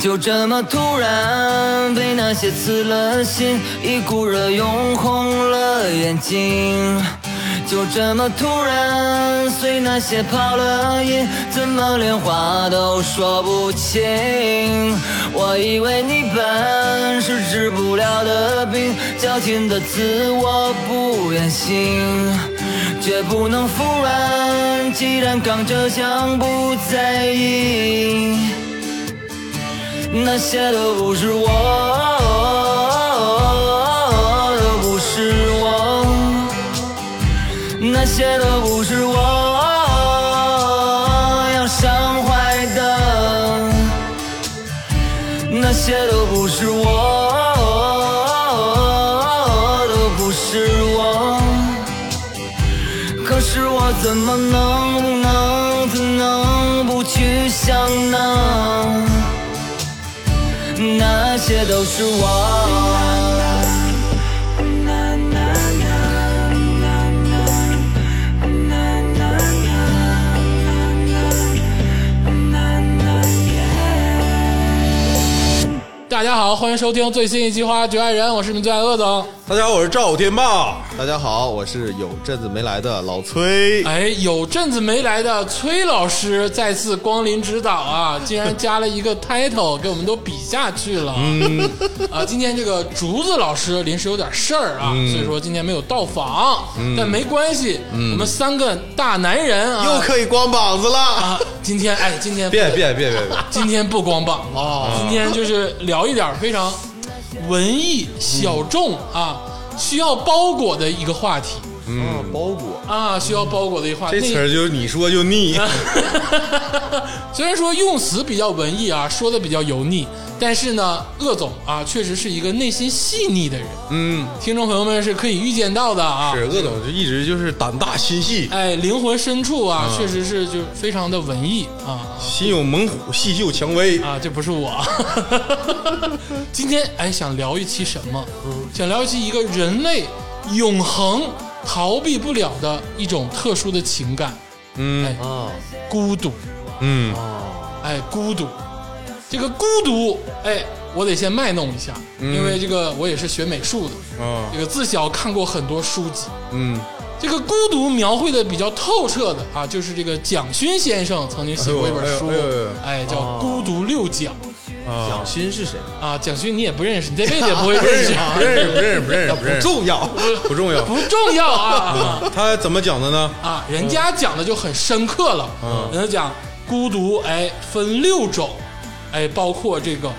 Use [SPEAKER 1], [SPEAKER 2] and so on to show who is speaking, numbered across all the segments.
[SPEAKER 1] 就这么突然被那些刺了心，一股热涌红了眼睛。就这么突然随那些跑了音，怎么连话都说不清？我以为你本是治不了的病，矫情的词我不愿醒。绝不能服软，既然刚着想不在意，那些都不是我，都不是我，那些都不是我要伤怀的，那些都不是我，都不是我。可是我怎么能不能怎能不去想呢？那些都是我。
[SPEAKER 2] 大家好，欢迎收听最新一期《花局爱人》，我是你们最爱的鄂总。
[SPEAKER 3] 大家好，我是赵天霸。
[SPEAKER 4] 大家好，我是有阵子没来的老崔。
[SPEAKER 2] 哎，有阵子没来的崔老师再次光临指导啊，竟然加了一个 title，给我们都比下去了。嗯，啊，今天这个竹子老师临时有点事儿啊，所以说今天没有到访，但没关系，我们三个大男人啊，
[SPEAKER 4] 又可以光膀子了，
[SPEAKER 2] 啊，今天哎，今天
[SPEAKER 3] 别别别 别别，啊
[SPEAKER 2] 今天不光膀哦，今天就是聊一点儿非常文艺小众啊，需要包裹的一个话题
[SPEAKER 4] 嗯，包裹
[SPEAKER 2] 啊，需要包裹的一个话题。
[SPEAKER 3] 这词儿就是你说就腻。
[SPEAKER 2] 那虽然说用词比较文艺啊，说的比较油腻，但是呢，鄂总啊，确实是一个内心细腻的人，
[SPEAKER 3] 嗯，
[SPEAKER 2] 听众朋友们是可以预见到的啊。
[SPEAKER 3] 是鄂总就一直就是胆大心细，
[SPEAKER 2] 哎，灵魂深处啊，
[SPEAKER 3] 嗯
[SPEAKER 2] 确实是就非常的文艺啊。
[SPEAKER 3] 心有猛虎，细嗅蔷
[SPEAKER 4] 哎
[SPEAKER 3] 薇。
[SPEAKER 2] 啊，这不是我。 今天哎，想聊一期什么？
[SPEAKER 3] 嗯
[SPEAKER 2] 想聊一期一个人类永恒逃避不了的一种特殊的情感，
[SPEAKER 3] 嗯
[SPEAKER 2] 哎，
[SPEAKER 4] 哦
[SPEAKER 2] 孤独。
[SPEAKER 3] 嗯，
[SPEAKER 2] 哎，孤独，这个孤独，哎，我得先卖弄一下，
[SPEAKER 3] 嗯
[SPEAKER 2] 因为这个我也是学美术的，
[SPEAKER 3] 啊，
[SPEAKER 2] 这个自小看过很多书籍。
[SPEAKER 3] 嗯，
[SPEAKER 2] 这个孤独描绘的比较透彻的啊，就是这个蒋勋先生曾经写过一本书
[SPEAKER 3] 哎呦哎呦哎呦哎，
[SPEAKER 2] 哎，叫《孤独六讲》。
[SPEAKER 4] 蒋勋是谁？
[SPEAKER 2] 啊，蒋勋你也不认识，你这 辈子也不会认识，
[SPEAKER 3] 不认识不认识不认识不认识，
[SPEAKER 4] 哎重要。
[SPEAKER 3] 不重要。
[SPEAKER 2] 不重要 啊
[SPEAKER 3] 他怎么讲的呢？
[SPEAKER 2] 啊啊！人家讲的就很深刻了，人家讲孤独，哎，分六种，哎，包括这个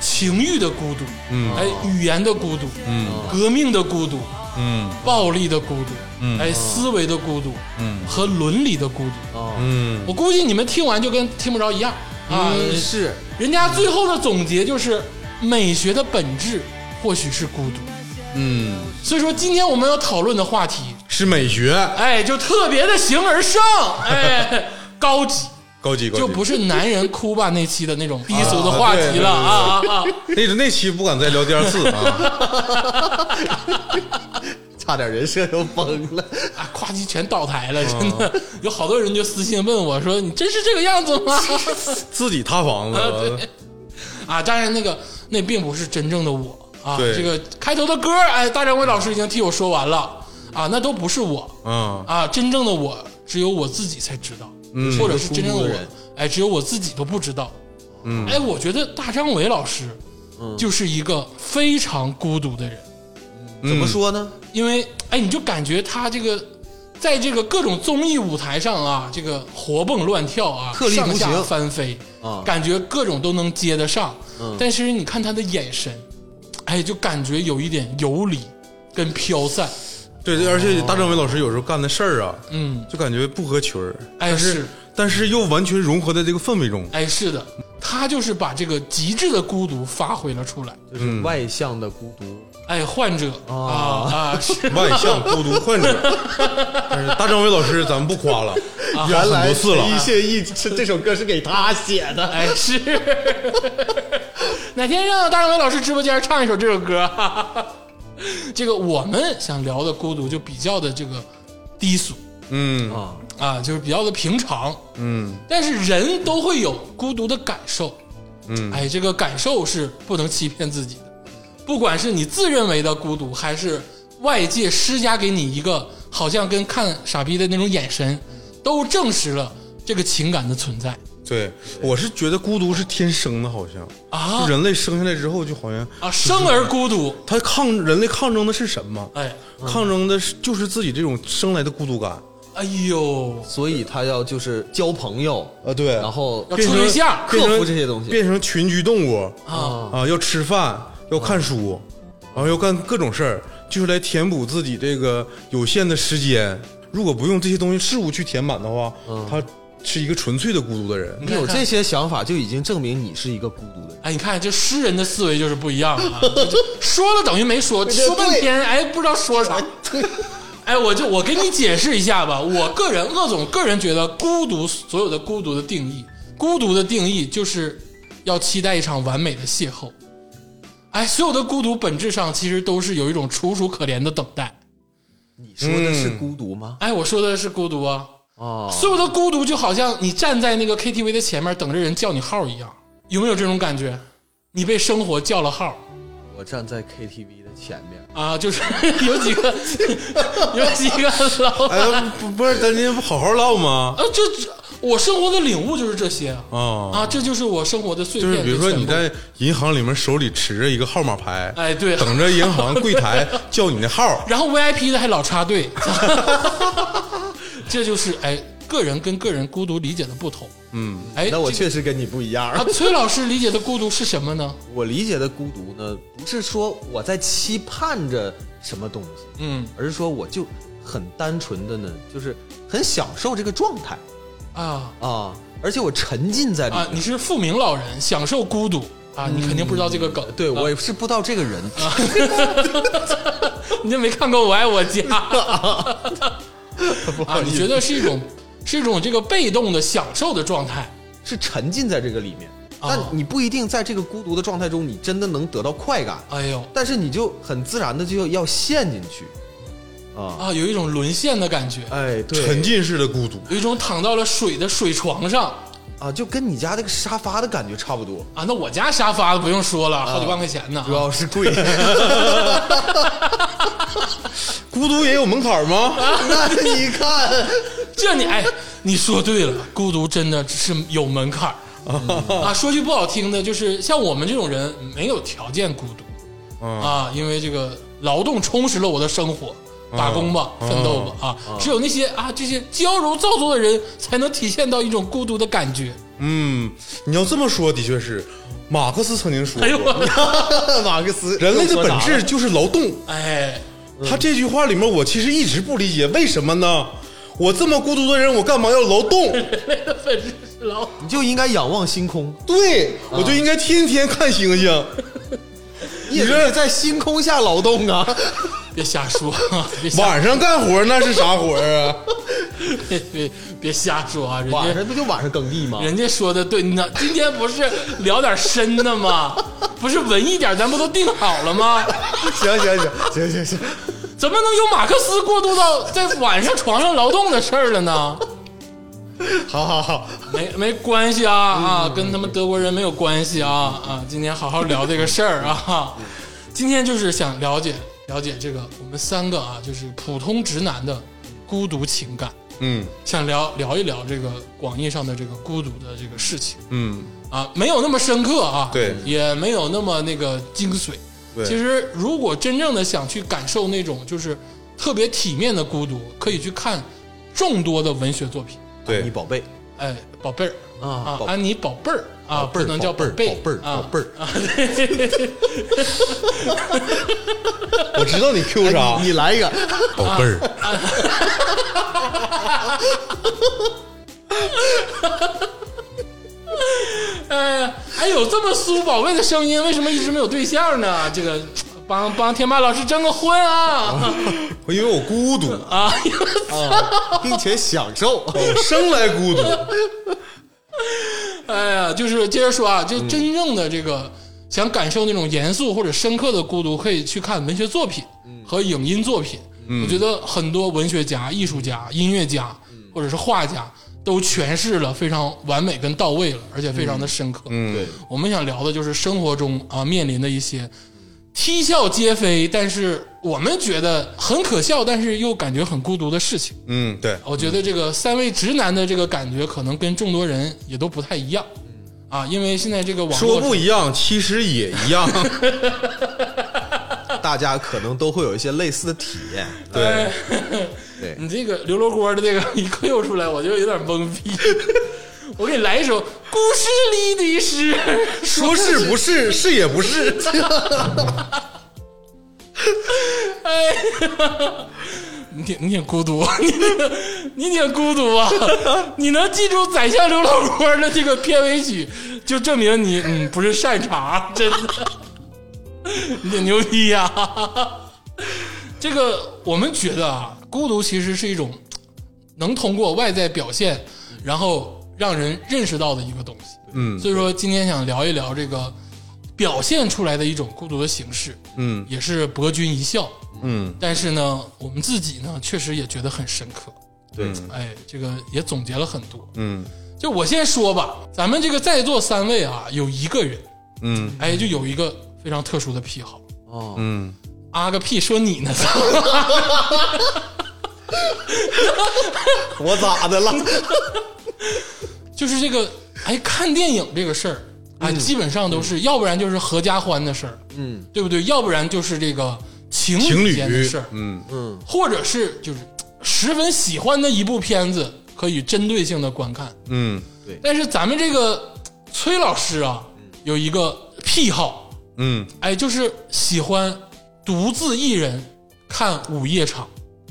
[SPEAKER 2] 情欲的孤独，嗯，哎，语言的孤独，嗯，革命的孤独，
[SPEAKER 3] 嗯
[SPEAKER 2] 暴力的孤独，嗯，哎，思维的孤独，嗯，和伦理的孤独。
[SPEAKER 3] 嗯，
[SPEAKER 2] 我估计你们听完就跟听不着一样啊。
[SPEAKER 4] 嗯是
[SPEAKER 2] 人家最后的总结就是，美学的本质或许是孤独。
[SPEAKER 3] 嗯，
[SPEAKER 2] 所以说，今天我们要讨论的话题，
[SPEAKER 3] 是美学，
[SPEAKER 2] 哎，就特别的形而上，哎，高级，啊
[SPEAKER 3] 高级高级。
[SPEAKER 2] 就不是男人哭吧那期的那种低俗的话题了啊啊啊！
[SPEAKER 3] 那那期不敢再聊第二次 啊。
[SPEAKER 4] 差点人设都崩了。
[SPEAKER 2] 啊，夸叽全倒台了，真的，有好多人就私信问我说：“你真是这个样子吗
[SPEAKER 3] 自己塌房子了，？”
[SPEAKER 2] 啊，当然那个那并不是真正的我啊，
[SPEAKER 3] 对
[SPEAKER 2] 这个开头的歌，哎，大张伟老师已经替我说完了啊，那都不是我
[SPEAKER 3] 嗯
[SPEAKER 2] 啊，真正的我只有我自己才知道，
[SPEAKER 3] 嗯
[SPEAKER 2] 或者是真正的
[SPEAKER 4] 孤独
[SPEAKER 2] 我
[SPEAKER 4] 的人，
[SPEAKER 2] 哎，只有我自己都不知道。
[SPEAKER 3] 嗯
[SPEAKER 2] 哎，我觉得大张伟老师
[SPEAKER 4] 嗯
[SPEAKER 2] 就是一个非常孤独的人，
[SPEAKER 3] 嗯
[SPEAKER 4] 怎么说呢？
[SPEAKER 2] 因为哎，你就感觉他这个在这个各种综艺舞台上啊，这个活蹦乱跳啊，
[SPEAKER 4] 特立独
[SPEAKER 2] 上
[SPEAKER 4] 行
[SPEAKER 2] 下翻飞
[SPEAKER 4] 啊
[SPEAKER 2] 感觉各种都能接得上。
[SPEAKER 4] 嗯
[SPEAKER 2] 但是你看他的眼神，哎，就感觉有一点游离跟飘散。
[SPEAKER 3] 对对，而且大张伟老师有时候干的事儿啊，
[SPEAKER 2] 嗯，
[SPEAKER 3] 就感觉不合群儿，
[SPEAKER 2] 哎是，
[SPEAKER 3] 但是又完全融合在这个氛围中。
[SPEAKER 2] 哎是的，他就是把这个极致的孤独发挥了出来。
[SPEAKER 4] 就是外向的孤独。哦
[SPEAKER 2] 哎，患者啊啊是
[SPEAKER 3] 外向孤独患者，但是大张伟老师咱们不夸了，
[SPEAKER 4] 原来
[SPEAKER 3] 很多次了
[SPEAKER 4] 陈奕迅一这这首歌是给他写的。
[SPEAKER 2] 哎，是。 哪天让大张伟老师直播间唱一首这首歌？啊 这个我们想聊的孤独就比较的这个低俗
[SPEAKER 3] 嗯
[SPEAKER 4] 啊，
[SPEAKER 2] 啊，就是比较的平常。
[SPEAKER 3] 嗯，
[SPEAKER 2] 但是人都会有孤独的感受，嗯，哎，这个感受是不能欺骗自己的，不管是你自认为的孤独，还是外界施加给你一个好像跟看傻逼的那种眼神，都证实了这个情感的存在
[SPEAKER 3] 对，我是觉得孤独是天生的，好像
[SPEAKER 2] 啊
[SPEAKER 3] 就人类生下来之后就好像
[SPEAKER 2] 啊！生而孤独，
[SPEAKER 3] 他抗人类抗争的是什么？
[SPEAKER 2] 哎，
[SPEAKER 3] 抗争的是就是自己这种生来的孤独感。
[SPEAKER 2] 哎呦，
[SPEAKER 1] 所以他要就是交朋友，
[SPEAKER 3] 啊，对，
[SPEAKER 1] 然后
[SPEAKER 2] 要
[SPEAKER 3] 变
[SPEAKER 2] 处
[SPEAKER 3] 成
[SPEAKER 2] 对象
[SPEAKER 3] 变成
[SPEAKER 1] 克服这些东西
[SPEAKER 3] 变成群居动物
[SPEAKER 2] 啊，
[SPEAKER 3] 啊，要吃饭，要看
[SPEAKER 1] 哦
[SPEAKER 3] 书，然后要干各种事儿，就是来填补自己这个有限的时间。如果不用这些东西事物去填满的话，他是一个纯粹的孤独的人。
[SPEAKER 1] 嗯
[SPEAKER 4] 嗯
[SPEAKER 1] 你有这些想法，就已经证明你是一个孤独的人。
[SPEAKER 2] 哎，你看这诗人的思维就是不一样啊，就说了等于没说，说半天哎不知道说啥。哎，我就我给你解释一下吧，我个人鄂总个人觉得孤独所有的孤独的定义，孤独的定义就是要期待一场完美的邂逅。哎，所有的孤独本质上其实都是有一种楚楚可怜的等待。
[SPEAKER 1] 你说的是孤独吗？
[SPEAKER 2] 哎，我说的是孤独啊，
[SPEAKER 1] 哦，
[SPEAKER 2] 所有的孤独就好像你站在那个 KTV 的前面等着人叫你号一样，有没有这种感觉？你被生活叫了号。
[SPEAKER 1] 我站在 KTV 的前面，
[SPEAKER 2] 啊，就是 有几个有几个 老
[SPEAKER 3] 哎，不不是，咱今天不好好唠吗？
[SPEAKER 2] 啊，这这我生活的领悟就是这些啊，
[SPEAKER 3] 啊，
[SPEAKER 2] 啊这就是我生活的碎
[SPEAKER 3] 就
[SPEAKER 2] 片。
[SPEAKER 3] 是比如说你，在银行里面手里持着一个号码牌，
[SPEAKER 2] 哎对，
[SPEAKER 3] 等着银行柜台叫你的号。
[SPEAKER 2] 然后 VIP 的还老插队， 这就是哎个人跟个人孤独理解的不同。嗯，哎，
[SPEAKER 1] 那我
[SPEAKER 2] 这
[SPEAKER 1] 确实跟你不一样。
[SPEAKER 2] 啊，崔老师理解的孤独是什么呢？
[SPEAKER 1] 我理解的孤独呢，不是说我在期盼着什么东西，
[SPEAKER 2] 嗯
[SPEAKER 1] 而是说我就很单纯的呢，就是很享受这个状态
[SPEAKER 2] 啊
[SPEAKER 1] 啊，而且我沉浸在里面。
[SPEAKER 2] 啊，你是富明老人，享受孤独啊，你肯定不知道这个梗，
[SPEAKER 1] 对，
[SPEAKER 2] 啊
[SPEAKER 1] 我也是不知道这个人，
[SPEAKER 2] 你就没看过《我爱我家》 啊？你觉得是一种 是一种这个被动的享受的状态
[SPEAKER 1] 是沉浸在这个里面。
[SPEAKER 2] 哦
[SPEAKER 1] 但你不一定在这个孤独的状态中，你真的能得到快感，
[SPEAKER 2] 哎呦
[SPEAKER 1] 但是你就很自然的就要要陷进去，啊，
[SPEAKER 2] 啊，有一种沦陷的感觉，
[SPEAKER 4] 呃
[SPEAKER 1] 哎， 对，
[SPEAKER 3] 沉浸式的孤独，
[SPEAKER 2] 有一种躺到了水的水床上
[SPEAKER 1] 啊，就跟你家那个沙发的感觉差不多，
[SPEAKER 2] 啊。那我家沙发不用说了，好几万块钱呢啊
[SPEAKER 1] 主。要是贵，
[SPEAKER 3] 孤独也有门槛吗？
[SPEAKER 1] 那你看，
[SPEAKER 2] 这你哎，你说对了，孤独真的是有门槛儿、啊。说句不好听的，就是像我们这种人没有条件孤独、啊，因为这个劳动充实了我的生活，打工吧，奋斗吧啊。只有那些啊这些娇柔造作的人，才能体现到一种孤独的感觉。
[SPEAKER 3] 嗯，你要这么说，的确是。马克思曾经说
[SPEAKER 2] 哎呦
[SPEAKER 3] 过，
[SPEAKER 2] 我，
[SPEAKER 1] 马克思，
[SPEAKER 3] 人类的本质就是劳动。
[SPEAKER 2] 哎，
[SPEAKER 3] 他这句话里面，我其实一直不理解，为什么呢？我这么孤独的人，我干嘛要劳动？
[SPEAKER 2] 本质哎是劳。
[SPEAKER 1] 你就应该仰望星空，
[SPEAKER 3] 对，我就应该天天看星星。
[SPEAKER 1] 你也是在星空下劳动啊，
[SPEAKER 2] 别瞎说，别瞎
[SPEAKER 3] 晚上干活那是啥活啊？
[SPEAKER 2] 别别别瞎说啊！人家
[SPEAKER 1] 晚上不就晚上耕地吗？
[SPEAKER 2] 人家说的对，那今天不是聊点深的吗？不是文一点，咱不都定好了吗？
[SPEAKER 3] 行行行行行行，
[SPEAKER 2] 怎么能由马克思过渡到在晚上床上劳动的事儿了呢？
[SPEAKER 3] 好好好，
[SPEAKER 2] 没没关系啊啊，跟他们德国人没有关系啊啊！今天好好聊这个事儿啊，今天就是想了解了解这个我们三个啊，就是普通直男的孤独情感，
[SPEAKER 3] 嗯
[SPEAKER 2] 想聊聊一聊这个广义上的这个孤独的这个事情。
[SPEAKER 3] 嗯，
[SPEAKER 2] 啊，没有那么深刻啊，
[SPEAKER 3] 对
[SPEAKER 2] 也没有那么那个精髓。
[SPEAKER 3] 对
[SPEAKER 2] 其实如果真正的想去感受那种就是特别体面的孤独，可以去看众多的文学作品。
[SPEAKER 1] 啊你
[SPEAKER 3] 对，
[SPEAKER 1] 宝贝
[SPEAKER 2] 哎，宝贝儿
[SPEAKER 1] 啊
[SPEAKER 2] 啊，
[SPEAKER 1] 宝
[SPEAKER 2] 安妮宝贝儿啊，
[SPEAKER 1] 贝
[SPEAKER 2] 不
[SPEAKER 1] 儿
[SPEAKER 2] 能叫
[SPEAKER 1] 宝贝儿
[SPEAKER 2] 贝
[SPEAKER 1] 宝贝儿宝
[SPEAKER 2] 啊
[SPEAKER 1] 贝儿，
[SPEAKER 3] 我知道你 Q 啥啊
[SPEAKER 1] 哎你，你来一个，
[SPEAKER 3] 宝贝儿。
[SPEAKER 2] 哎呀，还有这么苏宝贝的声音，为什么一直没有对象呢？这个帮帮天霸老师征个婚啊！
[SPEAKER 3] 我因为我孤独，
[SPEAKER 1] 并且享受，
[SPEAKER 3] 我生来孤独。
[SPEAKER 2] 哎呀，就是接着说啊，就真正的这
[SPEAKER 3] 嗯
[SPEAKER 2] 个、想感受那种严肃或者深刻的孤独，可以去看文学作品
[SPEAKER 3] 嗯
[SPEAKER 2] 和影
[SPEAKER 3] 嗯
[SPEAKER 2] 音作品。我觉得很多文学家、艺术家、音乐家或者是画家都诠释了非常完美跟到位了，而且非常的深刻。
[SPEAKER 3] 嗯，
[SPEAKER 4] 对，
[SPEAKER 2] 我们想聊的就是生活中啊面临的一些啼笑皆非，但是我们觉得很可笑，但是又感觉很孤独的事情。
[SPEAKER 3] 嗯，对，
[SPEAKER 2] 我觉得这个三位直男的这个感觉，可能跟众多人也都不太一样啊，因为现在这个网络
[SPEAKER 3] 说不一样，其实也一样。
[SPEAKER 4] 大家可能都会有一些类似的体验。
[SPEAKER 2] 哎
[SPEAKER 3] 对，
[SPEAKER 4] 对，
[SPEAKER 2] 你这个刘罗锅的这个一 Q 出来，我就有点懵逼。 我给你来一首《故事里的诗》，
[SPEAKER 3] 说是不是，是也不是。
[SPEAKER 2] 你挺你挺孤独， 你你挺孤独啊！你能记住《宰相刘老锅》的这个片尾曲，就证明你嗯不是善茬，真的，你挺牛逼呀、这个我们觉得啊，孤独其实是一种能通过外在表现，然后让人认识到的一个东西。
[SPEAKER 3] 嗯
[SPEAKER 2] 所以说今天想聊一聊这个表现出来的一种孤独的形式，
[SPEAKER 3] 嗯
[SPEAKER 2] 也是博君一笑。
[SPEAKER 3] 嗯，
[SPEAKER 2] 但是呢，我们自己呢，确实也觉得很深刻。
[SPEAKER 4] 对，
[SPEAKER 2] 哎，这个也总结了很多。
[SPEAKER 3] 嗯
[SPEAKER 2] 就我先说吧，咱们这个在座三位啊，有一个人，
[SPEAKER 3] 嗯
[SPEAKER 2] 哎，就有一个非常特殊的癖好。
[SPEAKER 4] 哦，
[SPEAKER 3] 嗯，
[SPEAKER 2] 啊个屁！说你呢？
[SPEAKER 4] 我咋的了？
[SPEAKER 2] 就是这个，哎，看电影这个事儿，哎，
[SPEAKER 3] 嗯
[SPEAKER 2] 基本上都是，要不然就是合家欢的事儿，
[SPEAKER 4] 嗯
[SPEAKER 2] 对不对？要不然就是这个情
[SPEAKER 3] 情
[SPEAKER 2] 侣
[SPEAKER 3] 侣
[SPEAKER 2] 间的事儿，
[SPEAKER 3] 嗯
[SPEAKER 4] 嗯，
[SPEAKER 2] 或者是就是十分喜欢的一部片子，可以针对性的观看。
[SPEAKER 3] 嗯
[SPEAKER 2] 但是咱们这个崔老师啊，
[SPEAKER 4] 嗯
[SPEAKER 2] 有一个癖好，
[SPEAKER 3] 嗯
[SPEAKER 2] 哎，就是喜欢独自一人看午夜场。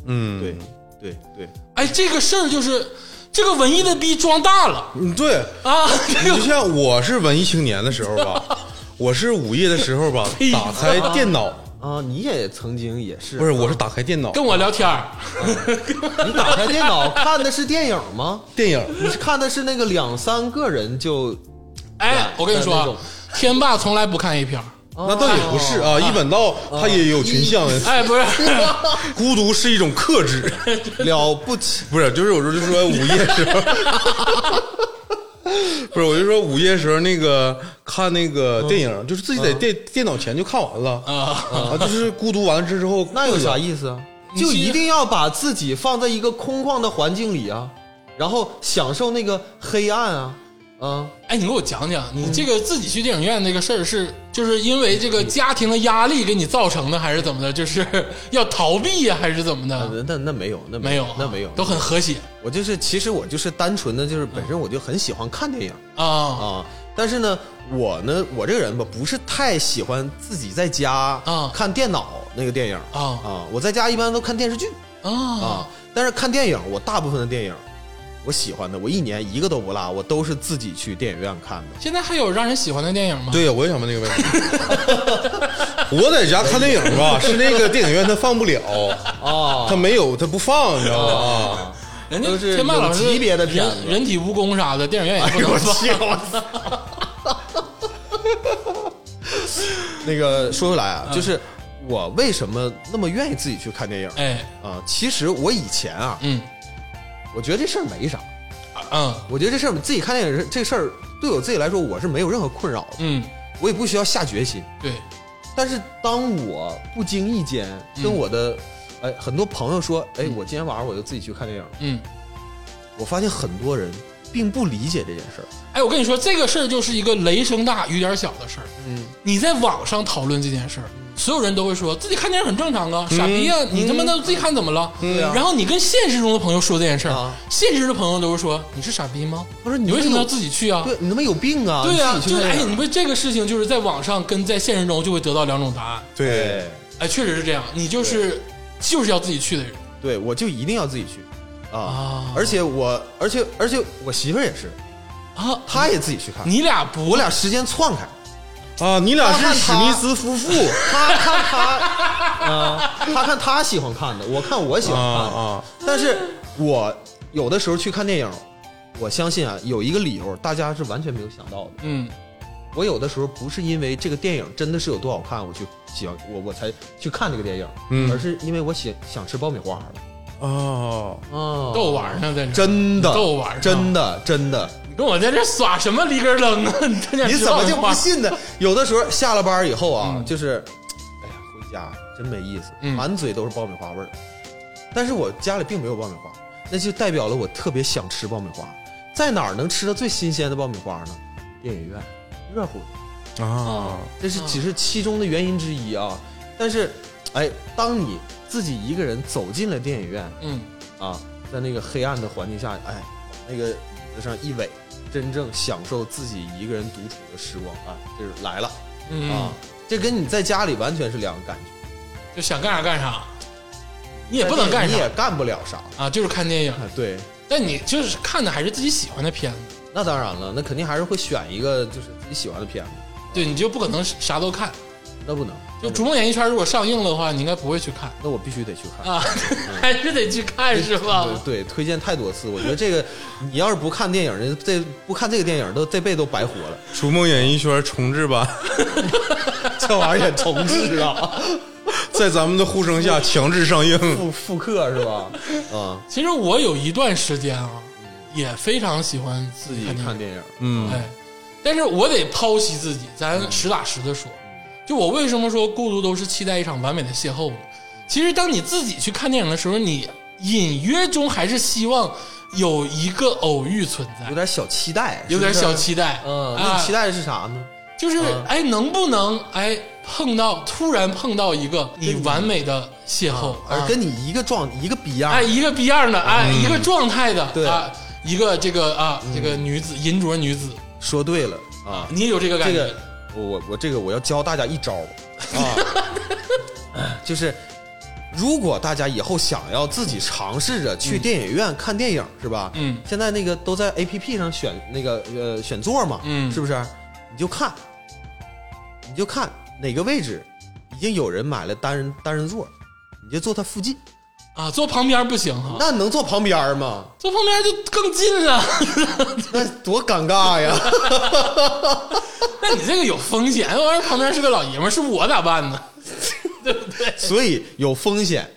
[SPEAKER 3] 嗯，
[SPEAKER 4] 对对对，
[SPEAKER 2] 哎，这个事儿就是这个文艺的逼装大了
[SPEAKER 3] 嗯对，
[SPEAKER 2] 啊！ 这
[SPEAKER 3] 你就
[SPEAKER 2] 个
[SPEAKER 3] 像我是文艺青年的时候吧，我是午夜的时候吧，打开电脑，
[SPEAKER 4] 啊，你也曾经也是，
[SPEAKER 3] 不是，我是打开电脑
[SPEAKER 2] 跟我聊天儿，
[SPEAKER 4] 你打开电脑看的是电影吗？
[SPEAKER 3] 电影，
[SPEAKER 4] 你是看的是那个两三个人就
[SPEAKER 2] 哎，我跟你说
[SPEAKER 4] 那
[SPEAKER 2] 啊
[SPEAKER 4] 种，
[SPEAKER 2] 天霸从来不看 A 片儿。
[SPEAKER 3] 那倒也不是啊。一本道它也有群像，
[SPEAKER 2] 哎， 不是，
[SPEAKER 3] 孤独是一种克制，
[SPEAKER 4] 了不起，
[SPEAKER 3] 不是，就是有时候就说午夜时候。 不是，我就说午夜时候那个看那个电影，就是自己在电电脑前就看完了
[SPEAKER 2] 嗯呃
[SPEAKER 3] 啊，就是孤独完了之后，
[SPEAKER 4] 那有啥意思啊？就一定要把自己放在一个空旷的环境里啊，然后享受那个黑暗啊，啊，
[SPEAKER 2] 哎，你给我讲讲，
[SPEAKER 4] 嗯
[SPEAKER 2] 你这个自己去电影院那个事儿是，就是因为这个家庭的压力给你造成的，还是怎么的？就是要逃避呀、还是怎么的？
[SPEAKER 4] 那那那没有，那
[SPEAKER 2] 啊没有
[SPEAKER 4] 有
[SPEAKER 2] 啊，，
[SPEAKER 4] 呃那没有，
[SPEAKER 2] 都很嗯和谐
[SPEAKER 4] 我就是，其实我就是单纯的，就是本身我就很喜欢看电影
[SPEAKER 2] 啊
[SPEAKER 4] 啊，但是呢，我呢，我这个人吧，不是太喜欢自己在家
[SPEAKER 2] 啊
[SPEAKER 4] 看电脑那个电影
[SPEAKER 2] 啊
[SPEAKER 4] 啊，我在家一般都看电视剧
[SPEAKER 2] 啊！
[SPEAKER 4] 啊，但是看电影，我大部分的电影，我喜欢的，我一年一个都不落，我都是自己去电影院看的。
[SPEAKER 2] 现在还有让人喜欢的电影吗？，
[SPEAKER 3] 对呀，我也想问这个问题。 我在家看电影吧，是那个电影院它放不了，
[SPEAKER 4] 哦，
[SPEAKER 3] 它没有，它不放，你知道吗？
[SPEAKER 2] 人家
[SPEAKER 4] 都是
[SPEAKER 2] 天霸老师
[SPEAKER 4] 有级别的片子
[SPEAKER 2] 人人体蜈蚣啥的，电影院也不
[SPEAKER 4] 哎呦
[SPEAKER 2] 能
[SPEAKER 4] 我
[SPEAKER 2] 放。
[SPEAKER 4] 去！我 操！那个说回来啊，就是我为什么那么愿意自己去看电影
[SPEAKER 2] 哎，
[SPEAKER 4] 啊？其实我以前啊，
[SPEAKER 2] 嗯
[SPEAKER 4] 我觉得这事儿没啥，
[SPEAKER 2] 嗯
[SPEAKER 4] 我觉得这事儿自己看电影这事儿对我自己来说，我是没有任何困扰的，
[SPEAKER 2] 嗯，
[SPEAKER 4] 我也不需要下决心。
[SPEAKER 2] 对，
[SPEAKER 4] 但是当我不经意间跟我
[SPEAKER 3] 嗯
[SPEAKER 4] 的哎很多朋友说，哎，我今天晚上我就自己去看电影，
[SPEAKER 2] 嗯。
[SPEAKER 4] 我发现很多人并不理解这件事儿。
[SPEAKER 2] 哎，我跟你说，这个事儿就是一个雷声大雨点小的事儿。
[SPEAKER 4] 嗯，
[SPEAKER 2] 你在网上讨论这件事儿，所有人都会说自己看电影很正常啊，傻逼呀、你他妈的自己看怎么了？
[SPEAKER 4] 嗯对啊
[SPEAKER 2] 然后你跟现实中的朋友说这件事儿，
[SPEAKER 4] 啊
[SPEAKER 2] 现实的朋友都会说你是傻逼吗？
[SPEAKER 4] 不是
[SPEAKER 2] 你
[SPEAKER 4] 你
[SPEAKER 2] 为什么
[SPEAKER 4] 有
[SPEAKER 2] 要自己去啊？
[SPEAKER 4] 对你他妈有病啊！
[SPEAKER 2] 对呀、
[SPEAKER 4] 你自己
[SPEAKER 2] 就
[SPEAKER 4] 去
[SPEAKER 2] 是哎
[SPEAKER 4] 看，电
[SPEAKER 2] 你
[SPEAKER 4] 影
[SPEAKER 2] 不这个事情就是在网上跟在现实中就会得到两种答案。
[SPEAKER 3] 对，
[SPEAKER 4] 哎
[SPEAKER 2] 哎，确实是这样，你就是就是要自己去的人
[SPEAKER 4] 对，我就一定要自己去啊！
[SPEAKER 2] 啊
[SPEAKER 4] 而且我，而且而且我媳妇儿也是，
[SPEAKER 2] 啊！
[SPEAKER 4] 她也自己去看，
[SPEAKER 2] 你俩不
[SPEAKER 4] 我俩时间篡开，
[SPEAKER 3] 啊，你俩是史密斯夫妇
[SPEAKER 4] 她 看她，啊，她看她喜欢看的，我看我喜
[SPEAKER 3] 啊
[SPEAKER 4] 欢看的。
[SPEAKER 3] 啊，
[SPEAKER 4] 但是我有的时候去看电影，我相信啊，有一个理由大家是完全没有想到的。
[SPEAKER 2] 嗯
[SPEAKER 4] 我有的时候不是因为这个电影真的是有多好看，我去喜欢我我才去看这个电影，
[SPEAKER 3] 嗯
[SPEAKER 4] 而是因为我想想吃爆米花了。
[SPEAKER 3] 哦，
[SPEAKER 4] 哦
[SPEAKER 2] 逗我玩呢，在这
[SPEAKER 4] 真的，
[SPEAKER 2] 逗我玩呢，
[SPEAKER 4] 真的真的，
[SPEAKER 2] 你跟我在这耍什么离根楞啊？你这 点
[SPEAKER 4] 你怎么就不
[SPEAKER 2] 话
[SPEAKER 4] 信 呢？有的时候下了班以后啊，就是，哎呀，回家真没意思，
[SPEAKER 2] 嗯
[SPEAKER 4] 满嘴都是爆米花味儿。但是我家里并没有爆米花，那就代表了我特别想吃爆米花。在哪儿能吃到最新鲜的爆米花呢？电影院，热乎。
[SPEAKER 3] 啊，
[SPEAKER 4] 这是只是其中的原因之一啊。但是，哎，当你自己一个人走进了电影院
[SPEAKER 2] 嗯，
[SPEAKER 4] 啊，在那个黑暗的环境下，哎，往那个椅子上一偎，真正享受自己一个人独处的时光啊，就是来了
[SPEAKER 2] 嗯
[SPEAKER 4] 啊。这跟你在家里完全是两个感觉，
[SPEAKER 2] 就想干啥干啥，你也不能干
[SPEAKER 4] 你
[SPEAKER 2] 啥
[SPEAKER 4] 也干不了啥
[SPEAKER 2] 啊，就是看电影。
[SPEAKER 4] 啊。对，
[SPEAKER 2] 但你就是看的还是自己喜欢的片子，
[SPEAKER 4] 那当然了，那肯定还是会选一个就是自己喜欢的片子，
[SPEAKER 2] 对，你就不可
[SPEAKER 4] 嗯
[SPEAKER 2] 能啥都看。
[SPEAKER 4] 那不能，
[SPEAKER 2] 就《逐梦演艺圈》如果上映了的话，你应该不会去看
[SPEAKER 4] 那我必须得去看。
[SPEAKER 2] 啊， 还是得去看是吧？
[SPEAKER 4] 嗯对，推荐太多次，我觉得这个你要是不看电影，人这不看这个电影都这辈子都白活了。
[SPEAKER 3] 《逐梦演艺圈》重置版
[SPEAKER 4] 这玩意儿也重置啊，
[SPEAKER 3] 在咱们的呼声下强制上映。
[SPEAKER 4] 复复刻是吧？啊、
[SPEAKER 2] 其实我有一段时间啊，也非常喜欢自
[SPEAKER 4] 嗯自
[SPEAKER 2] 己
[SPEAKER 4] 己
[SPEAKER 2] 看电
[SPEAKER 4] 看
[SPEAKER 2] 影，
[SPEAKER 4] 电影，
[SPEAKER 3] 嗯
[SPEAKER 2] 哎，但是我得剖析自己，
[SPEAKER 4] 嗯
[SPEAKER 2] 咱实打实的说，就我为什么说孤独都是期待一场完美的邂逅呢？其实当你自己去看电影的时候，你隐约中还是希望有一个偶遇存在
[SPEAKER 4] 有，点小期待，
[SPEAKER 2] 有点小
[SPEAKER 4] 期，
[SPEAKER 2] 期待，
[SPEAKER 4] 嗯，那
[SPEAKER 2] 啊
[SPEAKER 4] 你期待的是啥呢？
[SPEAKER 2] 就是
[SPEAKER 4] 嗯
[SPEAKER 2] 哎，能不能哎碰到突然碰到一个你完美的邂逅，
[SPEAKER 4] 嗯而
[SPEAKER 2] 啊
[SPEAKER 4] 跟你一个状一个逼样
[SPEAKER 2] 哎
[SPEAKER 4] 儿，
[SPEAKER 2] 一个逼样的哎一个状态的
[SPEAKER 4] 对嗯
[SPEAKER 2] 啊一个这个啊这个女子银镯女子，
[SPEAKER 4] 说对了啊，
[SPEAKER 2] 你也有这个感
[SPEAKER 4] 这
[SPEAKER 2] 觉
[SPEAKER 4] 个
[SPEAKER 2] 哎
[SPEAKER 4] 我我我这个我要教大家一招 啊，就是如果大家以后想要自己尝试着去电影院看电影，是吧？
[SPEAKER 2] 嗯
[SPEAKER 4] 现在那个都在 A P P 上选那个呃选座嘛，
[SPEAKER 2] 嗯
[SPEAKER 4] 是不是？你就看，你就看哪个位置已经有人买了单人单人座，你就坐他附近，
[SPEAKER 2] 啊坐旁边不行哈，
[SPEAKER 4] 那能坐旁边吗？
[SPEAKER 2] 坐旁边就更近啊了，
[SPEAKER 4] 那多尴尬呀！
[SPEAKER 2] 那你这个有风险，万一旁边是个老爷们儿，是我咋办呢？
[SPEAKER 4] 所以有风险，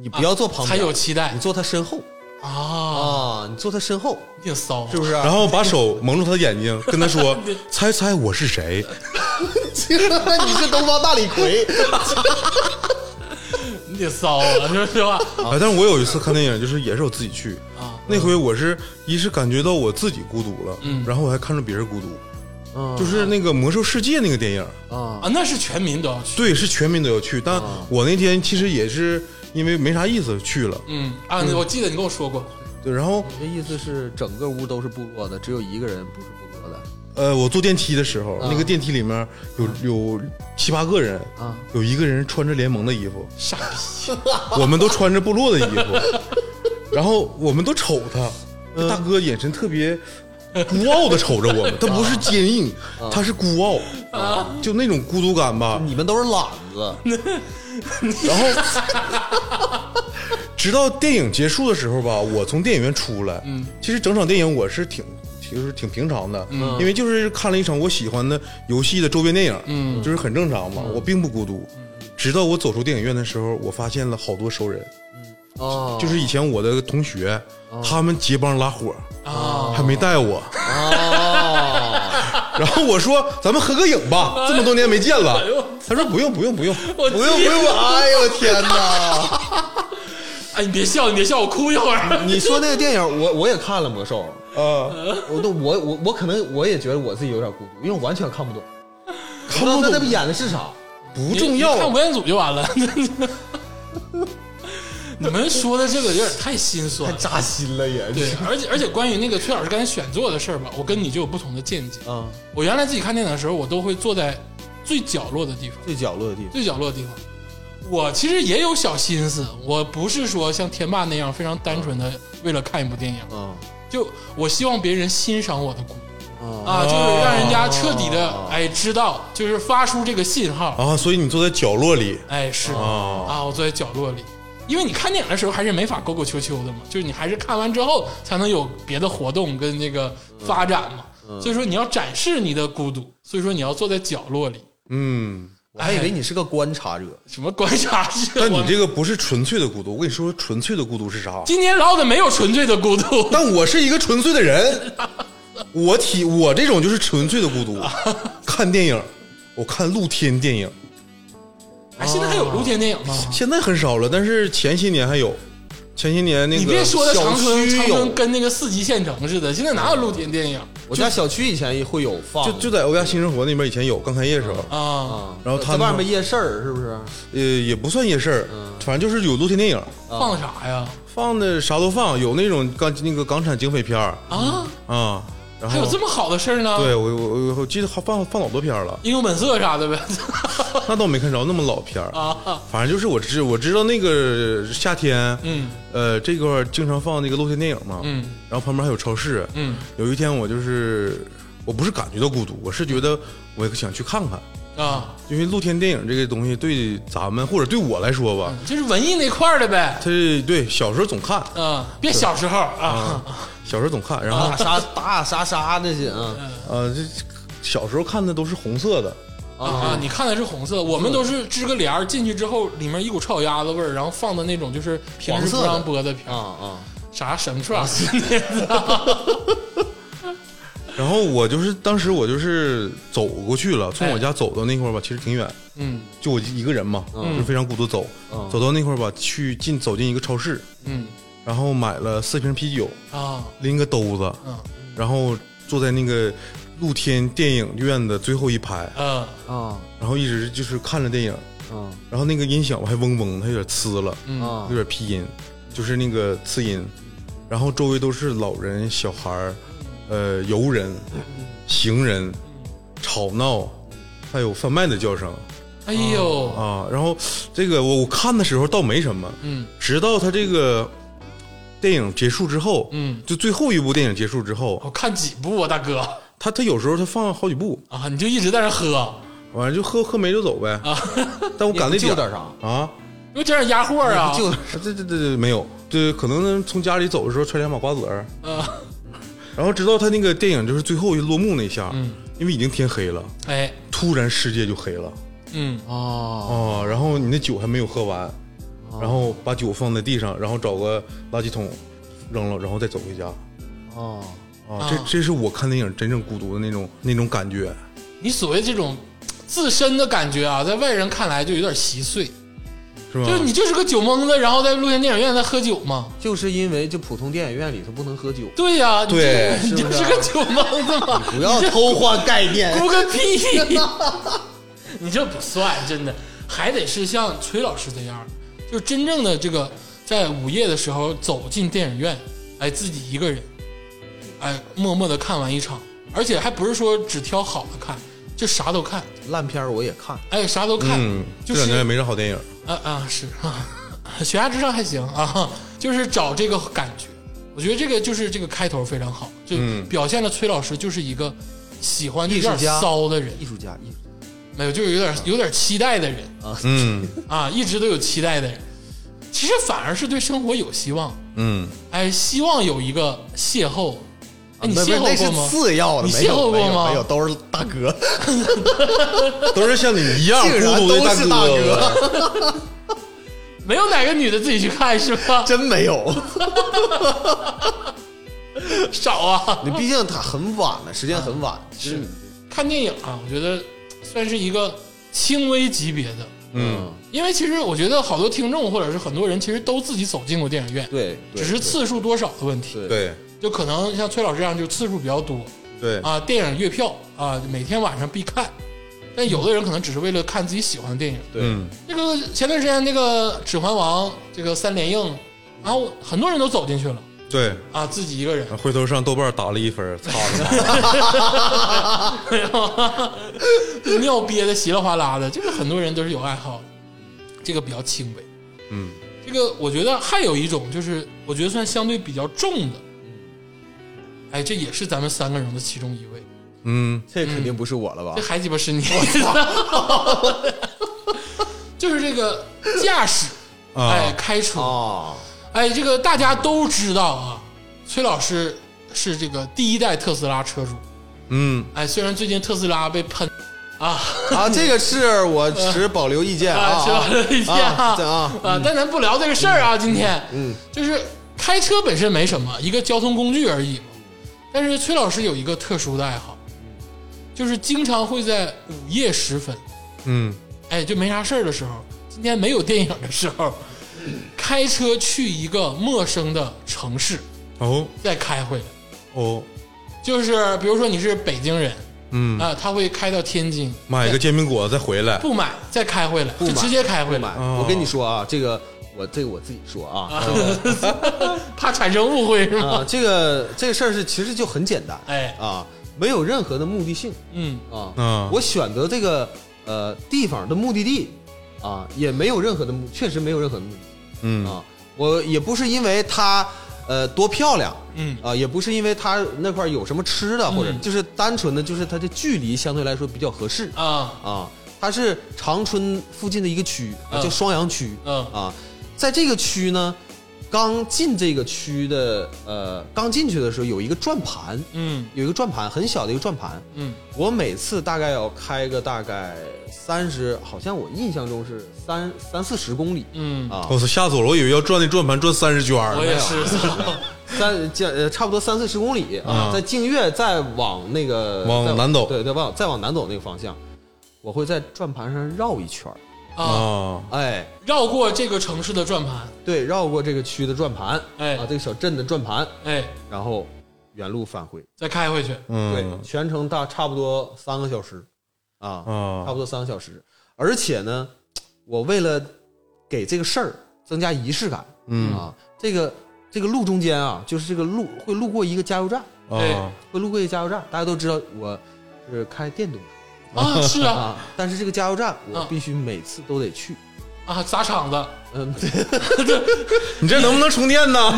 [SPEAKER 4] 你不要坐旁边，
[SPEAKER 2] 才有期待
[SPEAKER 4] 你坐他身后
[SPEAKER 2] 啊，
[SPEAKER 4] 啊，你坐他身后，
[SPEAKER 2] 你挺骚
[SPEAKER 4] 是不是？啊
[SPEAKER 3] 然后把手蒙住他的眼睛，跟他说：“猜猜我是谁
[SPEAKER 4] 你是东方大李逵，
[SPEAKER 2] 你挺骚啊，说实话？”
[SPEAKER 3] 啊，但是我有一次看电影，就是也是我自己去，
[SPEAKER 2] 啊，
[SPEAKER 3] 那回我是一是感觉到我自己孤独了，
[SPEAKER 2] 嗯
[SPEAKER 3] 然后我还看着别人孤独，
[SPEAKER 4] 嗯
[SPEAKER 3] 就是那个《魔兽世界》那个电影，
[SPEAKER 4] 啊
[SPEAKER 2] 啊那是全民都要去，
[SPEAKER 3] 对，是全民都要去，但我那天其实也是因为没啥意思去了，
[SPEAKER 2] 嗯啊，我记得你跟我说过，
[SPEAKER 3] 对，然后
[SPEAKER 4] 你的意思是整个屋都是部落的，只有一个人不是部落的
[SPEAKER 3] 呃，我坐电梯的时
[SPEAKER 2] 啊
[SPEAKER 3] 候，那个电梯里面有有七八个人，
[SPEAKER 4] 啊？
[SPEAKER 3] 有一个人穿着联盟的衣服，
[SPEAKER 2] 傻逼，
[SPEAKER 3] 我们都穿着部落的衣服，然后我们都瞅他，
[SPEAKER 2] 嗯
[SPEAKER 3] 那大哥眼神特别孤傲的瞅着 我们，
[SPEAKER 2] 啊
[SPEAKER 3] 他不是坚硬，他是孤傲，就那种孤独感吧。
[SPEAKER 4] 你们都是懒 子，
[SPEAKER 3] 然后直到电影结束的时候吧，我从电影院出来，
[SPEAKER 2] 嗯
[SPEAKER 3] 其实整场电影我是挺。就是挺平常的，因为就是看了一场我喜欢的游戏的周边电影，
[SPEAKER 2] 嗯
[SPEAKER 3] 就是很正常嘛，我并不孤独。直到我走出电影院的时候，我发现了好多熟人，
[SPEAKER 2] 嗯
[SPEAKER 4] 哦，
[SPEAKER 3] 就是以前我的同学，
[SPEAKER 2] 哦
[SPEAKER 3] 他们结帮拉伙，
[SPEAKER 2] 啊
[SPEAKER 3] 还没带我。
[SPEAKER 4] 哦，
[SPEAKER 3] 然后我说：“咱们合个影吧， 这么多年没见了。”他说：“不用，不用，不用。
[SPEAKER 2] 哎我
[SPEAKER 4] 不用不
[SPEAKER 2] 记得
[SPEAKER 4] 用，哎呦天 哪！
[SPEAKER 2] 哎，你别笑，你别笑，我哭一会儿。
[SPEAKER 4] 你说那个电影，我我也看了《魔兽》，”
[SPEAKER 3] 啊，
[SPEAKER 4] 我都我我我可能我也觉得我自己有点孤独，因为我完全看不 懂，
[SPEAKER 3] 看
[SPEAKER 4] 我
[SPEAKER 3] 不
[SPEAKER 4] 知道他他
[SPEAKER 3] 懂，
[SPEAKER 4] 演的是啥？
[SPEAKER 3] 不重要
[SPEAKER 2] 你看。吴彦祖就完了。 你们说的这个有点太心酸
[SPEAKER 4] 太
[SPEAKER 2] 了。
[SPEAKER 4] 扎心了也。
[SPEAKER 2] 对，而且而且关于那个崔老师刚才选座的事儿吧，我跟你就有不同的见解。
[SPEAKER 4] 啊，
[SPEAKER 2] 我原来自己看电影的时候，我都会坐在最角落的地方，
[SPEAKER 4] 最角落的地方。
[SPEAKER 2] 最角落的地方。我其实也有小心思，我不是说像天霸那样非常单纯的
[SPEAKER 3] 嗯
[SPEAKER 2] 为了看一部电影，
[SPEAKER 4] 嗯
[SPEAKER 2] 就我希望别人欣赏我的孤独
[SPEAKER 3] 嗯
[SPEAKER 2] 啊，
[SPEAKER 4] 啊
[SPEAKER 2] 就是让人
[SPEAKER 3] 哦
[SPEAKER 2] 家彻底的哎知道，就是发出这个信号，
[SPEAKER 3] 啊，所以你坐在角落里
[SPEAKER 2] 哎，是
[SPEAKER 3] 哦
[SPEAKER 2] 啊，我坐在角落里，因为你看电影的时候还是没法勾勾秋秋的嘛，就是你还是看完之后才能有别的活动跟那个
[SPEAKER 3] 嗯
[SPEAKER 2] 发展嘛。所以说你要展示你的孤独，所以说你要坐在角落里。
[SPEAKER 3] 嗯，
[SPEAKER 4] 我还以为你是个观察者。
[SPEAKER 2] 什么观察者？
[SPEAKER 3] 但你
[SPEAKER 2] 我
[SPEAKER 3] 这个不是纯粹的孤独，我跟你说，纯粹的孤独是啥？
[SPEAKER 2] 今年唠的没有纯粹的孤 独，
[SPEAKER 3] 但我是一个纯粹的人，我体我这种就是纯粹的孤独。看电影，我看露天电影，
[SPEAKER 2] 哎，现在还有露天电影吗？
[SPEAKER 3] 现在很少了，但是前些年还有。前些年那个
[SPEAKER 2] 你别说的
[SPEAKER 3] 小
[SPEAKER 2] 长春，
[SPEAKER 3] 区
[SPEAKER 2] 长
[SPEAKER 3] 有
[SPEAKER 2] 春，跟那个四级县城似的，现在哪有露天电影
[SPEAKER 4] 我家小区以前会有放，
[SPEAKER 3] 就就在欧亚新生活那边，以前有刚开业时候，
[SPEAKER 2] 啊？
[SPEAKER 4] 啊
[SPEAKER 3] 然后他
[SPEAKER 4] 在
[SPEAKER 3] 们
[SPEAKER 4] 外面夜市儿是不是？
[SPEAKER 3] 呃，也不算夜市儿，
[SPEAKER 2] 嗯
[SPEAKER 3] 反正就是有露天电影，
[SPEAKER 2] 放啥呀？
[SPEAKER 3] 放的啥都放，有那种港那个港产警匪片儿
[SPEAKER 2] 啊，
[SPEAKER 3] 啊，然
[SPEAKER 2] 还有
[SPEAKER 3] 后
[SPEAKER 2] 这么好的事儿呢？
[SPEAKER 3] 对我我我我记得好放放老多片儿了，
[SPEAKER 2] 英雄本色啥的 呗。
[SPEAKER 3] 那倒没看着那么老片儿，
[SPEAKER 2] 啊，
[SPEAKER 3] 反正就是我知我知道那个夏天，
[SPEAKER 2] 嗯
[SPEAKER 3] 呃，这块儿经常放那个露天电影嘛，
[SPEAKER 2] 嗯
[SPEAKER 3] 然后旁边还有超市，
[SPEAKER 2] 嗯
[SPEAKER 3] 有一天我就是我不是感觉到孤独，我是觉得我想去看看，
[SPEAKER 2] 啊，
[SPEAKER 3] 因为露天电影这个东西对咱们或者对我来说吧，
[SPEAKER 2] 就是文艺那块儿的呗。
[SPEAKER 3] 它是对小时候总看，
[SPEAKER 2] 啊，别小时候啊，
[SPEAKER 3] 小时候总看，然后
[SPEAKER 4] 打杀打打杀杀那些啊
[SPEAKER 3] 呃，这小时候看的都是红色的，
[SPEAKER 2] 啊，你看的是红色，我们都是支个帘儿进去之后，里面一股臭鸭子味儿，然后放的那种就是平时不让播的片
[SPEAKER 4] 啊
[SPEAKER 2] 儿，
[SPEAKER 4] 啊！
[SPEAKER 2] 啥什么串儿那 个
[SPEAKER 3] 然后我就是当时我就是走过去了，从
[SPEAKER 2] 哎
[SPEAKER 3] 我家走到那块儿吧，其实挺远，
[SPEAKER 2] 嗯
[SPEAKER 3] 就我一个人嘛，就非常孤独走，走到那块儿吧，去进走进一个超市，
[SPEAKER 2] 嗯
[SPEAKER 3] 然后买了四瓶啤酒，
[SPEAKER 2] 啊
[SPEAKER 3] 拎个兜子，
[SPEAKER 2] 嗯
[SPEAKER 3] 然后坐在那个露天电影院的最后一排，
[SPEAKER 2] 嗯
[SPEAKER 4] 啊
[SPEAKER 3] 然后一直就是看着电影，
[SPEAKER 4] 啊
[SPEAKER 3] 然后那个音响还嗡嗡，它有点呲了，
[SPEAKER 2] 嗯
[SPEAKER 4] 啊
[SPEAKER 3] 有！点劈音，就是那个次音，然后周围都是老人、小孩儿，呃，游人、行人，吵闹，还有贩卖的叫声
[SPEAKER 2] 哎呦，
[SPEAKER 3] 啊。然后这个我我看的时候倒没什么，
[SPEAKER 2] 嗯
[SPEAKER 3] 直到他这个电影结束之后，
[SPEAKER 2] 嗯，
[SPEAKER 3] 就最后一部电影结束之后，
[SPEAKER 2] 我看几部啊，大哥
[SPEAKER 3] 他他有时候他放好几部，
[SPEAKER 2] 啊，你就一直在那喝，啊
[SPEAKER 3] 完了就喝喝没就走呗。但我赶那
[SPEAKER 4] 你不
[SPEAKER 3] 点
[SPEAKER 4] 就
[SPEAKER 3] 儿
[SPEAKER 4] 点啥？
[SPEAKER 3] 啊，
[SPEAKER 2] 又这样压货啊，
[SPEAKER 4] 就
[SPEAKER 3] 这这这这没有，这可能从家里走的时候揣两把瓜子儿。
[SPEAKER 2] 啊，
[SPEAKER 3] 然后直到他那个电影就是最后一落幕那一下，
[SPEAKER 2] 嗯
[SPEAKER 3] 因为已经天黑了，
[SPEAKER 2] 哎，
[SPEAKER 3] 突然世界就黑了
[SPEAKER 2] 嗯
[SPEAKER 4] 啊
[SPEAKER 3] 哦，然后你那酒还没有喝完，
[SPEAKER 2] 哦
[SPEAKER 3] 然后把酒放在地上，然后找个垃圾桶扔了，然后再走回家
[SPEAKER 4] 啊！
[SPEAKER 3] 啊，这
[SPEAKER 2] 啊
[SPEAKER 3] 这是我看电影真正孤独的那种那种感觉。
[SPEAKER 2] 你所谓这种自身的感觉啊，在外人看来就有点稀碎，
[SPEAKER 3] 是吧？
[SPEAKER 2] 就是你就是个酒蒙子，然后在露天电影院在喝酒嘛。
[SPEAKER 4] 就是因为这普通电影院里头不能喝 酒，
[SPEAKER 2] 对呀、你
[SPEAKER 3] 对
[SPEAKER 2] 就你就是啊个酒蒙子嘛，
[SPEAKER 4] 不要偷换概念
[SPEAKER 2] 哭个屁！ 你这不算，真的，还得是像崔老师这样，就真正的这个在午夜的时候走进电影院，哎，自己一个人，哎，默默的看完一场，而且还不是说只挑好的看，就啥都看，
[SPEAKER 4] 烂片儿我也看，
[SPEAKER 2] 哎，啥都看，
[SPEAKER 3] 嗯，
[SPEAKER 2] 就
[SPEAKER 3] 这两年也
[SPEAKER 2] 是
[SPEAKER 3] 没啥好电影。
[SPEAKER 2] 啊啊是 啊，悬崖之上还行啊，就是找这个感觉。我觉得这个就是这个开头非常好，就
[SPEAKER 3] 嗯
[SPEAKER 2] 表现了崔老师就是一个喜欢就有点
[SPEAKER 4] 艺术家
[SPEAKER 2] 骚的人，
[SPEAKER 4] 艺术家，艺术家
[SPEAKER 2] 没有就是有点有点期待的人
[SPEAKER 3] 嗯
[SPEAKER 2] 啊，一直都有期待的人。其实反而是对生活有希望，
[SPEAKER 3] 嗯，
[SPEAKER 2] 哎，希望有一个邂逅。哎，你
[SPEAKER 4] 啊不
[SPEAKER 2] 邂
[SPEAKER 4] 是不
[SPEAKER 2] 逅过
[SPEAKER 4] 是那是
[SPEAKER 2] 吗？
[SPEAKER 4] 次要的，
[SPEAKER 2] 你
[SPEAKER 4] 没有
[SPEAKER 2] 邂逅过
[SPEAKER 4] 没有
[SPEAKER 2] 吗
[SPEAKER 4] 没有，都是大哥，
[SPEAKER 3] 都是像你一样
[SPEAKER 4] 竟然
[SPEAKER 3] 孤独的
[SPEAKER 4] 都是大
[SPEAKER 3] 哥
[SPEAKER 4] 哥，
[SPEAKER 2] 没有哪个女的自己去看是吧？
[SPEAKER 4] 真没有。
[SPEAKER 2] 少啊！
[SPEAKER 4] 你毕竟他很晚了，时间很晚，
[SPEAKER 2] 是看电影啊，我觉得算是一个轻微级别的，
[SPEAKER 3] 嗯，
[SPEAKER 2] 因为其实我觉得好多听众或者是很多人其实都自己走进过电影院，
[SPEAKER 4] 对，对
[SPEAKER 2] 只是次数多少的问题。
[SPEAKER 4] 对
[SPEAKER 3] 对
[SPEAKER 2] 就可能像崔老师这样，就次数比较多
[SPEAKER 3] 对，
[SPEAKER 2] 啊，电影月票啊，每天晚上必看。但有的人可能只是为了看自己喜欢的电影。
[SPEAKER 4] 对
[SPEAKER 3] 嗯
[SPEAKER 2] 那个前段时间那个《指环王》这个三连映，然后很多人都走进去了
[SPEAKER 3] 对。
[SPEAKER 2] 啊，自己一个人。
[SPEAKER 4] 哦
[SPEAKER 3] 回头上豆瓣打了 一分，擦了，
[SPEAKER 2] 尿憋的稀里哗啦的，这个很多人都是有爱好的，这个比较轻微。
[SPEAKER 3] 嗯，
[SPEAKER 2] 这个我觉得还有一种就是，我觉得算相对比较重的，哎，这也是咱们三个人的其中一位，
[SPEAKER 3] 嗯，
[SPEAKER 4] 这肯定不是啊我了吧
[SPEAKER 2] 这？还鸡巴是你， 就是这个驾驶，
[SPEAKER 3] 啊
[SPEAKER 2] 哎，开车，
[SPEAKER 4] 啊，
[SPEAKER 2] 哎，这个大家都知道啊，崔老师是这个第一代特斯拉车主，
[SPEAKER 3] 嗯
[SPEAKER 2] 哎，虽然最近特斯拉被喷啊
[SPEAKER 4] 啊，这个是我持保留意 见啊，
[SPEAKER 2] 是吧？一天
[SPEAKER 4] 啊
[SPEAKER 2] 啊
[SPEAKER 4] 对啊
[SPEAKER 2] 啊，但咱不聊这个事儿啊，今天嗯，就是开车本身没什么，一个交通工具而已嘛。但是崔老师有一个特殊的爱好，就是经常会在午夜时分，
[SPEAKER 3] 嗯，
[SPEAKER 2] 哎，就没啥事儿的时候，今天没有电影的时候，开车去一个陌生的城市
[SPEAKER 3] 哦
[SPEAKER 2] 再开回来。
[SPEAKER 3] 哦，
[SPEAKER 2] 就是比如说你是北京人
[SPEAKER 3] 嗯，
[SPEAKER 2] 啊，他会开到天津，
[SPEAKER 3] 买个煎饼果子再回来，
[SPEAKER 2] 不买再开回来，
[SPEAKER 4] 买
[SPEAKER 2] 就直接开回
[SPEAKER 4] 买
[SPEAKER 2] 来，
[SPEAKER 3] 哦
[SPEAKER 4] 我跟你说啊，这个我这个我自己说 啊，这
[SPEAKER 2] 怕产生误会是
[SPEAKER 4] 个
[SPEAKER 2] 吗？
[SPEAKER 4] 啊，这个这个事儿是其实就很简单，
[SPEAKER 2] 哎，
[SPEAKER 4] 啊，没有任何的目的性
[SPEAKER 2] 嗯
[SPEAKER 4] 啊。
[SPEAKER 3] 啊
[SPEAKER 4] 我选择这个呃地方的目的地啊，也没有任何的目，确实没有任何的目的
[SPEAKER 3] 嗯
[SPEAKER 4] 啊。我也不是因为它呃多漂亮
[SPEAKER 2] 嗯
[SPEAKER 4] 啊，也不是因为它那块儿有什么吃的，或者
[SPEAKER 2] 嗯
[SPEAKER 4] 就是单纯的就是它的距离相对来说比较合适
[SPEAKER 2] 啊
[SPEAKER 4] 啊。它是长春附近的一个区，啊
[SPEAKER 2] 嗯
[SPEAKER 4] 叫双阳区
[SPEAKER 2] 嗯
[SPEAKER 4] 啊。在这个区呢，刚进这个区的呃，刚进去的时候有一个转盘，
[SPEAKER 2] 嗯
[SPEAKER 4] 有一个转盘，很小的一个转盘。
[SPEAKER 2] 嗯
[SPEAKER 4] 我每次大概要开个大概三十，好像我印象中是三三四十公里
[SPEAKER 2] 嗯，
[SPEAKER 4] 啊，
[SPEAKER 3] 我操，吓死我了！我以为要转那转盘转三十圈儿
[SPEAKER 2] 我
[SPEAKER 3] 呢
[SPEAKER 2] 也是，
[SPEAKER 4] 三这呃差不多三四十公里
[SPEAKER 3] 啊
[SPEAKER 4] 啊，在静月再往那个
[SPEAKER 3] 往
[SPEAKER 4] 再
[SPEAKER 3] 南走
[SPEAKER 4] 对对，往再往南走那个方向，我会在转盘上绕一圈儿
[SPEAKER 2] 啊，
[SPEAKER 3] 啊，
[SPEAKER 4] 哎，
[SPEAKER 2] 绕过这个城市的转盘，
[SPEAKER 4] 对，绕过这个区的转盘，
[SPEAKER 2] 哎
[SPEAKER 4] 啊，这个小镇的转盘，
[SPEAKER 2] 哎，
[SPEAKER 4] 然后原路返回，
[SPEAKER 2] 再开回去，
[SPEAKER 4] 对，
[SPEAKER 3] 嗯
[SPEAKER 4] 全程大差不多三个小时啊，差
[SPEAKER 3] 啊
[SPEAKER 4] 不多三个小时。而且呢，我为了给这个事儿增加仪式感，
[SPEAKER 3] 嗯
[SPEAKER 4] 啊，这个这个路中间啊，就是这个路会路过一个加油站，
[SPEAKER 3] 啊，
[SPEAKER 4] 会路过一个加油站。大家都知道我是开电动 车
[SPEAKER 2] 啊，是 啊
[SPEAKER 4] 啊，但是这个加油站我
[SPEAKER 2] 啊
[SPEAKER 4] 必须每次都得去。
[SPEAKER 2] 啊，砸场子，
[SPEAKER 4] 嗯，
[SPEAKER 3] 你这能不能充电 呢？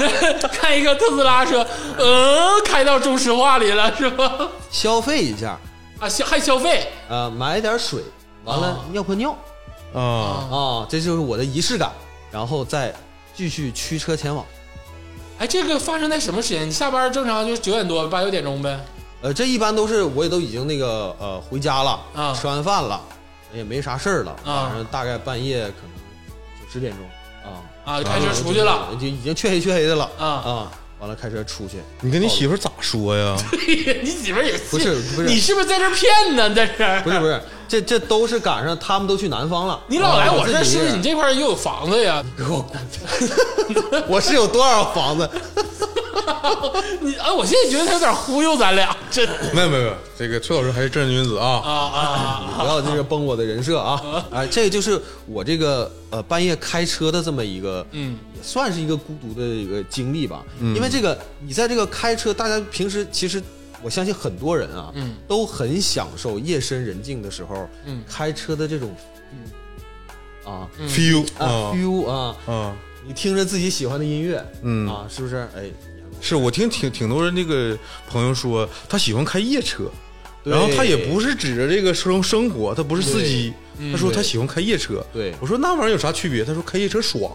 [SPEAKER 2] 看一个特斯拉车，嗯，开到中石化里了是吧？
[SPEAKER 4] 消费一下，
[SPEAKER 2] 啊，消还消费
[SPEAKER 4] 啊，买点水，完了
[SPEAKER 2] 啊
[SPEAKER 4] 尿泡尿
[SPEAKER 3] 啊，
[SPEAKER 2] 啊，
[SPEAKER 4] 啊，这就是我的仪式感，然后再继续驱车前往。
[SPEAKER 2] 哎，这个发生在什么时间？你下班正常就是九点多八九点钟呗，
[SPEAKER 4] 呃，这一般都是我也都已经那个呃回家了，
[SPEAKER 2] 啊
[SPEAKER 4] 吃完饭了，也没啥事儿了，
[SPEAKER 2] 啊
[SPEAKER 4] 晚上大概半夜可能九十点钟啊，
[SPEAKER 2] 啊，开车出去了，
[SPEAKER 4] 就已经黢黑黢黑的了
[SPEAKER 2] 啊
[SPEAKER 4] 完了开车出去，
[SPEAKER 3] 你跟你媳妇儿咋说 呀？
[SPEAKER 2] 哎你媳妇儿也信
[SPEAKER 4] 不是不是
[SPEAKER 2] 你是不是在这儿骗呢？在这儿
[SPEAKER 4] 不是不是，这这都是赶上他们都去南方了，
[SPEAKER 2] 你老来
[SPEAKER 4] 啊
[SPEAKER 2] 我这儿，
[SPEAKER 4] 自己
[SPEAKER 2] 是不是
[SPEAKER 4] 一个人
[SPEAKER 2] 你这块儿也有房子呀？
[SPEAKER 4] 我是有多少房子？
[SPEAKER 2] 你啊，我现在觉得他有点忽悠咱俩，真的
[SPEAKER 3] 没有没有没有，这个崔老师还是正人君子啊
[SPEAKER 2] 啊啊！
[SPEAKER 4] 不要在这崩我的人设啊！ 哎，这个就是我这个呃半夜开车的这么一个，
[SPEAKER 2] 嗯，
[SPEAKER 4] 也算是一个孤独的一个经历吧。
[SPEAKER 3] 嗯
[SPEAKER 4] 因为这个你在这个开车，大家平时其实我相信很多人啊，
[SPEAKER 2] 嗯
[SPEAKER 4] 都很享受夜深人静的时候，
[SPEAKER 2] 嗯
[SPEAKER 4] 开车的这种，
[SPEAKER 3] 嗯
[SPEAKER 4] 啊
[SPEAKER 3] ，feel
[SPEAKER 4] 啊
[SPEAKER 3] 啊
[SPEAKER 4] feel 啊，
[SPEAKER 3] 啊，
[SPEAKER 4] 你听着自己喜欢的音乐，
[SPEAKER 3] 嗯
[SPEAKER 4] 啊，是不是？哎，
[SPEAKER 3] 是我听挺挺多人那个朋友说，他喜欢开夜车，
[SPEAKER 4] 对
[SPEAKER 3] 然后他也不是指着这个生生活，他不是司机，他说他喜欢开夜车。
[SPEAKER 4] 嗯对
[SPEAKER 3] 我说那玩意儿有啥区别？他说开夜车爽。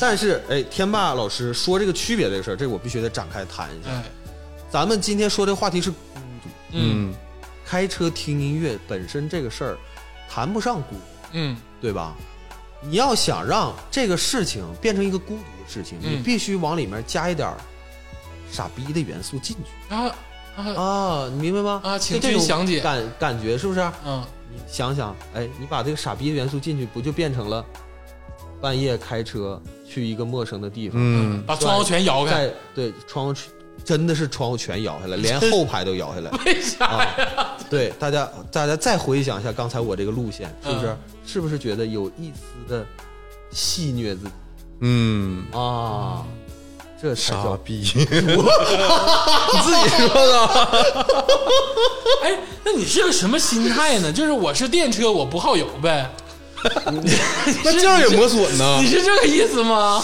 [SPEAKER 4] 但是哎，天霸老师说这个区别这个事儿，这个我必须得展开谈一下。
[SPEAKER 2] 哎，
[SPEAKER 4] 咱们今天说这个话题是
[SPEAKER 2] 嗯
[SPEAKER 3] 嗯
[SPEAKER 4] 开车听音乐本身这个事儿，谈不上孤独，
[SPEAKER 2] 嗯
[SPEAKER 4] 对吧？你要想让这个事情变成一个孤独的事情，
[SPEAKER 2] 嗯
[SPEAKER 4] 你必须往里面加一点儿傻逼的元素进去
[SPEAKER 2] 啊啊
[SPEAKER 4] 啊，你明白吗？
[SPEAKER 2] 啊请
[SPEAKER 4] 就这种
[SPEAKER 2] 君详解
[SPEAKER 4] 感感觉是不是？
[SPEAKER 2] 嗯，
[SPEAKER 4] 你想想，哎，你把这个傻逼的元素进去，不就变成了半夜开车去一个陌生的地方，
[SPEAKER 3] 嗯，
[SPEAKER 2] 把窗户全摇开，
[SPEAKER 4] 在对窗户真的是窗户全摇 下来，连后排都摇下来。啊
[SPEAKER 2] 为啥呀？
[SPEAKER 4] 对，大家大家再回想一下刚才我这个路线，是不是？
[SPEAKER 2] 嗯
[SPEAKER 4] 是不是觉得有一丝的戏谑自己
[SPEAKER 3] 嗯，
[SPEAKER 4] 啊？这才
[SPEAKER 3] 傻
[SPEAKER 4] 叫
[SPEAKER 3] 逼。
[SPEAKER 4] 你自己说的。
[SPEAKER 2] 哎，那你是个什么心态呢？就是我是电车，我不耗油呗？
[SPEAKER 3] 那这样也磨损
[SPEAKER 4] 啊
[SPEAKER 3] 呢
[SPEAKER 2] 你？是这个意思吗？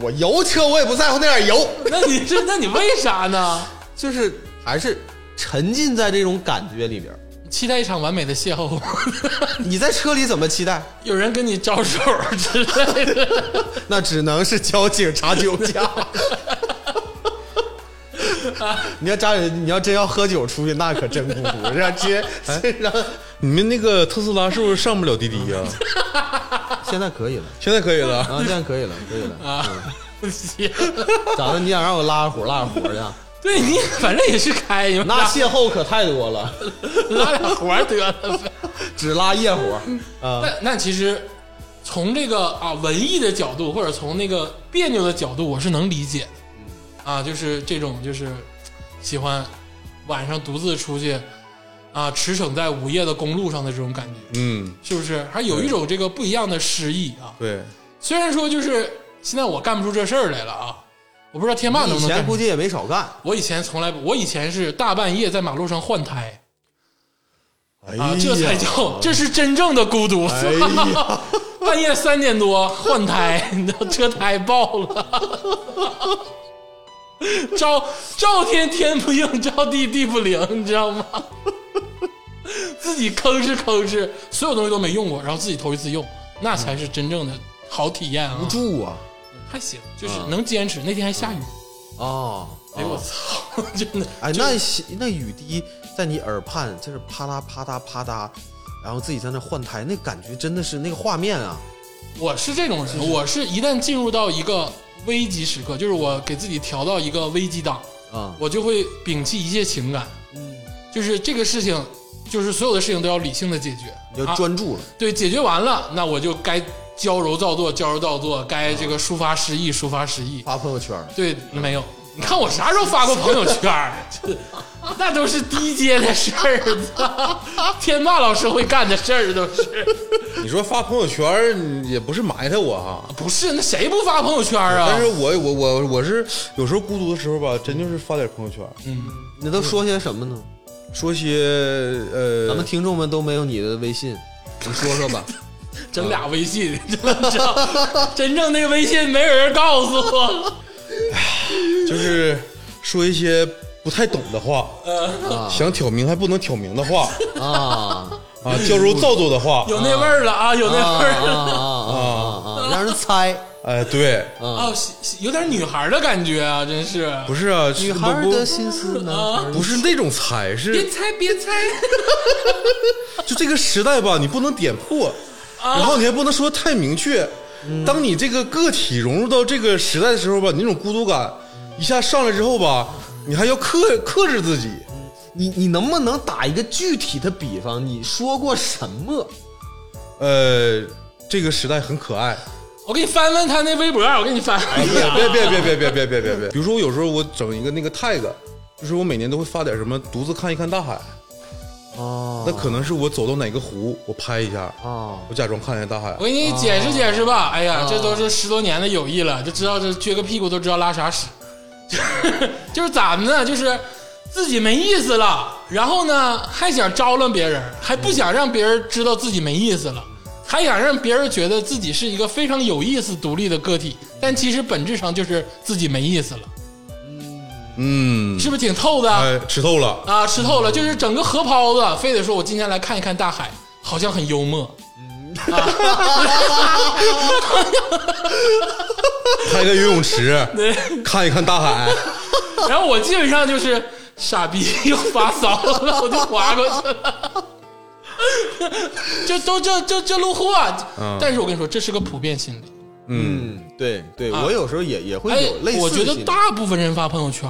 [SPEAKER 4] 我油车我也不在乎那点油，
[SPEAKER 2] 那你这，那你为啥呢？
[SPEAKER 4] 就是还是沉浸在这种感觉里边儿。
[SPEAKER 2] 期待一场完美的邂逅，
[SPEAKER 4] 你在车里怎么期待？
[SPEAKER 2] 有人跟你招手之类的。
[SPEAKER 4] 那只能是交警查酒 驾。 你要扎，你要真要喝酒出去，那可真孤独，让直接让
[SPEAKER 3] 哎你们那个特斯拉是不是上不了滴滴呀、
[SPEAKER 4] 现在可以了
[SPEAKER 3] 现在可以了，
[SPEAKER 4] 啊，现在可以了，可以了。
[SPEAKER 2] 啊。行
[SPEAKER 4] 咋的？你想让我拉活拉活去啊？
[SPEAKER 2] 对你反正也是开，你们
[SPEAKER 4] 那
[SPEAKER 2] 拉
[SPEAKER 4] 邂逅可太多了，
[SPEAKER 2] 拉点活儿得了呗。
[SPEAKER 4] 只拉夜活啊。
[SPEAKER 2] 那那其实从这个啊文艺的角度，或者从那个别扭的角度，我是能理解的。啊，就是这种就是喜欢晚上独自出去啊，驰骋在午夜的公路上的这种感觉，
[SPEAKER 3] 嗯，
[SPEAKER 2] 是不是？还有一种这个不一样的诗意啊。
[SPEAKER 3] 对，
[SPEAKER 2] 虽然说就是现在我干不出这事儿来了啊，我不知道天霸能
[SPEAKER 4] 以
[SPEAKER 2] 不能
[SPEAKER 4] 前
[SPEAKER 2] 干出。
[SPEAKER 4] 估计也没少干，
[SPEAKER 2] 我以前从来不，我以前是大半夜在马路上换胎
[SPEAKER 3] 哎
[SPEAKER 2] 啊，这才叫这是真正的孤独。
[SPEAKER 3] 哎呀，
[SPEAKER 2] 半夜三点多换胎， 你知道车胎爆了， 照照天天不应， 照地地不灵，你知道吗？ 自己吭哧吭哧，所有东西都没用过，然后自己头一次用，那才是真正的好体验啊！
[SPEAKER 4] 住啊
[SPEAKER 2] 还行，就是
[SPEAKER 4] 嗯
[SPEAKER 2] 能坚持。那天还下雨，
[SPEAKER 4] 啊！
[SPEAKER 2] 哎呦我操， 真的
[SPEAKER 4] 哎，那些那雨滴在你耳畔，就是啪嗒啪嗒啪嗒，然后自己在那换台，那感觉真的是那个画面啊！
[SPEAKER 2] 我是这种
[SPEAKER 4] 嗯
[SPEAKER 2] 人，我是一旦进入到一个危急时刻，就是我给自己调到一个危机档，
[SPEAKER 4] 啊，
[SPEAKER 2] 我就会摒弃一切情感，嗯，就是这个事情，就是所有的事情都要理性的解决，
[SPEAKER 4] 你就
[SPEAKER 2] 啊
[SPEAKER 4] 专注了，
[SPEAKER 2] 对，解决完了，那我就该矫揉造作，矫揉造作，该这个抒发诗意，抒发诗意。
[SPEAKER 4] 发朋友圈儿
[SPEAKER 2] 对，没有，你看我啥时候发过朋友圈 儿？这那都是低阶的事儿，天霸老师会干的事儿都是。
[SPEAKER 3] 你说发朋友圈儿你也不是埋汰我哈、
[SPEAKER 2] 不是，那谁不发朋友圈啊？
[SPEAKER 3] 但是我我我我是有时候孤独的时候吧，真就是发点朋友圈儿，
[SPEAKER 2] 嗯
[SPEAKER 4] 你都说些什么呢？
[SPEAKER 3] 说些呃，
[SPEAKER 4] 咱们听众们都没有你的微信，你说说吧。
[SPEAKER 2] 整俩微信， 真正那个微信没有人告诉我。
[SPEAKER 3] 就是说一些不太懂的话，想挑明还不能挑明的话
[SPEAKER 4] 啊
[SPEAKER 3] 啊，矫揉造作的话，
[SPEAKER 2] 有那味儿了啊，有
[SPEAKER 4] 啊
[SPEAKER 2] 那味儿
[SPEAKER 4] 啊
[SPEAKER 2] 了
[SPEAKER 4] 啊啊啊！让人猜，
[SPEAKER 3] 哎，对，
[SPEAKER 2] 啊，喜喜有点女孩的感觉啊，真是。
[SPEAKER 3] 不是啊，
[SPEAKER 4] 女孩儿
[SPEAKER 3] 不
[SPEAKER 4] 的心思呢？
[SPEAKER 3] 不是那种才，
[SPEAKER 2] 别
[SPEAKER 3] 是
[SPEAKER 2] 猜，别猜，
[SPEAKER 3] 就这个时代吧，你不能点破，
[SPEAKER 4] 啊
[SPEAKER 3] 然后你还不能说太明确。
[SPEAKER 4] 嗯
[SPEAKER 3] 当你这个个体融入到这个时代的时候吧，你那种孤独感一下上来之后吧，你还要克克制自己。
[SPEAKER 4] 你你能不能打一个具体的比方？你说过什么？
[SPEAKER 3] 呃，这个时代很可爱。
[SPEAKER 2] 我给你翻翻他那微博，我给你翻。哎
[SPEAKER 3] 别别别别别别别别别别！比如说我有时候我整一个那个 tag，就是我每年都会发点什么，独自看一看大海。
[SPEAKER 4] 哦
[SPEAKER 3] 那可能是我走到哪个湖，我拍一下，
[SPEAKER 4] 哦
[SPEAKER 3] 我假装看一下大海
[SPEAKER 2] 我。给你解释解释吧。哎呀，这都是十多年的友谊了，就知道这撅个屁股都知道拉啥屎， 就是咋的呢？就是自己没意思了，然后呢还想招揽别人，还不想让别人知道自己没意思了，还想让别人觉得自己是一个非常有意思、独立的个体，但其实本质上就是自己没意思了，
[SPEAKER 3] 嗯，
[SPEAKER 2] 是不是挺透的？
[SPEAKER 3] 哎，吃透 了。
[SPEAKER 2] 啊，吃透了，就是整个河泡子，非得说我今天来看一看大海，好像很幽默。
[SPEAKER 3] 拍个游泳池，看一看大 海。
[SPEAKER 2] 然后我基本上就是傻逼又发骚了，我就划过去了。这都这这这路货、
[SPEAKER 3] 嗯
[SPEAKER 2] 但是我跟你说，这是个普遍心理。
[SPEAKER 4] 嗯，对对，
[SPEAKER 2] 啊
[SPEAKER 4] 我有时候也也会
[SPEAKER 2] 哎
[SPEAKER 4] 有类，似
[SPEAKER 2] 我
[SPEAKER 4] 的
[SPEAKER 2] 觉
[SPEAKER 4] 心理。
[SPEAKER 2] 得大部分人发朋友圈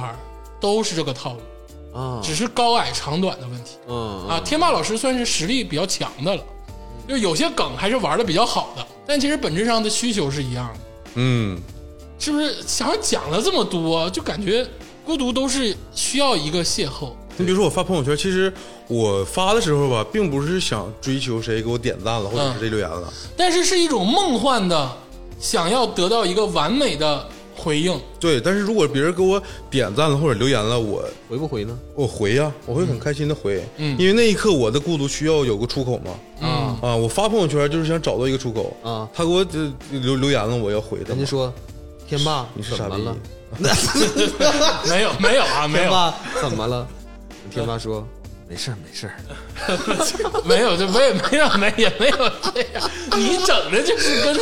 [SPEAKER 2] 都是这个套路，
[SPEAKER 4] 啊，
[SPEAKER 2] 只是高矮长短的问题
[SPEAKER 4] 嗯
[SPEAKER 2] 啊。天霸老师算是实力比较强的了，就是有些梗还是玩的比较好的，但其实本质上的需求是一样的。
[SPEAKER 3] 嗯，
[SPEAKER 2] 是不是想要讲了这么多，就感觉孤独都是需要一个邂逅？
[SPEAKER 3] 你比如说我发朋友圈，其实我发的时候吧，并不是想追求谁给我点赞了，或者是谁留言了。
[SPEAKER 2] 但是是一种梦幻的，想要得到一个完美的回应。
[SPEAKER 3] 对，但是如果别人给我点赞了或者留言了，我
[SPEAKER 4] 回不回呢？
[SPEAKER 3] 我回呀、
[SPEAKER 2] 嗯
[SPEAKER 3] 我会很开心的回，因为那一刻我的孤独需要有个出口嘛。
[SPEAKER 2] 嗯
[SPEAKER 3] 啊，我发朋友圈就是想找到一个出口。
[SPEAKER 4] 啊
[SPEAKER 3] 他给我呃留留言了，我要回的
[SPEAKER 4] 人
[SPEAKER 3] 嘛。
[SPEAKER 4] 家说，天霸，
[SPEAKER 3] 你是
[SPEAKER 4] 怎
[SPEAKER 3] 傻
[SPEAKER 4] 么
[SPEAKER 3] 逼
[SPEAKER 4] 了？
[SPEAKER 2] 没有，没有啊，没
[SPEAKER 4] 天
[SPEAKER 2] 有，
[SPEAKER 4] 霸 怎么了？天霸说，没事儿没事儿，
[SPEAKER 2] 没有，这没有，没有，没也没有这样。你整的就是跟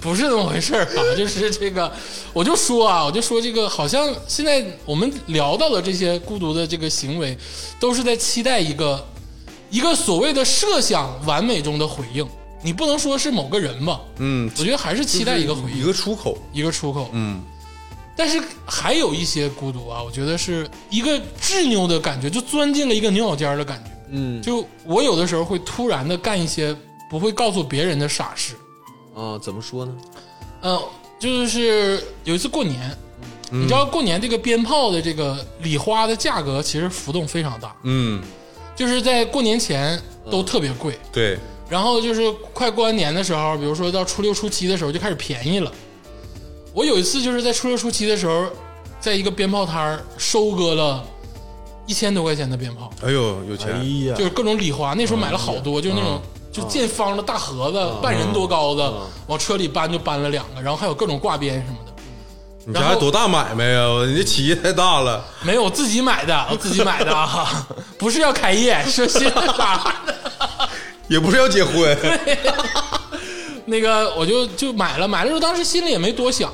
[SPEAKER 2] 不是那么回事儿啊，就是这个，我就说啊，我就说这个，好像现在我们聊到的这些孤独的这个行为，都是在期待一个一个所谓的设想完美中的回应。你不能说是某个人吧？
[SPEAKER 3] 嗯，
[SPEAKER 2] 我觉得还是期待一个回
[SPEAKER 3] 一
[SPEAKER 2] 应，
[SPEAKER 3] 个出口，
[SPEAKER 2] 一个出口。
[SPEAKER 3] 嗯，
[SPEAKER 2] 但是还有一些孤独啊，我觉得是一个执拗的感觉，就钻进了一个牛角尖儿的感觉。
[SPEAKER 4] 嗯
[SPEAKER 2] 就我有的时候会突然的干一些不会告诉别人的傻事。
[SPEAKER 4] 啊，怎么说呢？
[SPEAKER 2] 嗯、就是有一次过年，你知道过年这个鞭炮的这个礼花的价格其实浮动非常大，
[SPEAKER 3] 嗯，
[SPEAKER 2] 就是在过年前都特别贵，
[SPEAKER 3] 对，
[SPEAKER 2] 然后就是快过完年的时候，比如说到初六初七的时候就开始便宜了。我有一次就是在初六初七的时候，在一个鞭炮摊儿收割了一千多块钱的鞭炮，
[SPEAKER 3] 哎呦，有钱，
[SPEAKER 4] 呀
[SPEAKER 2] 就是各种礼花，那时候买了好多，就是那种就见方的大盒子，半人多高的，往车里搬就搬了两个，然后还有各种挂鞭什么的。
[SPEAKER 3] 你
[SPEAKER 2] 然
[SPEAKER 3] 家
[SPEAKER 2] 后
[SPEAKER 3] 多大买卖呀？你这企业太大了，
[SPEAKER 2] 没有，我自己买的，我自己买的啊，不是要开业，是新的。
[SPEAKER 3] 也不是要 结婚，
[SPEAKER 2] 那个我就就买了，买了之后当时心里也没多想，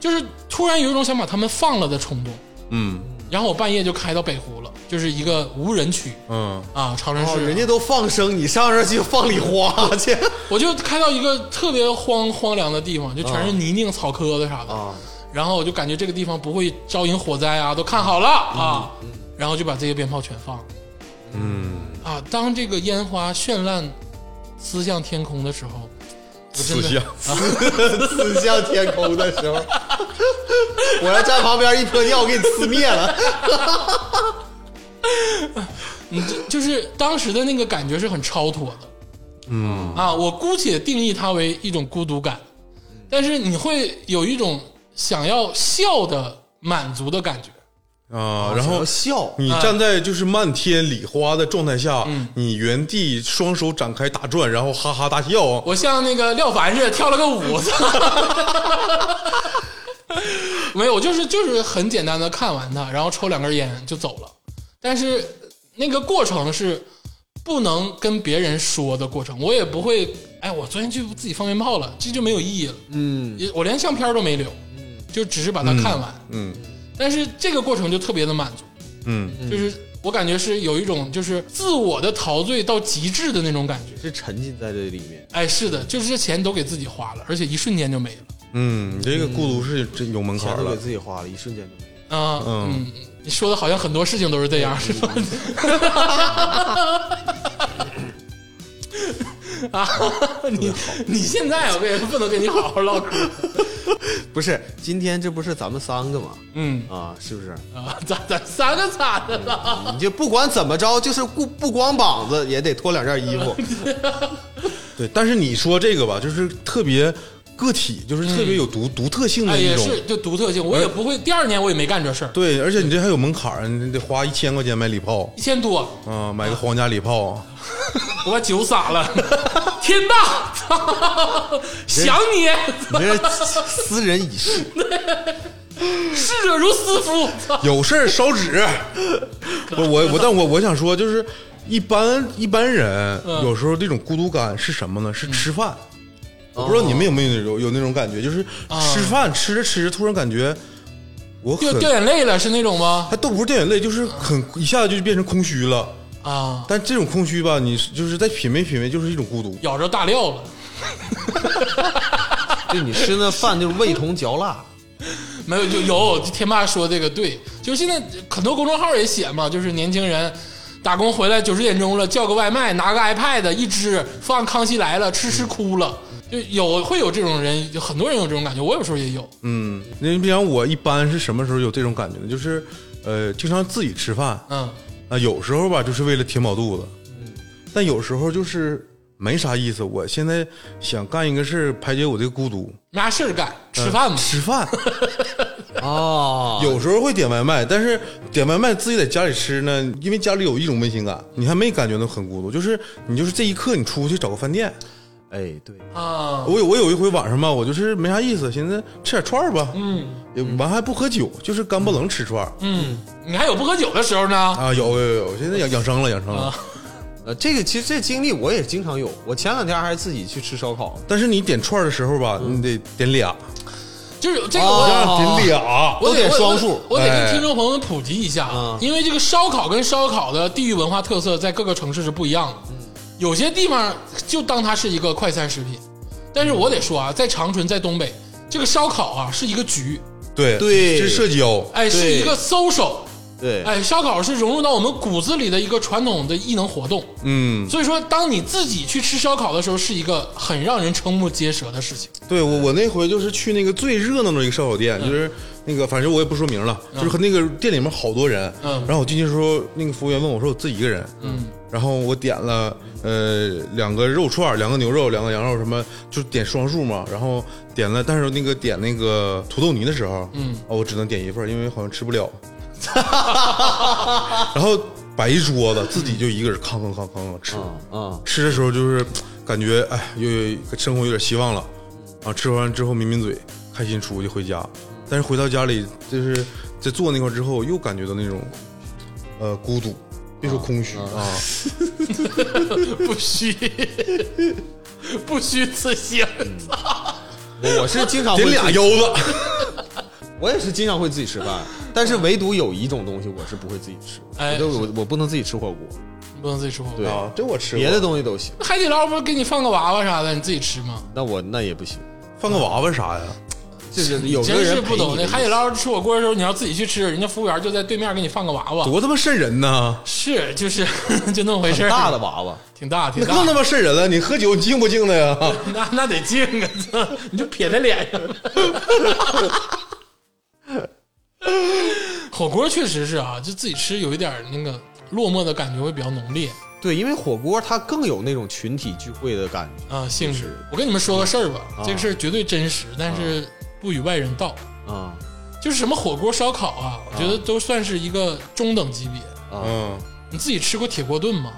[SPEAKER 2] 就是突然有一种想把他们放了的冲动。
[SPEAKER 3] 嗯
[SPEAKER 2] 然后我半夜就开到北湖了，就是一个无人区
[SPEAKER 3] 嗯，
[SPEAKER 2] 啊，长春
[SPEAKER 4] 哦，
[SPEAKER 2] 市。
[SPEAKER 4] 人家都放生，你上这儿去放礼花 去
[SPEAKER 2] 我就开到一个特别荒荒凉的地方，就
[SPEAKER 4] 哦
[SPEAKER 2] 全是泥泞、草稞子啥的。
[SPEAKER 4] 啊！
[SPEAKER 2] 然后我就感觉这个地方不会招引火灾啊，都看好了
[SPEAKER 4] 嗯
[SPEAKER 2] 啊，然后就把这些鞭炮全放了。嗯啊，当这个烟花绚烂撕向天空的时候，我真
[SPEAKER 3] 死
[SPEAKER 2] 的
[SPEAKER 3] 相，
[SPEAKER 4] 刺向天空的时候，我要站旁边一泼尿，我给你呲灭了。
[SPEAKER 2] 你这就是当时的那个感觉是很超脱的。嗯啊，我姑且定义它为一种孤独感，但是你会有一种想要笑的满足的感觉。
[SPEAKER 3] 啊，然后
[SPEAKER 4] 要笑，
[SPEAKER 3] 你站在就是漫天礼花的状态下，
[SPEAKER 2] 嗯
[SPEAKER 3] 你原地双手展开打转，然后哈哈大笑啊，
[SPEAKER 2] 我像那个廖凡似的跳了个舞， 没有，就是就是很简单的看完它，然后抽两根烟就走了。但是那个过程是不能跟别人说的过程，我也不会，哎，我昨天去自己放鞭炮了，这就没有意义了。
[SPEAKER 4] 嗯，
[SPEAKER 2] 也我连相片都没留，就只是把它看完。
[SPEAKER 3] 嗯
[SPEAKER 2] 但是这个过程就特别的满足，
[SPEAKER 3] 嗯，
[SPEAKER 2] 就是我感觉是有一种就是自我的陶醉到极致的那种感觉。
[SPEAKER 4] 是沉浸在这里面。
[SPEAKER 2] 哎，是的，就是这钱都给自己花了，而且一瞬间就没了。
[SPEAKER 3] 嗯，你这个孤独是真有门槛
[SPEAKER 4] 钱都给
[SPEAKER 3] 了，
[SPEAKER 4] 自己花了，一瞬间就没了。
[SPEAKER 2] 啊、嗯，你说的好像很多事情都是这样，是吧？ 啊，你你现在我跟你说不能跟你好好唠嗑，
[SPEAKER 4] 不是，今天这不是咱们三个吗？
[SPEAKER 2] 嗯
[SPEAKER 4] 啊，是不是？
[SPEAKER 2] 啊，咱咱三个咋的了？
[SPEAKER 4] 你就不管怎么着，就是不不光膀子也得脱两件衣服。
[SPEAKER 3] 对，但是你说这个吧，就是特别个体，就是特别有独独特性
[SPEAKER 2] 嗯哎，
[SPEAKER 3] 的一
[SPEAKER 2] 也
[SPEAKER 3] 种，
[SPEAKER 2] 是就独特性，我也不会，第二年我也没干这事儿，
[SPEAKER 3] 对，而且你这还有门槛儿，你得花一千块钱买礼炮
[SPEAKER 2] 一千多，
[SPEAKER 3] 啊，买个皇家 礼炮，
[SPEAKER 2] 我把酒洒了， 天 霸，想你，
[SPEAKER 4] 你这是私人仪式，
[SPEAKER 2] 逝者如斯夫，
[SPEAKER 3] 有事儿烧 纸。我我我，但我我想说，就是一般一般人
[SPEAKER 2] 嗯
[SPEAKER 3] 有时候这种孤独感是什么呢？是吃饭。我不知道你们有没有那种有那种感觉，就是
[SPEAKER 2] 哦
[SPEAKER 3] 吃饭吃着吃着，突然感觉我
[SPEAKER 2] 掉
[SPEAKER 3] 很
[SPEAKER 2] 掉眼泪了是那种吗？
[SPEAKER 3] 他都不是掉眼泪，就是很一下就变成空虚了。
[SPEAKER 2] 啊，
[SPEAKER 3] 但这种空虚吧，你是就是在品味品味，就是一种孤独。
[SPEAKER 2] 咬着大料了。
[SPEAKER 4] 对你吃那饭就是味同嚼蜡。
[SPEAKER 2] 没有，就有天霸说这个对，就是现在很多公众号也写嘛，就是年轻人打工回来九十点钟了，叫个外卖，拿个 iPad 一支放《康熙来了》，吃吃哭了，就有会有这种人，有很多人有这种感觉，我有时候也有，
[SPEAKER 3] 嗯，你比方我一般是什么时候有这种感觉呢？就是呃，经常自己吃饭，
[SPEAKER 2] 嗯
[SPEAKER 3] 啊，有时候吧，就是为了填饱肚子，但有时候就是没啥意思。我现在想干一个事儿排解我这个孤独，
[SPEAKER 2] 没啥事儿干，吃饭嘛，
[SPEAKER 3] 吃饭。
[SPEAKER 4] 哦，
[SPEAKER 3] 有时候会点外卖，但是点外卖自己在家里吃呢，因为家里有一种温馨感，你还没感觉到很孤独，就是你就是这一刻你出去找个饭店。
[SPEAKER 4] 哎，对，
[SPEAKER 2] 啊，
[SPEAKER 3] 我有我有一回晚上吧，我就是没啥意思，寻思吃点串儿吧，
[SPEAKER 2] 嗯
[SPEAKER 3] 也完还不喝酒，就是干巴冷吃串儿
[SPEAKER 2] 嗯，你还有不喝酒的时候呢，
[SPEAKER 3] 啊。有有有，现在养养生了，养生了。
[SPEAKER 2] 啊
[SPEAKER 4] 呃，这个其实这经历我也经常有。我前两天还自己去吃烧烤，
[SPEAKER 3] 但是你点串儿的时候吧，你得点俩，
[SPEAKER 2] 就是这个
[SPEAKER 4] 哦
[SPEAKER 2] 我
[SPEAKER 3] 这
[SPEAKER 2] 得
[SPEAKER 3] 样得俩，
[SPEAKER 2] 我
[SPEAKER 4] 都
[SPEAKER 2] 得
[SPEAKER 4] 得双数
[SPEAKER 2] 我得我得
[SPEAKER 3] 哎
[SPEAKER 2] 跟听众朋友们普及一下啊
[SPEAKER 4] 嗯，
[SPEAKER 2] 因为这个烧烤跟烧烤的地域文化特色在各个城市是不一样的。
[SPEAKER 4] 嗯
[SPEAKER 2] 有些地方就当它是一个快餐食品，但是我得说啊，在长春，在东北，这个烧烤啊是一个局，
[SPEAKER 3] 对
[SPEAKER 4] 对
[SPEAKER 3] 这是社交，
[SPEAKER 2] 哎，是
[SPEAKER 4] 对
[SPEAKER 2] 一个 social，
[SPEAKER 4] 对，
[SPEAKER 2] 哎，烧烤是融入到我们骨子里的一个传统的艺能活动。
[SPEAKER 3] 嗯，
[SPEAKER 2] 所以说，当你自己去吃烧烤的时候，是一个很让人瞠目结舌的事情。
[SPEAKER 3] 对我我那回就是去那个最热闹的一个烧烤店，就是那个反正我也不说名了，就是和那个店里面好多人，
[SPEAKER 2] 嗯
[SPEAKER 3] 然后我进去的时候，那个服务员问我说我自己一个人，嗯，然后我点了呃两个肉串儿，两个牛肉，两个羊肉什么，就点双数嘛，然后点了，但是那个点那个土豆泥的时候，嗯，哦我只能点一份儿，因为好像吃不了， 然后摆一桌子，自己就一个人吭吭吭吭吭吃，
[SPEAKER 4] 嗯，
[SPEAKER 3] 吃的时候就是感觉哎，又有生活有点希望了啊！吃完之后抿抿嘴，开心出去回家，但是回到家里就是在坐那块儿之后，又感觉到那种呃孤独，别说空虚啊，
[SPEAKER 2] 不虚， 不虚此行。
[SPEAKER 4] 嗯我是 经常会
[SPEAKER 3] 点俩腰子，
[SPEAKER 4] 我也是经常会自己吃饭，但是唯独有一种东西我是不会自己吃，
[SPEAKER 2] 哎
[SPEAKER 4] 我都我我不能自己吃火锅，
[SPEAKER 2] 你不能自己吃火锅
[SPEAKER 4] 对。
[SPEAKER 3] 啊，这我吃过
[SPEAKER 4] 别的东西都行，
[SPEAKER 2] 海底捞不是给你放个娃娃啥的，你自己吃吗？
[SPEAKER 4] 那我那也不行，
[SPEAKER 3] 放个娃娃啥呀？
[SPEAKER 4] 就是有个
[SPEAKER 2] 真
[SPEAKER 4] 人
[SPEAKER 2] 是
[SPEAKER 4] 陪
[SPEAKER 2] 不懂
[SPEAKER 4] 你
[SPEAKER 2] 那
[SPEAKER 4] 的
[SPEAKER 2] 海底捞吃火锅的时候，你要自己去吃，人家服务员就在对面给你放个娃娃，
[SPEAKER 3] 多他妈瘆人呐！
[SPEAKER 2] 是就是 就那么回事
[SPEAKER 4] 很
[SPEAKER 2] 儿
[SPEAKER 4] 大的，娃娃，
[SPEAKER 2] 挺大挺
[SPEAKER 3] 那
[SPEAKER 2] 大
[SPEAKER 3] 更他，妈瘆人了！你喝酒你敬不敬的呀？
[SPEAKER 2] 那那得敬啊，你就撇在脸上。火锅确实是啊，就自己吃有一点那个落寞的感觉会比较浓烈
[SPEAKER 4] 对，因为火锅它更有那种群体聚会的感觉
[SPEAKER 2] 啊、性质。我跟你们说个事儿吧，这个事儿绝对真实，但是不与外人道。
[SPEAKER 4] 啊
[SPEAKER 2] 就是什么火锅、烧烤啊，我觉得都算是一个中等级别。
[SPEAKER 4] 啊，
[SPEAKER 3] 嗯，
[SPEAKER 2] 你自己吃过铁锅炖 吗？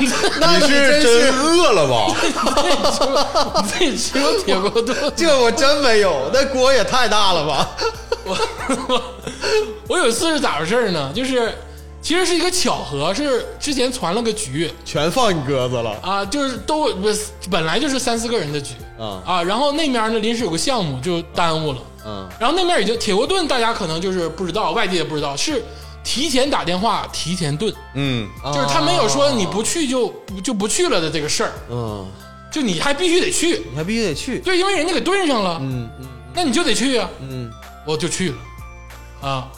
[SPEAKER 3] 你是真饿了 吧？
[SPEAKER 2] 你自己吃过铁锅炖？
[SPEAKER 4] 这我真没有，那锅也太大了吧？
[SPEAKER 2] 我有一次是咋回事呢？就是其实是一个巧合，是之前传了个局
[SPEAKER 4] 全放你鸽子了
[SPEAKER 2] 啊，就是都不是本来就是三四个人的局
[SPEAKER 4] 啊
[SPEAKER 2] 啊，然后那面呢临时有个项目就耽误了，
[SPEAKER 4] 嗯
[SPEAKER 2] 然后那面已经铁锅炖，大家可能就是不知道，外地也不知道是。提前打电话，提前炖，
[SPEAKER 3] 嗯，
[SPEAKER 4] 啊
[SPEAKER 2] 就是他没有说你不去就不就不去了的这个事儿，
[SPEAKER 4] 嗯，
[SPEAKER 2] 就你还必须得去，
[SPEAKER 4] 你还必须得去，
[SPEAKER 2] 对，因为人家给炖上了，
[SPEAKER 4] 嗯嗯
[SPEAKER 2] 那你就得去啊，
[SPEAKER 4] 嗯，
[SPEAKER 2] 我就去了，啊，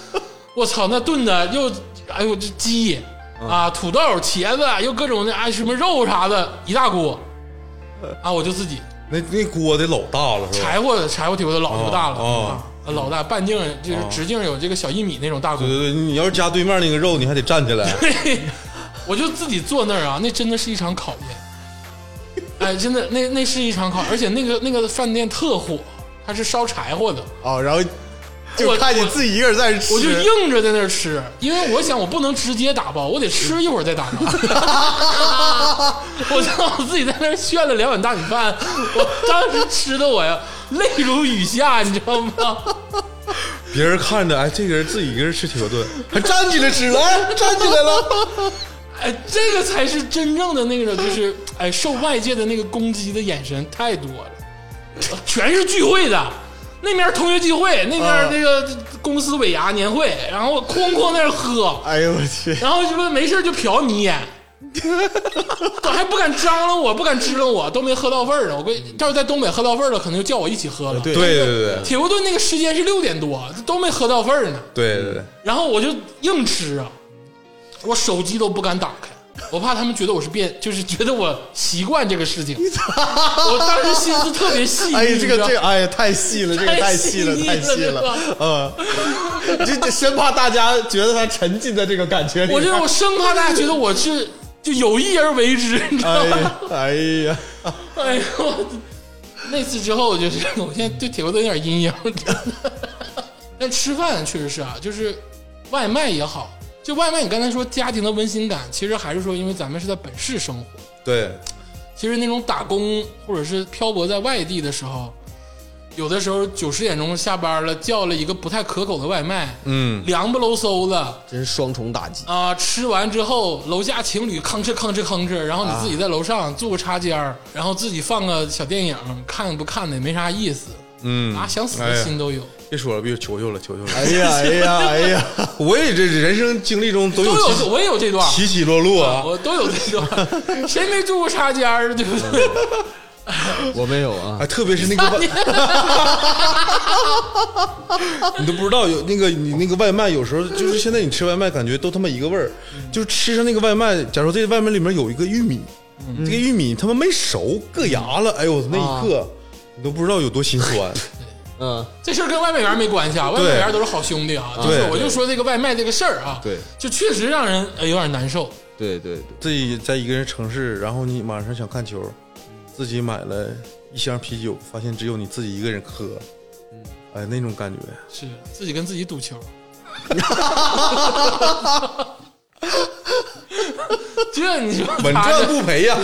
[SPEAKER 2] 我操，那炖的又，哎呦，这鸡
[SPEAKER 4] 嗯
[SPEAKER 2] 啊，土豆、茄子，又各种的哎什么肉啥的，一大锅， 啊，我就自己
[SPEAKER 3] 那那锅得老大了是吧？
[SPEAKER 2] 柴火柴火铁锅都老
[SPEAKER 3] 哦
[SPEAKER 2] 大了、
[SPEAKER 3] 哦
[SPEAKER 2] 啊，老大半径就是
[SPEAKER 4] 哦
[SPEAKER 2] 直径有这个小一米那种大锅
[SPEAKER 3] 对，对对，你要是夹对面那个肉，你还得站起来。
[SPEAKER 2] 我就自己坐那儿啊，那真的是一场考验，哎，真的那那是一场考，而且那个那个饭店特火，它是烧柴火的。
[SPEAKER 4] 哦，然后
[SPEAKER 2] 我
[SPEAKER 4] 就看见自己一个人在这吃，
[SPEAKER 2] 我就硬着在那儿吃，因为我想我不能直接打包，我得吃一会儿再打包。 我让我自己在那儿炫了两碗大米饭，我当时吃的我呀泪如雨下，你知道吗？
[SPEAKER 3] 别人看着，哎，这个人自己一个人吃铁锅炖，
[SPEAKER 4] 还站起来吃了，哎站起 来了，
[SPEAKER 2] 哎，这个才是真正的那个，就是哎受外界的那个攻击的眼神太多了，全是聚会的。那边同学聚会，那边那个公司尾牙年会，然后哐哐在那儿喝，
[SPEAKER 4] 哎呦我去，
[SPEAKER 2] 然后就说没事就瞟你一 眼，我还不敢张罗我，不敢支棱我，都没喝到味儿呢。我估计要是在东北喝到味儿了，可能就叫我一起喝了。
[SPEAKER 4] 对
[SPEAKER 3] 对对对
[SPEAKER 2] 铁锅炖那个时间是六点多，都没喝到味儿呢。
[SPEAKER 3] 对对对，
[SPEAKER 2] 然后我就硬吃啊，我手机都不敢打开，我怕他们觉得我是变，就是觉得我习惯这个事情。我当时心思特别细腻，
[SPEAKER 4] 哎呀，这
[SPEAKER 2] 你
[SPEAKER 4] 个
[SPEAKER 2] 知道
[SPEAKER 4] 这个，哎呀，太细了，这个太细了，太细了，嗯，这这生怕大家觉得他沉浸在这个感觉里，
[SPEAKER 2] 我这我生怕大家觉得我是就有意而为之，你知道
[SPEAKER 4] 哎
[SPEAKER 2] 吗？
[SPEAKER 4] 呀，哎呀，
[SPEAKER 2] 哎呦，我那次之后我就是，我现在对铁锅炖有点阴影。但吃饭确实是啊，就是外卖也好，就外卖你刚才说家庭的温馨感，其实还是说，因为咱们是在本市生活，
[SPEAKER 3] 对，
[SPEAKER 2] 其实那种打工或者是漂泊在外地的时候，有的时候九十点钟下班了，叫了一个不太可口的外卖，
[SPEAKER 3] 嗯，
[SPEAKER 2] 凉不喽嗖的
[SPEAKER 4] 真是双重打击。
[SPEAKER 2] 啊、吃完之后楼下情侣吭哧吭哧吭哧，然后你自己在楼上做个插尖儿，然后自己放个小电影，看不看的也没啥意思，
[SPEAKER 3] 嗯
[SPEAKER 2] 啊，想死
[SPEAKER 3] 哎
[SPEAKER 2] 的
[SPEAKER 3] 呀
[SPEAKER 2] 心都有，
[SPEAKER 3] 别说了，别求求了，求求了。
[SPEAKER 4] 哎呀哎呀哎 呀！
[SPEAKER 3] 我也这人生经历中总
[SPEAKER 2] 都
[SPEAKER 3] 有
[SPEAKER 2] 有
[SPEAKER 3] 起
[SPEAKER 2] 我也有这段，
[SPEAKER 3] 起起落落啊，
[SPEAKER 2] 我都有这段，谁没住过插尖儿，对不对？
[SPEAKER 4] 我没有啊，
[SPEAKER 3] 哎，特别是那个外，你都不知道有那个你那个外卖，有时候就是现在你吃外卖，感觉都他妈一个味儿，就是吃上那个外卖，假如这外卖里面有一个玉米，这个玉米他妈没熟，硌牙了，哎呦，那一刻、你都不知道有多心酸。
[SPEAKER 4] 嗯，
[SPEAKER 2] 这事儿跟外卖员没关系啊，外卖员都是好兄弟啊。就
[SPEAKER 3] 对
[SPEAKER 2] 是我就说这个外卖这个事儿啊，
[SPEAKER 4] 对，
[SPEAKER 2] 就确实让人呃有点难受。
[SPEAKER 4] 对对对，
[SPEAKER 3] 自己在一个人城市，然后你晚上想看球，自己买了一箱啤酒，发现只有你自己一个人喝，哎，那种感觉。
[SPEAKER 2] 是自己跟自己赌 球， 这你说
[SPEAKER 3] 稳
[SPEAKER 2] 咋
[SPEAKER 3] 赚
[SPEAKER 2] 整？
[SPEAKER 3] 不赔呀、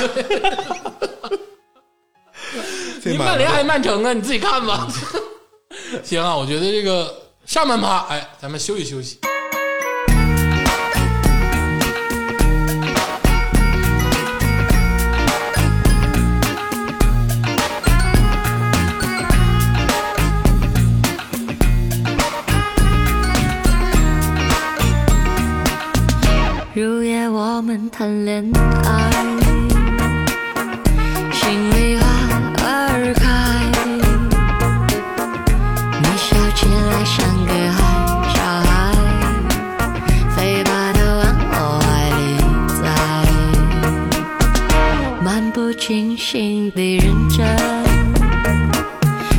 [SPEAKER 3] 这
[SPEAKER 2] 你
[SPEAKER 3] 买
[SPEAKER 2] 曼联
[SPEAKER 3] 卖
[SPEAKER 2] 还曼城啊，你自己看吧。 行啊，我觉得这个上半趴，哎，咱们休息休息。
[SPEAKER 5] 入夜我们谈恋爱，心里花儿开，你笑起来像个孩小孩，飞把头往我怀里栽，漫不经心地认真，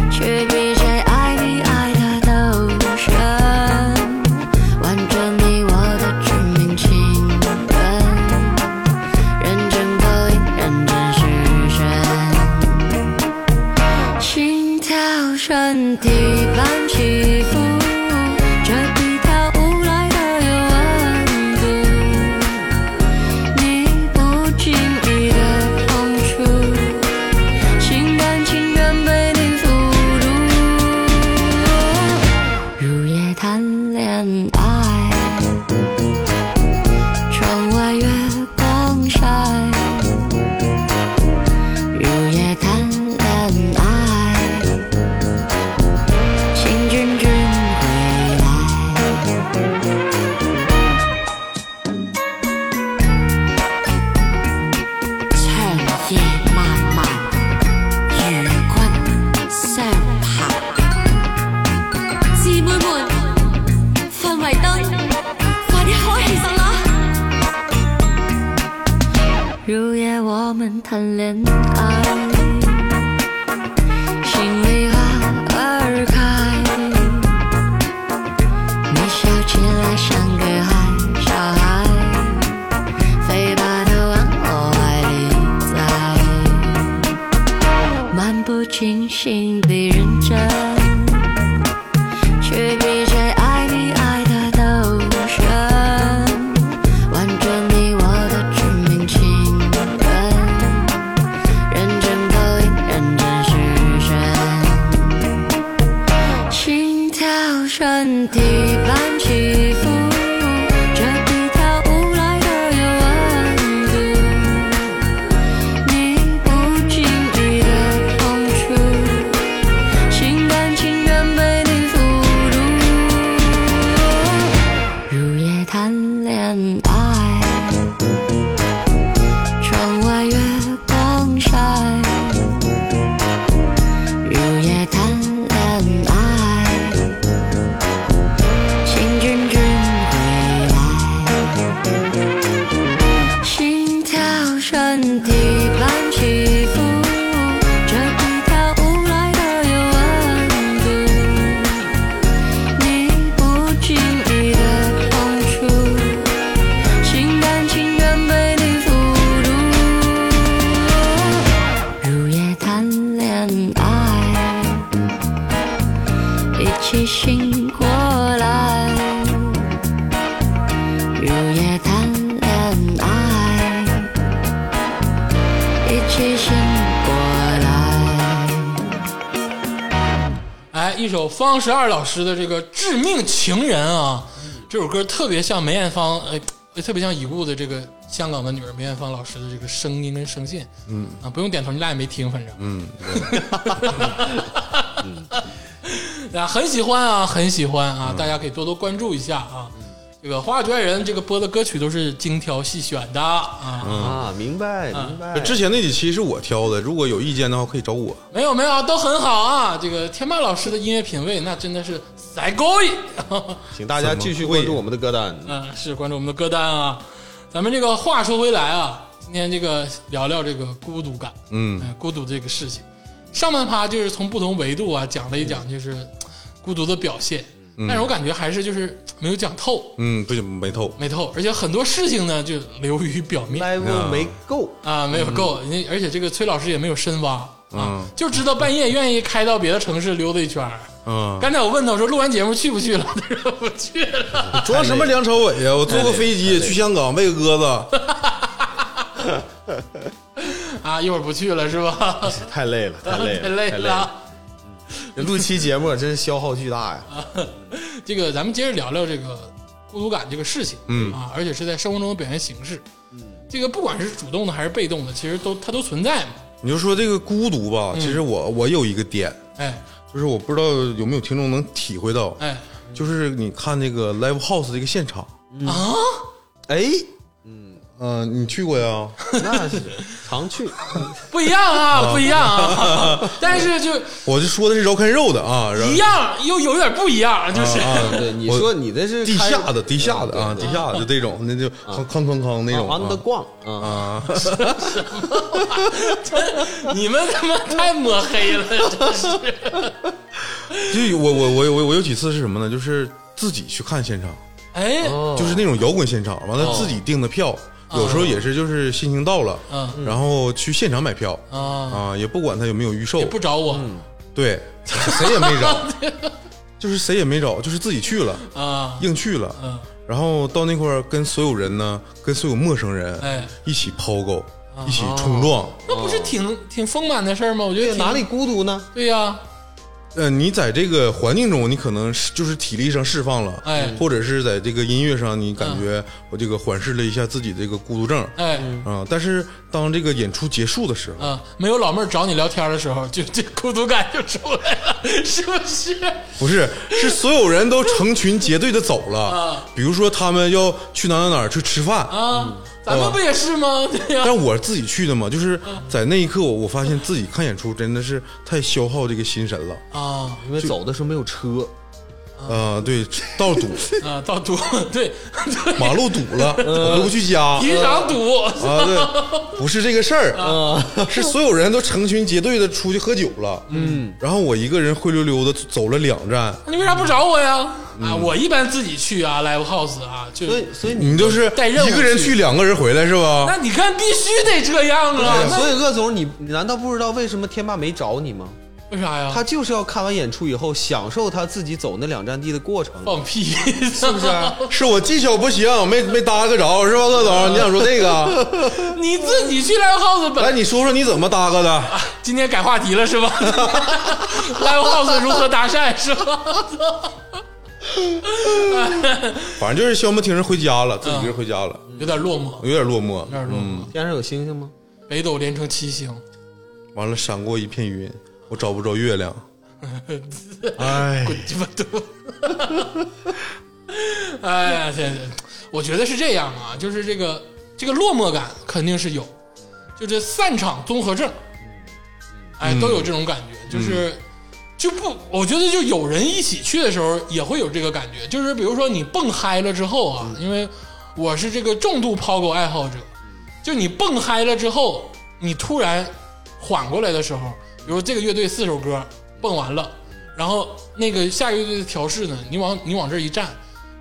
[SPEAKER 5] 却比谁爱你爱的都深。挽着你我的致命情人，认真勾引，认真实现，心跳身体般起伏，这比跳舞来的有温度，你不经意的碰触。心甘情愿被你俘虏，入夜谈恋爱，窗外月光晒，入夜谈恋爱，请君君回来。长夜漫漫，如君相盼。姊妹们，氛圍燈，快啲開起身啦！入夜我們談戀愛，心裡花兒開，你笑起來像個孩小孩。飞把头往我怀里栽，漫不经心地认真，却比谁爱你爱的都深。挽着你我的致命情人，认真勾引，认真实现，心跳身体般起伏。这比跳舞来的有温度，你不经意的碰触，心甘情愿被你俘虏。入夜谈恋爱，窗外月光晒，入夜谈恋爱。请君君回来，心跳身体般起伏，这比跳舞来的有温度，你不经意的碰触，心甘情愿被你俘虏，入夜谈恋爱。一起醒过来，入夜谈恋爱，一起醒过来。
[SPEAKER 2] 哎一首方十二老师的这个《致命情人》啊，这首歌特别像梅艳芳，哎，特别像已故的这个香港的女人梅艳芳老师的这个声音跟声线，嗯啊，不用点头，你俩也没听，反正，嗯， 啊，很喜欢啊，很喜欢啊，大家可以多多关注一下啊。这个《花儿与爱人》这个播的歌曲都是精挑细选的啊，
[SPEAKER 4] 啊，明白明白。
[SPEAKER 3] 之前那几期是我挑的，如果有意见的话可以找我。
[SPEAKER 2] 没有没有，都很好啊。这个天霸老师的音乐品味那真的是塞够一。
[SPEAKER 4] 请大家继续关注我们的歌单。
[SPEAKER 2] 嗯，是关注我们的歌单啊。咱们这个话说回来啊，今天这个聊聊这个孤独感，
[SPEAKER 3] 嗯
[SPEAKER 2] 哎孤独这个事情。上半趴就是从不同维度啊讲了一讲，就是孤独的表现，但是我感觉还是就是没有讲透，
[SPEAKER 3] 嗯，不行，没透。
[SPEAKER 2] 没透，而且很多事情呢就流于表
[SPEAKER 3] 嗯
[SPEAKER 2] 面
[SPEAKER 4] Level 没够，
[SPEAKER 2] 啊，没有够，因为而且这个崔老师也没有深挖啊
[SPEAKER 3] 嗯，
[SPEAKER 2] 就知道半夜愿意开到别的城市溜达一圈儿。
[SPEAKER 3] 嗯，
[SPEAKER 2] 啊刚才我问他，我说录完节目去不去了？ 他说不去了。
[SPEAKER 3] 装什么梁朝伟呀？我坐个飞机去香港喂个鸽子，
[SPEAKER 2] 啊，一会儿不去了是吧？
[SPEAKER 4] 太累了， 太嗯 累
[SPEAKER 2] 太
[SPEAKER 4] 了，
[SPEAKER 2] 累
[SPEAKER 4] 啊太累了。
[SPEAKER 2] 了。
[SPEAKER 4] 录期节目真是消耗巨大呀！
[SPEAKER 2] 这个咱们接着聊聊这个孤独感这个事情，嗯啊，而且是在生活中的表现形式。
[SPEAKER 4] 嗯
[SPEAKER 2] 这个不管是主动的还是被动的，其实都它都存在嘛。
[SPEAKER 3] 你就说这个孤独吧，其实我我有一个点，
[SPEAKER 2] 哎
[SPEAKER 3] 就是我不知道有没有听众能体会到，
[SPEAKER 2] 哎
[SPEAKER 3] 就是你看那个 live house 这个现场，
[SPEAKER 2] 啊，
[SPEAKER 4] 哎，
[SPEAKER 3] 嗯、你去过呀？
[SPEAKER 4] 那是常去，
[SPEAKER 2] 不一样啊，不一样 啊。但是就
[SPEAKER 3] 我就说的是饶开肉的啊，然后
[SPEAKER 2] 一样，又有点不一样，就是
[SPEAKER 4] 对，你
[SPEAKER 3] 我
[SPEAKER 4] 说你那是
[SPEAKER 3] 地
[SPEAKER 4] 开
[SPEAKER 3] 下的地下的啊，
[SPEAKER 4] 对
[SPEAKER 3] 地下的就这种，那就康康康康那种啊
[SPEAKER 4] 啊 under 逛啊，
[SPEAKER 2] 你们他妈太抹黑了， 真是。
[SPEAKER 3] 就有我我我我我有几次是什么呢？就是自己去看现场，
[SPEAKER 2] 哎，
[SPEAKER 4] 哦
[SPEAKER 3] 就是那种摇滚现场，完
[SPEAKER 2] 哦
[SPEAKER 3] 了自己订的票，有时候也是就是心情到了，
[SPEAKER 2] 嗯
[SPEAKER 3] 然后去现场买票
[SPEAKER 2] 啊，
[SPEAKER 3] 啊，也不管他有没有预售
[SPEAKER 2] 也，不找我
[SPEAKER 4] 嗯
[SPEAKER 3] 对，谁也没 找，就是谁也没找，就是自己去了，
[SPEAKER 2] 啊，
[SPEAKER 3] 硬去了，
[SPEAKER 2] 嗯
[SPEAKER 3] 然后到那块儿跟所有人呢，跟所有陌生人，
[SPEAKER 2] 哎哦
[SPEAKER 3] 一起抛狗，一起冲撞。
[SPEAKER 2] 那不是
[SPEAKER 4] 哦
[SPEAKER 2] 挺挺丰满的事儿吗？我觉得
[SPEAKER 4] 对，
[SPEAKER 2] 挺
[SPEAKER 4] 哪里孤独呢？
[SPEAKER 2] 对呀、
[SPEAKER 3] 呃，你在这个环境中，你可能是就是体力上释放了，
[SPEAKER 2] 哎嗯
[SPEAKER 3] 或者是在这个音乐上，你感觉我这个缓释了一下自己这个孤独症。
[SPEAKER 2] 哎。
[SPEAKER 4] 嗯
[SPEAKER 3] 啊、但是当这个演出结束的时候，
[SPEAKER 2] 啊，没有老妹儿找你聊天的时候，就 这孤独感就出来了，是不是？
[SPEAKER 3] 不是，是所有人都成群结队的走了。比如说他们要去哪哪哪儿去吃饭，
[SPEAKER 4] 嗯
[SPEAKER 2] 啊，咱们不也是吗？对呀、
[SPEAKER 3] 但我自己去的嘛，就是在那一刻我，我发现自己看演出真的是太消耗这个心神了。
[SPEAKER 2] 啊，
[SPEAKER 4] 因为走的时候没有车，
[SPEAKER 3] 呃，对，道 堵，
[SPEAKER 2] 啊到堵，对，
[SPEAKER 4] 嗯
[SPEAKER 3] 马路堵了，
[SPEAKER 2] 嗯
[SPEAKER 3] 我都不去 家。
[SPEAKER 2] 一场堵，
[SPEAKER 4] 嗯
[SPEAKER 3] 啊，对，不是这个事儿，
[SPEAKER 2] 啊
[SPEAKER 3] 是所有人都成群结队的出去喝酒了，嗯，然后我一个人灰溜溜的走了两站，
[SPEAKER 2] 你为啥不找我呀？啊，我一般自己去啊，live house 啊，就
[SPEAKER 4] 嗯所以所以你，
[SPEAKER 3] 你就是
[SPEAKER 2] 带任务
[SPEAKER 3] 一个人
[SPEAKER 2] 去
[SPEAKER 3] 去，两个人回来是吧
[SPEAKER 2] 那？你看必须得这样啊，那
[SPEAKER 4] 所以鄂总，你你难道不知道为什么天霸没找你吗？
[SPEAKER 2] 为啥呀？
[SPEAKER 4] 他就是要看完演出以后，享受他自己走那两站地的过程，
[SPEAKER 2] 放屁，是
[SPEAKER 4] 是不是？啊
[SPEAKER 3] 是我技巧不行，没没搭个着是吧，乐
[SPEAKER 4] 嗯
[SPEAKER 3] 总？你想说这 个？
[SPEAKER 2] 你自己去 live house
[SPEAKER 3] 来，
[SPEAKER 4] 哎
[SPEAKER 2] 本，
[SPEAKER 3] 你说说你怎么搭个的？
[SPEAKER 2] 今天改话题了是吧？live house 如何搭讪是吧？
[SPEAKER 3] 反正就是消磨听人回家
[SPEAKER 4] 嗯
[SPEAKER 3] 了，自己一个人回家了，
[SPEAKER 2] 有点落寞，
[SPEAKER 3] 有点落寞
[SPEAKER 2] 有。点落寞。
[SPEAKER 4] 天上有星星吗？
[SPEAKER 2] 北斗连成七星，
[SPEAKER 3] 完了，闪过一片云，我找不着月 亮。哎，
[SPEAKER 2] 滚鸡巴犊！ 哎呀，天天，我觉得是这样啊，就是这个这个落寞感肯定是有，就这散场综合症，哎，都有这种感觉，就是。就不，我觉得就有人一起去的时候也会有这个感觉，就是比如说你蹦嗨了之后啊，因为我是这个重度抛狗爱好者，就你蹦嗨了之后，你突然缓过来的时候，比如这个乐队四首歌蹦完了，然后那个下乐队的调试呢，你往你往这儿一站，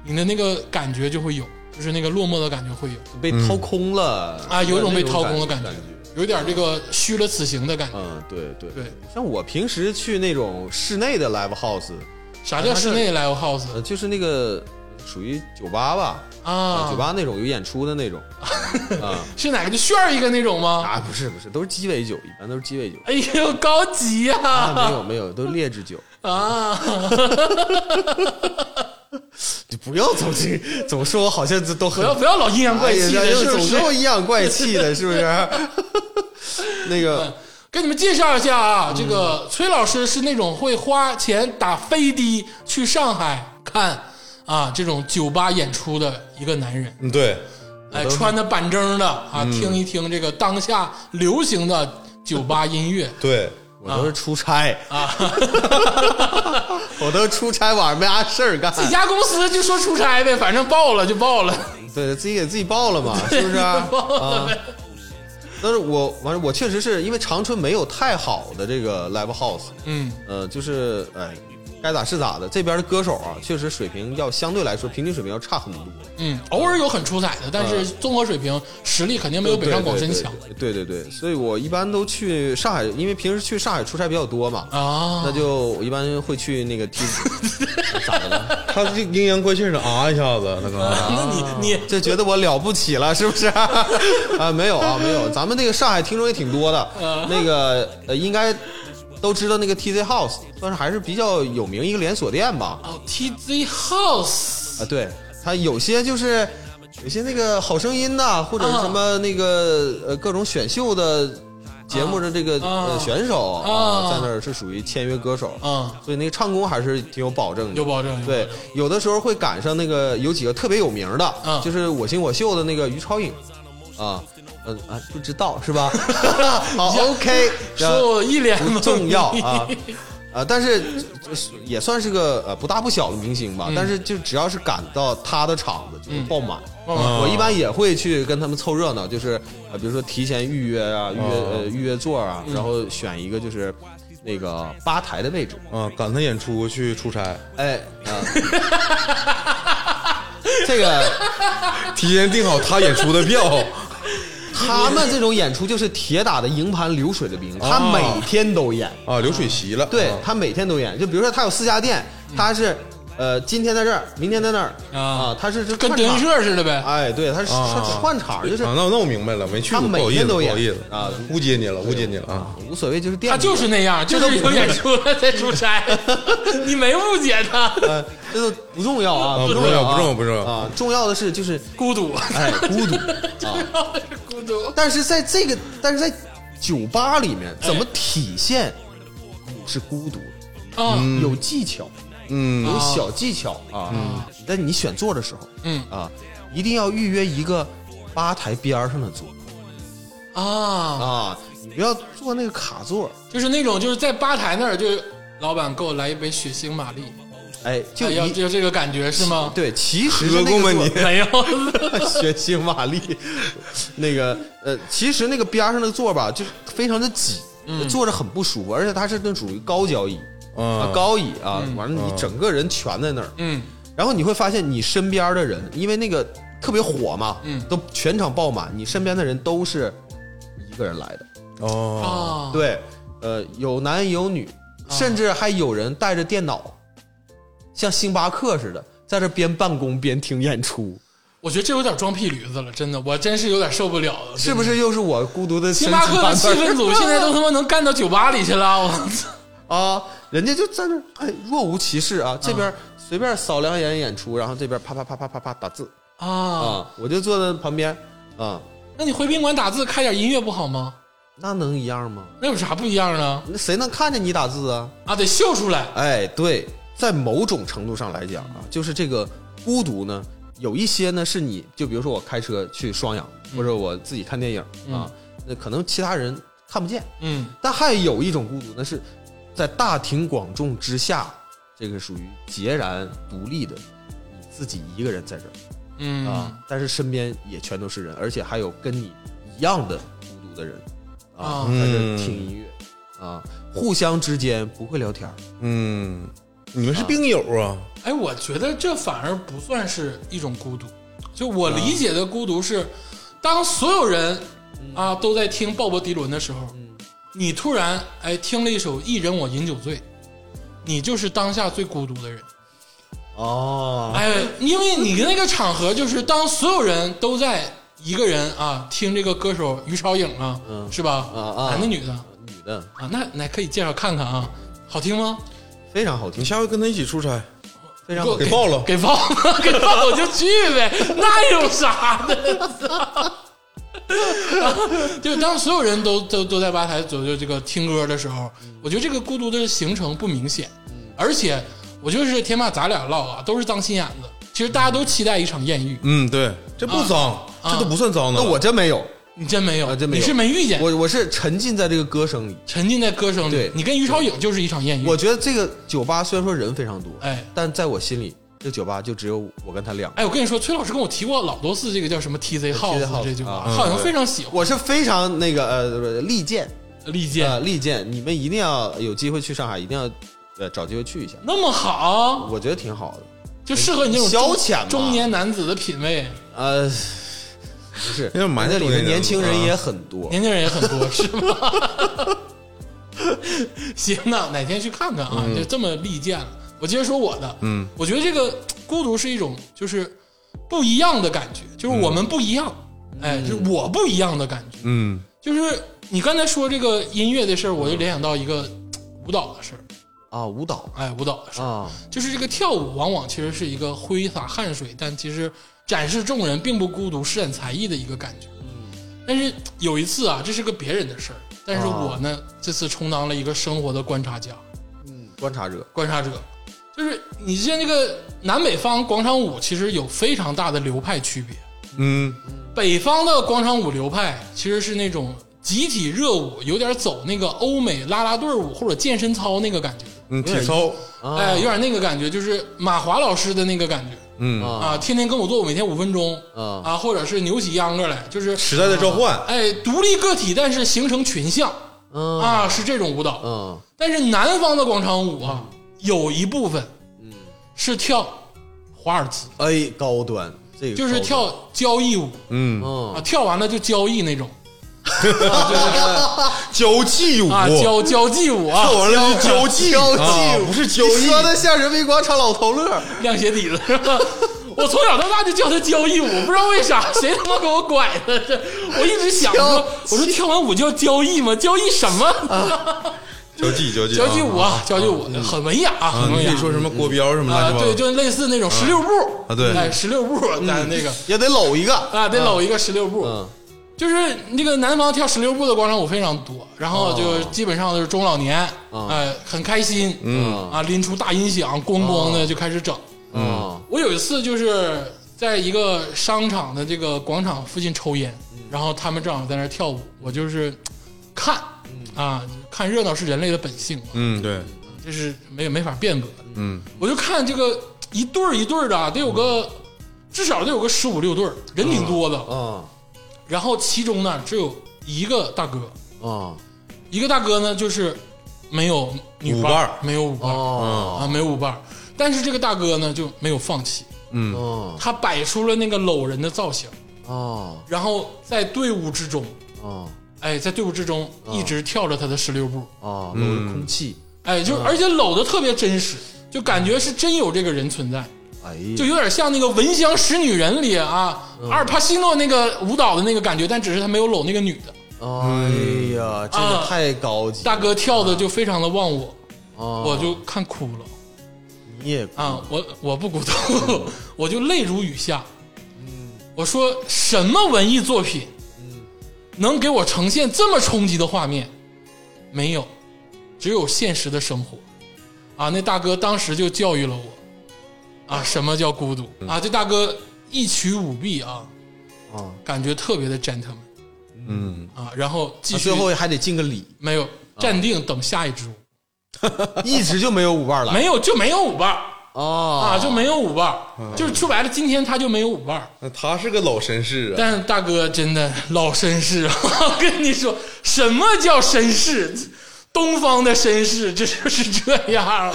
[SPEAKER 2] 你的那个感觉就会有，就是那个落寞的感觉会有
[SPEAKER 4] 被掏空了
[SPEAKER 2] 啊，有一种被掏空的
[SPEAKER 4] 感
[SPEAKER 2] 觉，有一点这个虚了此行的感觉。
[SPEAKER 4] 嗯，对对
[SPEAKER 2] 对。
[SPEAKER 4] 像我平时去那种室内的 live house，
[SPEAKER 2] 啥叫室内 live house
[SPEAKER 4] 呃，就是那个属于酒吧吧，
[SPEAKER 2] 啊？
[SPEAKER 4] 酒吧那种有演出的那种，
[SPEAKER 2] 是哪个就炫一个那种吗？
[SPEAKER 4] 啊，不是不是，都是鸡尾酒，一般都是鸡尾酒。
[SPEAKER 2] 哎呦，高级呀、
[SPEAKER 4] 啊，
[SPEAKER 2] 啊！
[SPEAKER 4] 没有没有，都是劣质酒。 你不要总去总说我好像这都
[SPEAKER 2] 不
[SPEAKER 4] 很
[SPEAKER 2] 要不要老阴阳怪气
[SPEAKER 4] 哎
[SPEAKER 2] 的，
[SPEAKER 4] 呀
[SPEAKER 2] 是不
[SPEAKER 4] 总
[SPEAKER 2] 是？
[SPEAKER 4] 说我阴阳怪气的，是不 是？那个
[SPEAKER 2] 给你们介绍一下啊，这个崔老师是那种会花钱打飞的去上海看啊这种酒吧演出的一个男人，
[SPEAKER 3] 嗯，对，
[SPEAKER 2] 哎，穿的板正的啊，
[SPEAKER 4] 嗯
[SPEAKER 2] 听一听这个当下流行的酒吧音乐
[SPEAKER 3] 对，
[SPEAKER 4] 我都是出差啊， 我都出差，晚上没啥事儿干，
[SPEAKER 2] 自己家公司就说出差呗，反正报了就报 了，
[SPEAKER 4] 对自己给自己报了嘛，是不是啊？
[SPEAKER 2] 报了
[SPEAKER 4] 啊
[SPEAKER 2] 呗。
[SPEAKER 4] 但是我完了，我确实是因为长春没有太好的这个 live house，
[SPEAKER 2] 嗯，
[SPEAKER 4] 呃，就是哎，该咋是咋的。这边的歌手啊，确实水平要相对来说平均水平要差很多，
[SPEAKER 2] 嗯，偶尔有很出彩的，但是综合水平实力肯定没有北上广深强
[SPEAKER 4] 对对对，所以我一般都去上海，因为平时去上海出差比较多嘛，
[SPEAKER 2] 啊
[SPEAKER 4] 那。就我一般会去 那个 T，咋的了？
[SPEAKER 3] 他这阴阳怪气的啊一下子，他刚才
[SPEAKER 2] 那
[SPEAKER 4] 啊
[SPEAKER 2] 你你
[SPEAKER 4] 就觉得我了不起了，是不 是？啊，没有啊，没有，咱们那个上海听众也挺多的，
[SPEAKER 2] 嗯
[SPEAKER 4] 那个呃，应该都知道那个 TZ House，算是还是比较有名一个连锁店吧。
[SPEAKER 2] 哦，TZ House
[SPEAKER 4] 啊，对，它有些就是有些那个好声音呐、或者是什么那个呃各种选秀的节目的这个、
[SPEAKER 2] 啊
[SPEAKER 4] 呃选手
[SPEAKER 2] 啊
[SPEAKER 4] 在那儿是属于签约歌手。
[SPEAKER 2] 啊，
[SPEAKER 4] 所以那个唱功还是挺有保证的，
[SPEAKER 2] 有保证有保
[SPEAKER 4] 对
[SPEAKER 2] 证，
[SPEAKER 4] 有的时候会赶上那个有几个特别有名的，
[SPEAKER 2] 嗯
[SPEAKER 4] 就是我行我秀的那个于超颖，啊，嗯啊，不知道 是吧？好，OK，呃
[SPEAKER 2] 说我一脸
[SPEAKER 4] 不
[SPEAKER 2] 懵
[SPEAKER 4] 重要啊。啊，但是就是也算是个呃不大不小的明星
[SPEAKER 2] 嗯
[SPEAKER 4] 吧，但是就只要是赶到他的场子就是爆满。嗯
[SPEAKER 2] 爆满嗯
[SPEAKER 4] 我一般也会去跟他们凑热闹，就是呃比如说提前预约啊，预约、
[SPEAKER 2] 嗯
[SPEAKER 4] 呃预约座啊，然后选一个就是那个吧台的位置。
[SPEAKER 3] 啊，赶他演出去出差，
[SPEAKER 4] 哎啊， 这个
[SPEAKER 3] 提前订好他演出的 票，
[SPEAKER 4] 他们这种演出就是铁打的营盘流水的兵，他
[SPEAKER 3] 哦
[SPEAKER 4] 每天都演。
[SPEAKER 3] 啊，流水席了，
[SPEAKER 4] 对
[SPEAKER 3] 啊
[SPEAKER 4] 他每天都演，就比如说他有四家店，
[SPEAKER 3] 嗯
[SPEAKER 4] 他是呃今天在这儿，明天在那儿
[SPEAKER 2] 啊
[SPEAKER 4] 啊，他是就
[SPEAKER 2] 跟
[SPEAKER 4] 串
[SPEAKER 2] 德云
[SPEAKER 4] 场
[SPEAKER 2] 社似的呗。
[SPEAKER 4] 哎，对，他是串串场，就是
[SPEAKER 3] 啊，那那我明白了，没去过，
[SPEAKER 4] 他
[SPEAKER 3] 不
[SPEAKER 4] 每
[SPEAKER 3] 好意思，
[SPEAKER 4] 天都
[SPEAKER 3] 不
[SPEAKER 4] 演
[SPEAKER 3] 好意思
[SPEAKER 4] 啊
[SPEAKER 3] 误解你了，误解你了啊。
[SPEAKER 4] 无所谓，就是店
[SPEAKER 2] 他
[SPEAKER 4] 里的，
[SPEAKER 2] 就是那样，就
[SPEAKER 4] 都
[SPEAKER 2] 是有
[SPEAKER 4] 不
[SPEAKER 2] 演出了才出 差，你没误解他。
[SPEAKER 4] 呃，这都不重要啊，
[SPEAKER 3] 啊不重要
[SPEAKER 4] 要啊，
[SPEAKER 3] 不重要不重要
[SPEAKER 4] 啊，重要的是就是
[SPEAKER 2] 孤 独，
[SPEAKER 4] 哎孤独啊，
[SPEAKER 2] 孤独。
[SPEAKER 4] 但是在这个但是在酒吧里面
[SPEAKER 3] 哎
[SPEAKER 4] 怎么体现是孤独的？
[SPEAKER 2] 啊，
[SPEAKER 4] 有技巧，
[SPEAKER 3] 嗯，
[SPEAKER 4] 有小技巧啊。但你选座的时候，
[SPEAKER 2] 嗯
[SPEAKER 4] 啊，一定要预约一个吧台边儿上的座
[SPEAKER 2] 啊，
[SPEAKER 4] 啊，你不要坐那个卡座。
[SPEAKER 2] 就是那种就是在吧台那儿，就老板给我来一杯血腥玛丽，
[SPEAKER 4] 哎，就
[SPEAKER 2] 哎要
[SPEAKER 4] 一
[SPEAKER 2] 就这个感觉是吗？
[SPEAKER 4] 对，其实
[SPEAKER 3] 喝过吗你？
[SPEAKER 2] 没有，
[SPEAKER 4] 学习玛丽，那个呃，其实那个边儿上的座吧，就非常的挤，
[SPEAKER 2] 嗯
[SPEAKER 4] 坐着很不舒服，而且它是那属于高脚椅啊
[SPEAKER 3] 啊，
[SPEAKER 4] 高椅啊，完了你整个人蜷在那儿，
[SPEAKER 2] 嗯，
[SPEAKER 4] 然后你会发现你身边的人，因为那个特别火嘛，
[SPEAKER 2] 嗯
[SPEAKER 4] 都全场爆满，你身边的人都是一个人来的，
[SPEAKER 3] 哦，
[SPEAKER 2] 啊，
[SPEAKER 4] 对，呃，有男有女，甚至还有人带着电脑，像星巴克似的，在这边办公边听演出，
[SPEAKER 2] 我觉得这有点装屁驴子了，真的，我真是有点受不了了。
[SPEAKER 4] 是不是又是我孤独的
[SPEAKER 2] 星巴克的气
[SPEAKER 4] 身体版
[SPEAKER 2] 氛组现在都他妈能干到酒吧里去了，我操！
[SPEAKER 4] 本 啊？人家就在那儿哎若无其事啊，这边随便扫两眼演出，然后这边啪啪啪啪啪啪打字
[SPEAKER 2] 啊，
[SPEAKER 4] 啊，我就坐在旁边啊，
[SPEAKER 2] 那你回宾馆打字开点音乐不好吗？
[SPEAKER 4] 那能一样吗？
[SPEAKER 2] 那有啥不一样呢？
[SPEAKER 4] 那谁能看见你打字啊？
[SPEAKER 2] 啊，得秀出来。
[SPEAKER 4] 哎，对，在某种程度上来讲啊，就是这个孤独呢，有一些呢是你就比如说我开车去双阳，或者我自己看电影啊，那可能其他人看不见，
[SPEAKER 2] 嗯，
[SPEAKER 4] 但还有一种孤独，那是在大庭广众之下，这个属于孑然独立的，你自己一个人在这儿
[SPEAKER 2] 嗯
[SPEAKER 4] 啊，但是身边也全都是人，而且还有跟你一样的孤独的人啊，
[SPEAKER 2] 啊
[SPEAKER 4] 在这儿听音乐啊，互相之间不会聊天儿。
[SPEAKER 3] 嗯，你们是病友啊？
[SPEAKER 2] 哎，我觉得这反而不算是一种孤独。就
[SPEAKER 4] 啊
[SPEAKER 2] 我理解的孤独是，当所有人
[SPEAKER 4] 嗯
[SPEAKER 2] 啊都在听鲍勃迪伦的时候，你突然哎听了一首《一人我饮酒醉》，你就是当下最孤独的人。哦
[SPEAKER 4] 哦，啊
[SPEAKER 2] 哎，因为你那个场合就是当所有人都在一个人啊听这个歌手于超颖啊，
[SPEAKER 4] 嗯
[SPEAKER 2] 是吧？
[SPEAKER 4] 啊啊
[SPEAKER 2] 男的女的
[SPEAKER 4] 女的
[SPEAKER 2] 啊，那那可以介绍看看啊，好听吗？
[SPEAKER 4] 非常好听
[SPEAKER 3] 你，下回跟他一起出差，
[SPEAKER 4] 非常
[SPEAKER 2] 给
[SPEAKER 4] 好
[SPEAKER 2] 我
[SPEAKER 4] 听。
[SPEAKER 3] 给报了。
[SPEAKER 2] 给报给报我就去呗，那有啥的？就当所有人都都都在吧台左右这个听歌的时候，我觉得这个孤独的行程不明显，而且我就是天霸，咱俩唠啊，都是当心眼子。其实大家都期待一场艳遇，
[SPEAKER 3] 嗯，对，这不脏，这都不算脏的
[SPEAKER 4] 那
[SPEAKER 3] 了。
[SPEAKER 4] 我真没有，
[SPEAKER 2] 你真没有，
[SPEAKER 4] 啊真没有
[SPEAKER 2] 你是没遇见，
[SPEAKER 4] 我我是沉浸在这个歌声里。
[SPEAKER 2] 沉浸在歌声里
[SPEAKER 4] 对。
[SPEAKER 2] 你跟于超颖就是一场艳遇，
[SPEAKER 4] 我觉得这个酒吧虽然说人非常多，
[SPEAKER 2] 哎
[SPEAKER 4] 但在我心里，这酒吧就只有我跟他两个。
[SPEAKER 2] 哎，我跟你说，崔老师跟我提过老多次这个叫什么 TZ House
[SPEAKER 4] House，
[SPEAKER 2] 这句话，
[SPEAKER 4] 啊
[SPEAKER 2] 他好像非常喜欢
[SPEAKER 4] 我是非常那个呃利剑，
[SPEAKER 2] 利
[SPEAKER 4] 呃
[SPEAKER 2] 剑，
[SPEAKER 4] 利剑，你们一定要有机会去上海，一定要呃找机会去一下，
[SPEAKER 2] 那么好，
[SPEAKER 4] 我觉得挺好的。
[SPEAKER 2] 就适合你这种
[SPEAKER 4] 消
[SPEAKER 2] 中
[SPEAKER 4] 遣嘛
[SPEAKER 2] 中年男子的品味。
[SPEAKER 4] 呃，不是，
[SPEAKER 3] 那蛮
[SPEAKER 4] 那里
[SPEAKER 3] 多
[SPEAKER 4] 面
[SPEAKER 3] 的
[SPEAKER 4] 年轻人
[SPEAKER 3] 啊
[SPEAKER 4] 也很多。
[SPEAKER 2] 年轻人也很 多，是吗？行那哪天去看看啊？
[SPEAKER 4] 嗯
[SPEAKER 2] 就这么利剑了。我接着说我的，
[SPEAKER 3] 嗯，
[SPEAKER 2] 我觉得这个孤独是一种就是不一样的感觉，就是我们不一样，
[SPEAKER 4] 嗯
[SPEAKER 2] 哎，就是我不一样的感觉。
[SPEAKER 3] 嗯
[SPEAKER 2] 就是你刚才说这个音乐的事儿，我就联想到一个舞蹈的事儿，
[SPEAKER 4] 啊，舞蹈
[SPEAKER 2] 哎，舞蹈的事儿，
[SPEAKER 4] 啊，
[SPEAKER 2] 就是这个跳舞往往其实是一个挥洒汗水，但其实展示众人并不孤独，施展才艺的一个感觉。但是有一次啊，这是个别人的事儿，但是我呢，这次充当了一个生活的观察家、
[SPEAKER 4] 嗯，观察者，
[SPEAKER 2] 观察者。就是你像这个南北方广场舞，其实有非常大的流派区别。
[SPEAKER 3] 嗯
[SPEAKER 2] 北方的广场舞流派其实是那种集体热舞，有点走那个欧美啦啦队舞或者健身操那个感觉，
[SPEAKER 3] 嗯，体操，
[SPEAKER 4] 啊
[SPEAKER 2] 哎，有点那个感觉，就是马华老师的那个感觉。
[SPEAKER 3] 嗯，
[SPEAKER 4] 啊
[SPEAKER 2] 啊，天天跟我做，每天五分钟
[SPEAKER 4] 啊
[SPEAKER 2] 啊，或者是扭起秧歌来，就是
[SPEAKER 3] 时代的召唤，
[SPEAKER 2] 哎，独立个体，但是形成群像
[SPEAKER 4] 嗯
[SPEAKER 2] 啊，是这种舞蹈。
[SPEAKER 4] 嗯
[SPEAKER 2] 但是南方的广场舞啊，有一部分
[SPEAKER 4] 嗯
[SPEAKER 2] 是跳华尔兹，
[SPEAKER 4] ，A 哎高端，这个
[SPEAKER 2] 就是
[SPEAKER 4] 高
[SPEAKER 2] 跳交谊舞
[SPEAKER 3] 嗯，
[SPEAKER 4] 端，
[SPEAKER 2] 啊，
[SPEAKER 4] 嗯，
[SPEAKER 2] 跳完了就交易那种
[SPEAKER 3] 交际
[SPEAKER 4] 嗯
[SPEAKER 3] 舞，
[SPEAKER 2] 啊，交交际舞啊
[SPEAKER 3] 跳，完了就交际，
[SPEAKER 4] 交际
[SPEAKER 3] 啊
[SPEAKER 4] 舞
[SPEAKER 3] 不是交
[SPEAKER 4] 你
[SPEAKER 3] 易，
[SPEAKER 4] 说的像人民广场老头乐，
[SPEAKER 2] 亮鞋底子 是吧？我从小到大就叫他交谊舞，不知道为 啥，谁他妈给我拐的？这我一直想
[SPEAKER 4] 交
[SPEAKER 2] 说，我说跳完舞叫交谊吗？交谊什么？
[SPEAKER 4] 啊
[SPEAKER 3] 交际交际
[SPEAKER 2] 交际舞
[SPEAKER 3] 啊，
[SPEAKER 2] 啊，交际舞很文雅，啊，
[SPEAKER 3] 啊
[SPEAKER 2] 很文
[SPEAKER 3] 你
[SPEAKER 2] 雅
[SPEAKER 3] 可以说什么国标什么
[SPEAKER 2] 啊
[SPEAKER 3] 乱，七八
[SPEAKER 2] 对，
[SPEAKER 3] 糟，
[SPEAKER 2] 就类似那种十六步
[SPEAKER 3] 啊对嗯
[SPEAKER 2] 哎，十六步，咱那个
[SPEAKER 4] 也得搂一个，
[SPEAKER 2] 啊，得搂一个十六步，
[SPEAKER 4] 嗯
[SPEAKER 2] 就是那个南方跳十六步的广场舞非常多，然后就基本上就是中老年，哎，很开心，
[SPEAKER 4] 嗯
[SPEAKER 2] 啊，拎出大音响，咣咣的就开始整。
[SPEAKER 4] 嗯
[SPEAKER 2] 我有一次就是在一个商场的这个广场附近抽烟，然后他们正好在那儿跳舞，我就是看啊，看热闹是人类的本性嘛，
[SPEAKER 3] 嗯，对，
[SPEAKER 2] 这是没没法辩驳的。
[SPEAKER 3] 嗯，
[SPEAKER 2] 我就看这个一对儿一对儿的啊，得有个至少得有个十五六对儿，人挺多的。
[SPEAKER 4] 嗯
[SPEAKER 2] 然后其中呢，只有一个大哥，
[SPEAKER 4] 嗯
[SPEAKER 2] 一个大哥呢就是没有女
[SPEAKER 3] 舞
[SPEAKER 2] 伴
[SPEAKER 3] 伴
[SPEAKER 2] 儿
[SPEAKER 3] 儿，
[SPEAKER 2] 没有舞伴儿
[SPEAKER 4] 哦
[SPEAKER 2] 啊，没有舞伴儿。但是这个大哥呢就没有放弃，
[SPEAKER 3] 嗯，
[SPEAKER 4] 嗯
[SPEAKER 2] 他摆出了那个搂人的造型，
[SPEAKER 4] 哦
[SPEAKER 2] 然后在队伍之中，
[SPEAKER 4] 哦
[SPEAKER 2] 哎，在队伍之中一直跳着他的十六步，
[SPEAKER 4] 哦，搂着空气，
[SPEAKER 2] 哎，就而且搂的特别真实，就感觉是真有这个人存在。
[SPEAKER 4] 哎呀
[SPEAKER 2] 就，有点像那个《闻香识女人》里啊，阿尔帕西诺那个舞蹈的那个感觉，但只是他没有搂那个女的。
[SPEAKER 4] 哎呀，真
[SPEAKER 2] 啊
[SPEAKER 4] 是太高级了，
[SPEAKER 2] 大哥跳的就非常的忘我，
[SPEAKER 4] 哦，
[SPEAKER 2] 我就看哭了
[SPEAKER 4] 你也
[SPEAKER 2] 啊！我我不孤独，我就泪如雨下。
[SPEAKER 4] 嗯
[SPEAKER 2] 我说什么文艺作品能给我呈现这么冲击的画面？没有，只有现实的生活。啊，那大哥当时就教育了我，啊，什么叫孤独
[SPEAKER 4] 嗯
[SPEAKER 2] 啊？这大哥一曲舞弊啊，
[SPEAKER 4] 啊，
[SPEAKER 2] 感觉特别的 gentleman，嗯啊，然后继
[SPEAKER 4] 啊
[SPEAKER 2] 续、
[SPEAKER 4] 最后啊还得敬个礼，
[SPEAKER 2] 没有站定等下一支舞，
[SPEAKER 4] 一直就没有舞伴来
[SPEAKER 2] 没有就没有舞伴儿啊，
[SPEAKER 4] 啊
[SPEAKER 2] 就没有舞伴儿，就是说白了，今天他就没有舞伴儿。
[SPEAKER 3] 那他是个老绅士啊，
[SPEAKER 2] 但是大哥真的老绅士 啊，我跟你说，什么叫绅士？东方的绅士，这就是这样。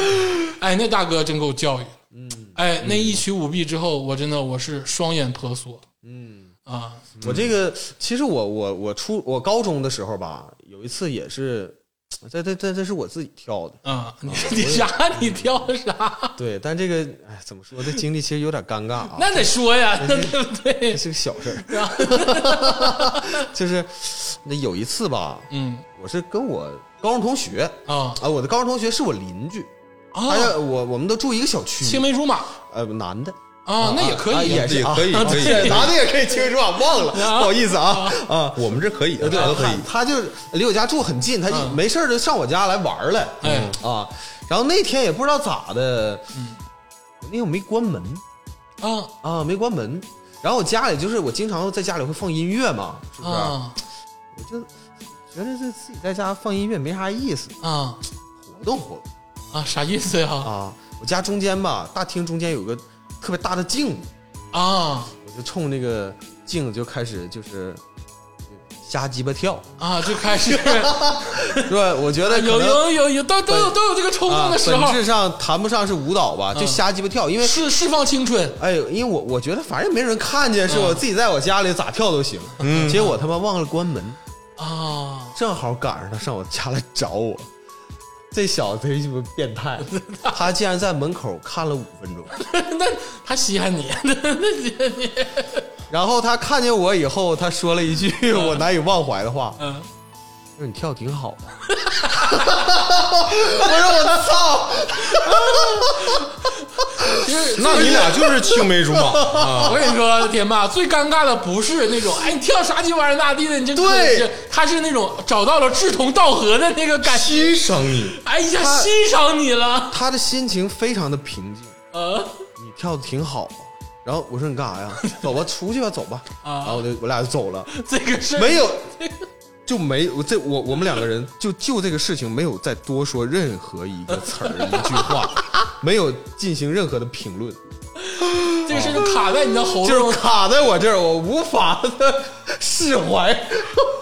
[SPEAKER 2] 哎，那大哥真给我教育了。哎，那一曲舞弊之后，我真的我是双眼婆娑。嗯啊，
[SPEAKER 4] 我这个其实我我我初我高中的时候吧，有一次也是，这这这这是我自己挑 的。
[SPEAKER 2] 啊，你你啥？你挑啥？
[SPEAKER 4] 对，但这个哎，怎么说？这经历其实有点尴尬啊。
[SPEAKER 2] 那得说呀，那对不对
[SPEAKER 4] 这？是个小事儿， 就是那有一次吧，
[SPEAKER 2] 嗯
[SPEAKER 4] 我是跟我高中同学
[SPEAKER 2] 啊
[SPEAKER 4] 啊，我的高中同学是我邻居，
[SPEAKER 2] 啊
[SPEAKER 4] 哎，呀，我我们都住一个小区
[SPEAKER 2] 青，梅竹马
[SPEAKER 4] 呃，男的，
[SPEAKER 2] 啊，那也可
[SPEAKER 4] 啊
[SPEAKER 2] 以，
[SPEAKER 4] 也是
[SPEAKER 3] 也可以
[SPEAKER 4] 啊
[SPEAKER 3] 可以
[SPEAKER 4] 对男的也可以青梅竹马，忘了，不好意思啊啊，
[SPEAKER 3] 我们这可以，
[SPEAKER 4] 对，
[SPEAKER 3] 啥都可以。
[SPEAKER 4] 他他就离我家住很近，他一
[SPEAKER 2] 嗯
[SPEAKER 4] 没事儿就上我家来玩儿来，
[SPEAKER 2] 哎
[SPEAKER 4] 啊，然后那天也不知道咋的，
[SPEAKER 3] 嗯
[SPEAKER 4] 因为我没关门
[SPEAKER 2] 啊
[SPEAKER 4] 啊，没关门，然后我家里就是我经常在家里会放音乐嘛，是不是？
[SPEAKER 2] 啊
[SPEAKER 4] 我就觉得这自己在家放音乐没啥意思，
[SPEAKER 2] 啊
[SPEAKER 4] 活动活动
[SPEAKER 2] 啊，啥意思呀？
[SPEAKER 4] 啊。我家中间吧，大厅中间有个特别大的镜子，
[SPEAKER 2] 啊
[SPEAKER 4] 我就冲那个镜子就开始就是瞎鸡巴跳，
[SPEAKER 2] 啊，就开 始
[SPEAKER 4] 是吧？我觉得可
[SPEAKER 2] 啊有
[SPEAKER 4] 能
[SPEAKER 2] 有有有，都都有都有这个冲动
[SPEAKER 4] 啊
[SPEAKER 2] 的，时
[SPEAKER 4] 本
[SPEAKER 2] 候，
[SPEAKER 4] 质上谈不上是舞蹈吧，就
[SPEAKER 2] 嗯
[SPEAKER 4] 瞎鸡巴跳，因为。
[SPEAKER 2] 释释放青春
[SPEAKER 4] 哎，因为我我觉得反正也没人看见，是我
[SPEAKER 2] 嗯
[SPEAKER 4] 自己在我家里咋跳都行。嗯，结果他妈忘了关门，
[SPEAKER 2] 啊！
[SPEAKER 4] 正好赶上他上我家来找我，这小子贼鸡巴变 态，他竟然在门口看了五分钟，
[SPEAKER 2] 那他稀罕你，
[SPEAKER 4] 然后他看见我以后，他说了一句我难以忘怀的话，
[SPEAKER 2] 嗯，
[SPEAKER 4] 他说你跳得挺好的。 我说我操，
[SPEAKER 2] 就是
[SPEAKER 3] 那你俩就是青梅竹马 啊！
[SPEAKER 2] 我跟你说，天霸最尴尬的不是那种，哎，你跳啥鸡巴玩意儿咋地的，你这
[SPEAKER 4] 对
[SPEAKER 2] 这他是那种找到了志同道合的那个感觉，
[SPEAKER 3] 啊欣赏你，
[SPEAKER 2] 哎呀，
[SPEAKER 4] 他
[SPEAKER 2] 欣赏你了，
[SPEAKER 4] 他的心情非常的平静，
[SPEAKER 2] 呃，
[SPEAKER 4] 你跳的挺好啊。然后我说你干啥呀？走吧， 出去吧，走吧。
[SPEAKER 2] 啊
[SPEAKER 4] 然后我就我俩就走了，
[SPEAKER 2] 这个事儿
[SPEAKER 4] 没 有，就没我这我我们两个人就就这个事情没有再多说任何一个词儿一句话，没有进行任何的评论，
[SPEAKER 2] 这个事儿就卡在你的喉
[SPEAKER 4] 就
[SPEAKER 2] 咙
[SPEAKER 4] 是，卡在我这儿，我无法的释怀。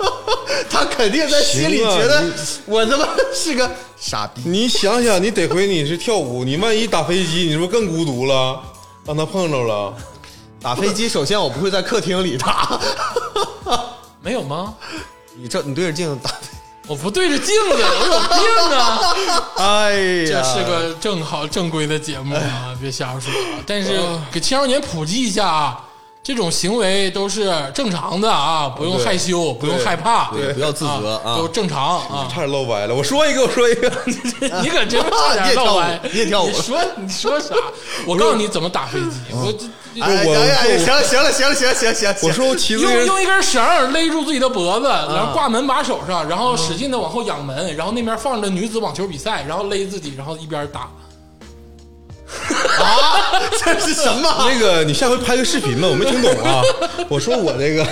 [SPEAKER 4] 他肯定在心里
[SPEAKER 3] 行啊
[SPEAKER 4] 觉得
[SPEAKER 3] 你
[SPEAKER 4] 我他妈是个傻逼。
[SPEAKER 3] 你想想，你得 亏你是跳舞，你万一打飞机，你是不是更孤独了？让他碰着了，
[SPEAKER 4] 打飞机，首先我不会在客厅里打，
[SPEAKER 2] 没有吗？
[SPEAKER 4] 你这你对着镜子打，
[SPEAKER 2] 我不对着镜子，我有病啊！
[SPEAKER 4] 哎呀，
[SPEAKER 2] 这是个正好正规的节目
[SPEAKER 4] 哎
[SPEAKER 2] 啊，别瞎说啊。但是
[SPEAKER 4] 呃
[SPEAKER 2] 给青少年普及一下啊，这种行为都是正常的啊，不用害羞，不用害怕，
[SPEAKER 4] 对，不要自责啊
[SPEAKER 2] 都正常啊。
[SPEAKER 3] 差点露歪了。我说一个，我说一 个，
[SPEAKER 2] 你可真差点闹歪，
[SPEAKER 4] 你也跳舞
[SPEAKER 2] 你说你说啥？我告诉你怎么打飞机，我这
[SPEAKER 4] 哎，
[SPEAKER 3] 我
[SPEAKER 4] 哎呀
[SPEAKER 3] 我
[SPEAKER 4] 行了行了行了行了行了行了，
[SPEAKER 3] 我说我骑自行
[SPEAKER 2] 用
[SPEAKER 3] 车，
[SPEAKER 2] 用一根绳儿勒住自己的脖子，
[SPEAKER 4] 啊
[SPEAKER 2] 然后挂门把手上，然
[SPEAKER 4] 嗯
[SPEAKER 2] 后使劲的往后仰门，然后那边放着女子网球比赛，然后勒自己，然后一边打。
[SPEAKER 4] 这是什么？
[SPEAKER 3] 那个你下回拍个视频吧，我没听懂啊。我说我 这个，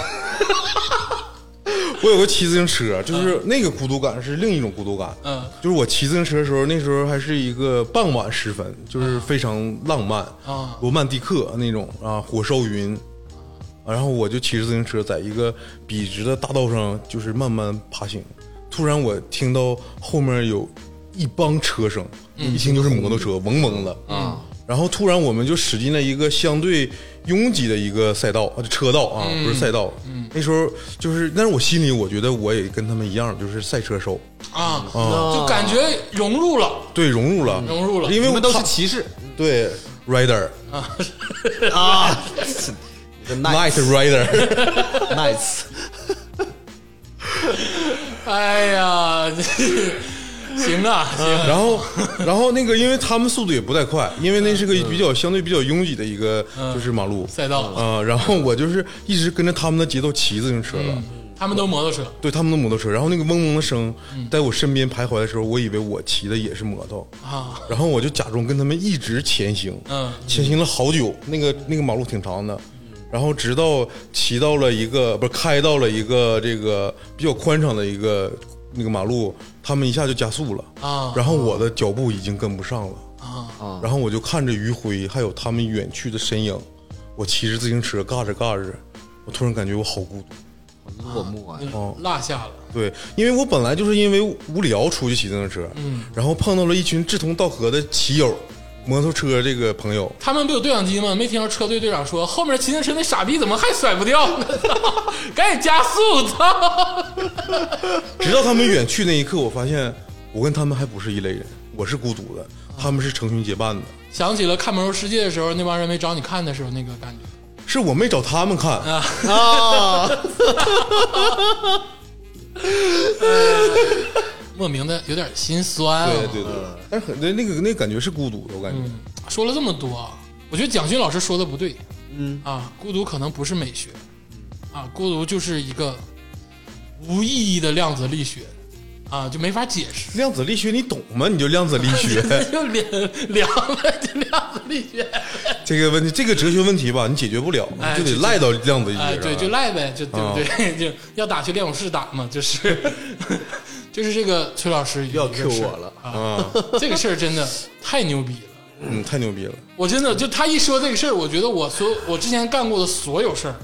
[SPEAKER 3] 我有个骑自行车，
[SPEAKER 4] 嗯
[SPEAKER 3] 就是那个孤独感是另一种孤独感。
[SPEAKER 2] 嗯
[SPEAKER 3] 就是我骑自行车的时候，那时候还是一个傍晚时分，
[SPEAKER 4] 嗯
[SPEAKER 3] 就是非常浪漫
[SPEAKER 2] 啊
[SPEAKER 3] 罗曼蒂克那种啊，火烧云。啊然后我就骑着自行车，在一个笔直的大道上，就是慢慢爬行。突然，我听到后面有一帮车声，
[SPEAKER 4] 嗯
[SPEAKER 3] 一听就是摩托车，嗡嗡的啊。然后突然，我们就驶进了一个相对拥挤的一个赛道，啊车道啊，
[SPEAKER 4] 嗯
[SPEAKER 3] 不是赛道。那时候就是，但是我心里我觉得我也跟他们一样，就是赛车手。
[SPEAKER 2] 啊，
[SPEAKER 4] 嗯
[SPEAKER 2] 就感觉融入了，
[SPEAKER 3] 对，融入了，
[SPEAKER 2] 融入了
[SPEAKER 3] 因为
[SPEAKER 4] 你们都
[SPEAKER 3] 他
[SPEAKER 4] 是骑士
[SPEAKER 3] 对 rider
[SPEAKER 4] 啊
[SPEAKER 3] night rider，
[SPEAKER 4] ，nice，nice，
[SPEAKER 2] 哎呀， 行啊，行啊
[SPEAKER 3] 然后然后那个，因为他们速度也不太快，因为那是个比较相对比较拥挤的一个就是马路
[SPEAKER 2] 赛道，
[SPEAKER 3] 啊、然后我就是一直跟着他们的节奏骑自行车了，
[SPEAKER 2] 他们都摩托车
[SPEAKER 3] 对他们的摩托车，然后那个嗡嗡的声在我身边徘徊的时候，我以为我骑的也是摩托，
[SPEAKER 2] 啊，
[SPEAKER 3] 然后我就假装跟他们一直前行，
[SPEAKER 2] 嗯
[SPEAKER 3] 前行了好久，那个那个马路挺长的，然后直到骑到了一个不是开到了一个这个比较宽敞的一个那个马路，他们一下就加速了
[SPEAKER 2] 啊
[SPEAKER 3] 然后我的脚步已经跟不上了
[SPEAKER 2] 啊
[SPEAKER 3] 然后我就看着余晖还有他们远去的身影，我骑着自行车嘎吱嘎吱，我突然感觉我好孤独。
[SPEAKER 4] 落寞啊，
[SPEAKER 3] 哦
[SPEAKER 2] 落下了，
[SPEAKER 3] 对，因为我本来就是因为无聊出去骑自行车，然后碰到了一群志同道合的骑友，摩托车这个朋友，
[SPEAKER 2] 他们不有对讲机吗？没听到车队队长说后面骑自行车那傻逼怎么还甩不掉呢？ 赶紧加速！操！
[SPEAKER 3] 直到他们远去那一刻，我发现我跟他们还不是一类人，我是孤独的，他们是成群结伴的。
[SPEAKER 2] 想起了看《魔兽世界》的时候，那帮人没找你看的时候那个感觉。
[SPEAKER 3] 是我没找他们看，
[SPEAKER 2] 莫名的有点心酸、啊。
[SPEAKER 3] 对对对，但是很那那个那个感觉是孤独的，我感觉。
[SPEAKER 2] 说了这么多，我觉得蒋勋老师说的不对。嗯啊，孤独可能不是美学，啊，孤独就是一个无意义的量子力学，啊，就没法解释。
[SPEAKER 3] 量子力学你懂吗？你就量子力 学
[SPEAKER 2] 就量量呗，就量子力学，啊
[SPEAKER 3] 这个问题，这个哲学问题吧，你解决不了，
[SPEAKER 2] 哎
[SPEAKER 3] 你就得赖到量子力学上
[SPEAKER 2] 哎，
[SPEAKER 4] 啊
[SPEAKER 3] 了。
[SPEAKER 2] 对，就赖呗，就对
[SPEAKER 4] 哦
[SPEAKER 2] 不对？ 就要打去练武室打嘛，就是 就是这个崔老师
[SPEAKER 4] 要
[SPEAKER 2] 有一个
[SPEAKER 4] Q
[SPEAKER 2] 事儿
[SPEAKER 4] 我了，
[SPEAKER 3] 啊，
[SPEAKER 2] 这个事儿真的太牛逼了。
[SPEAKER 3] 嗯，太牛逼了。
[SPEAKER 2] 我真的就他一说这个事儿，我觉得我所我之前干过的所有事儿，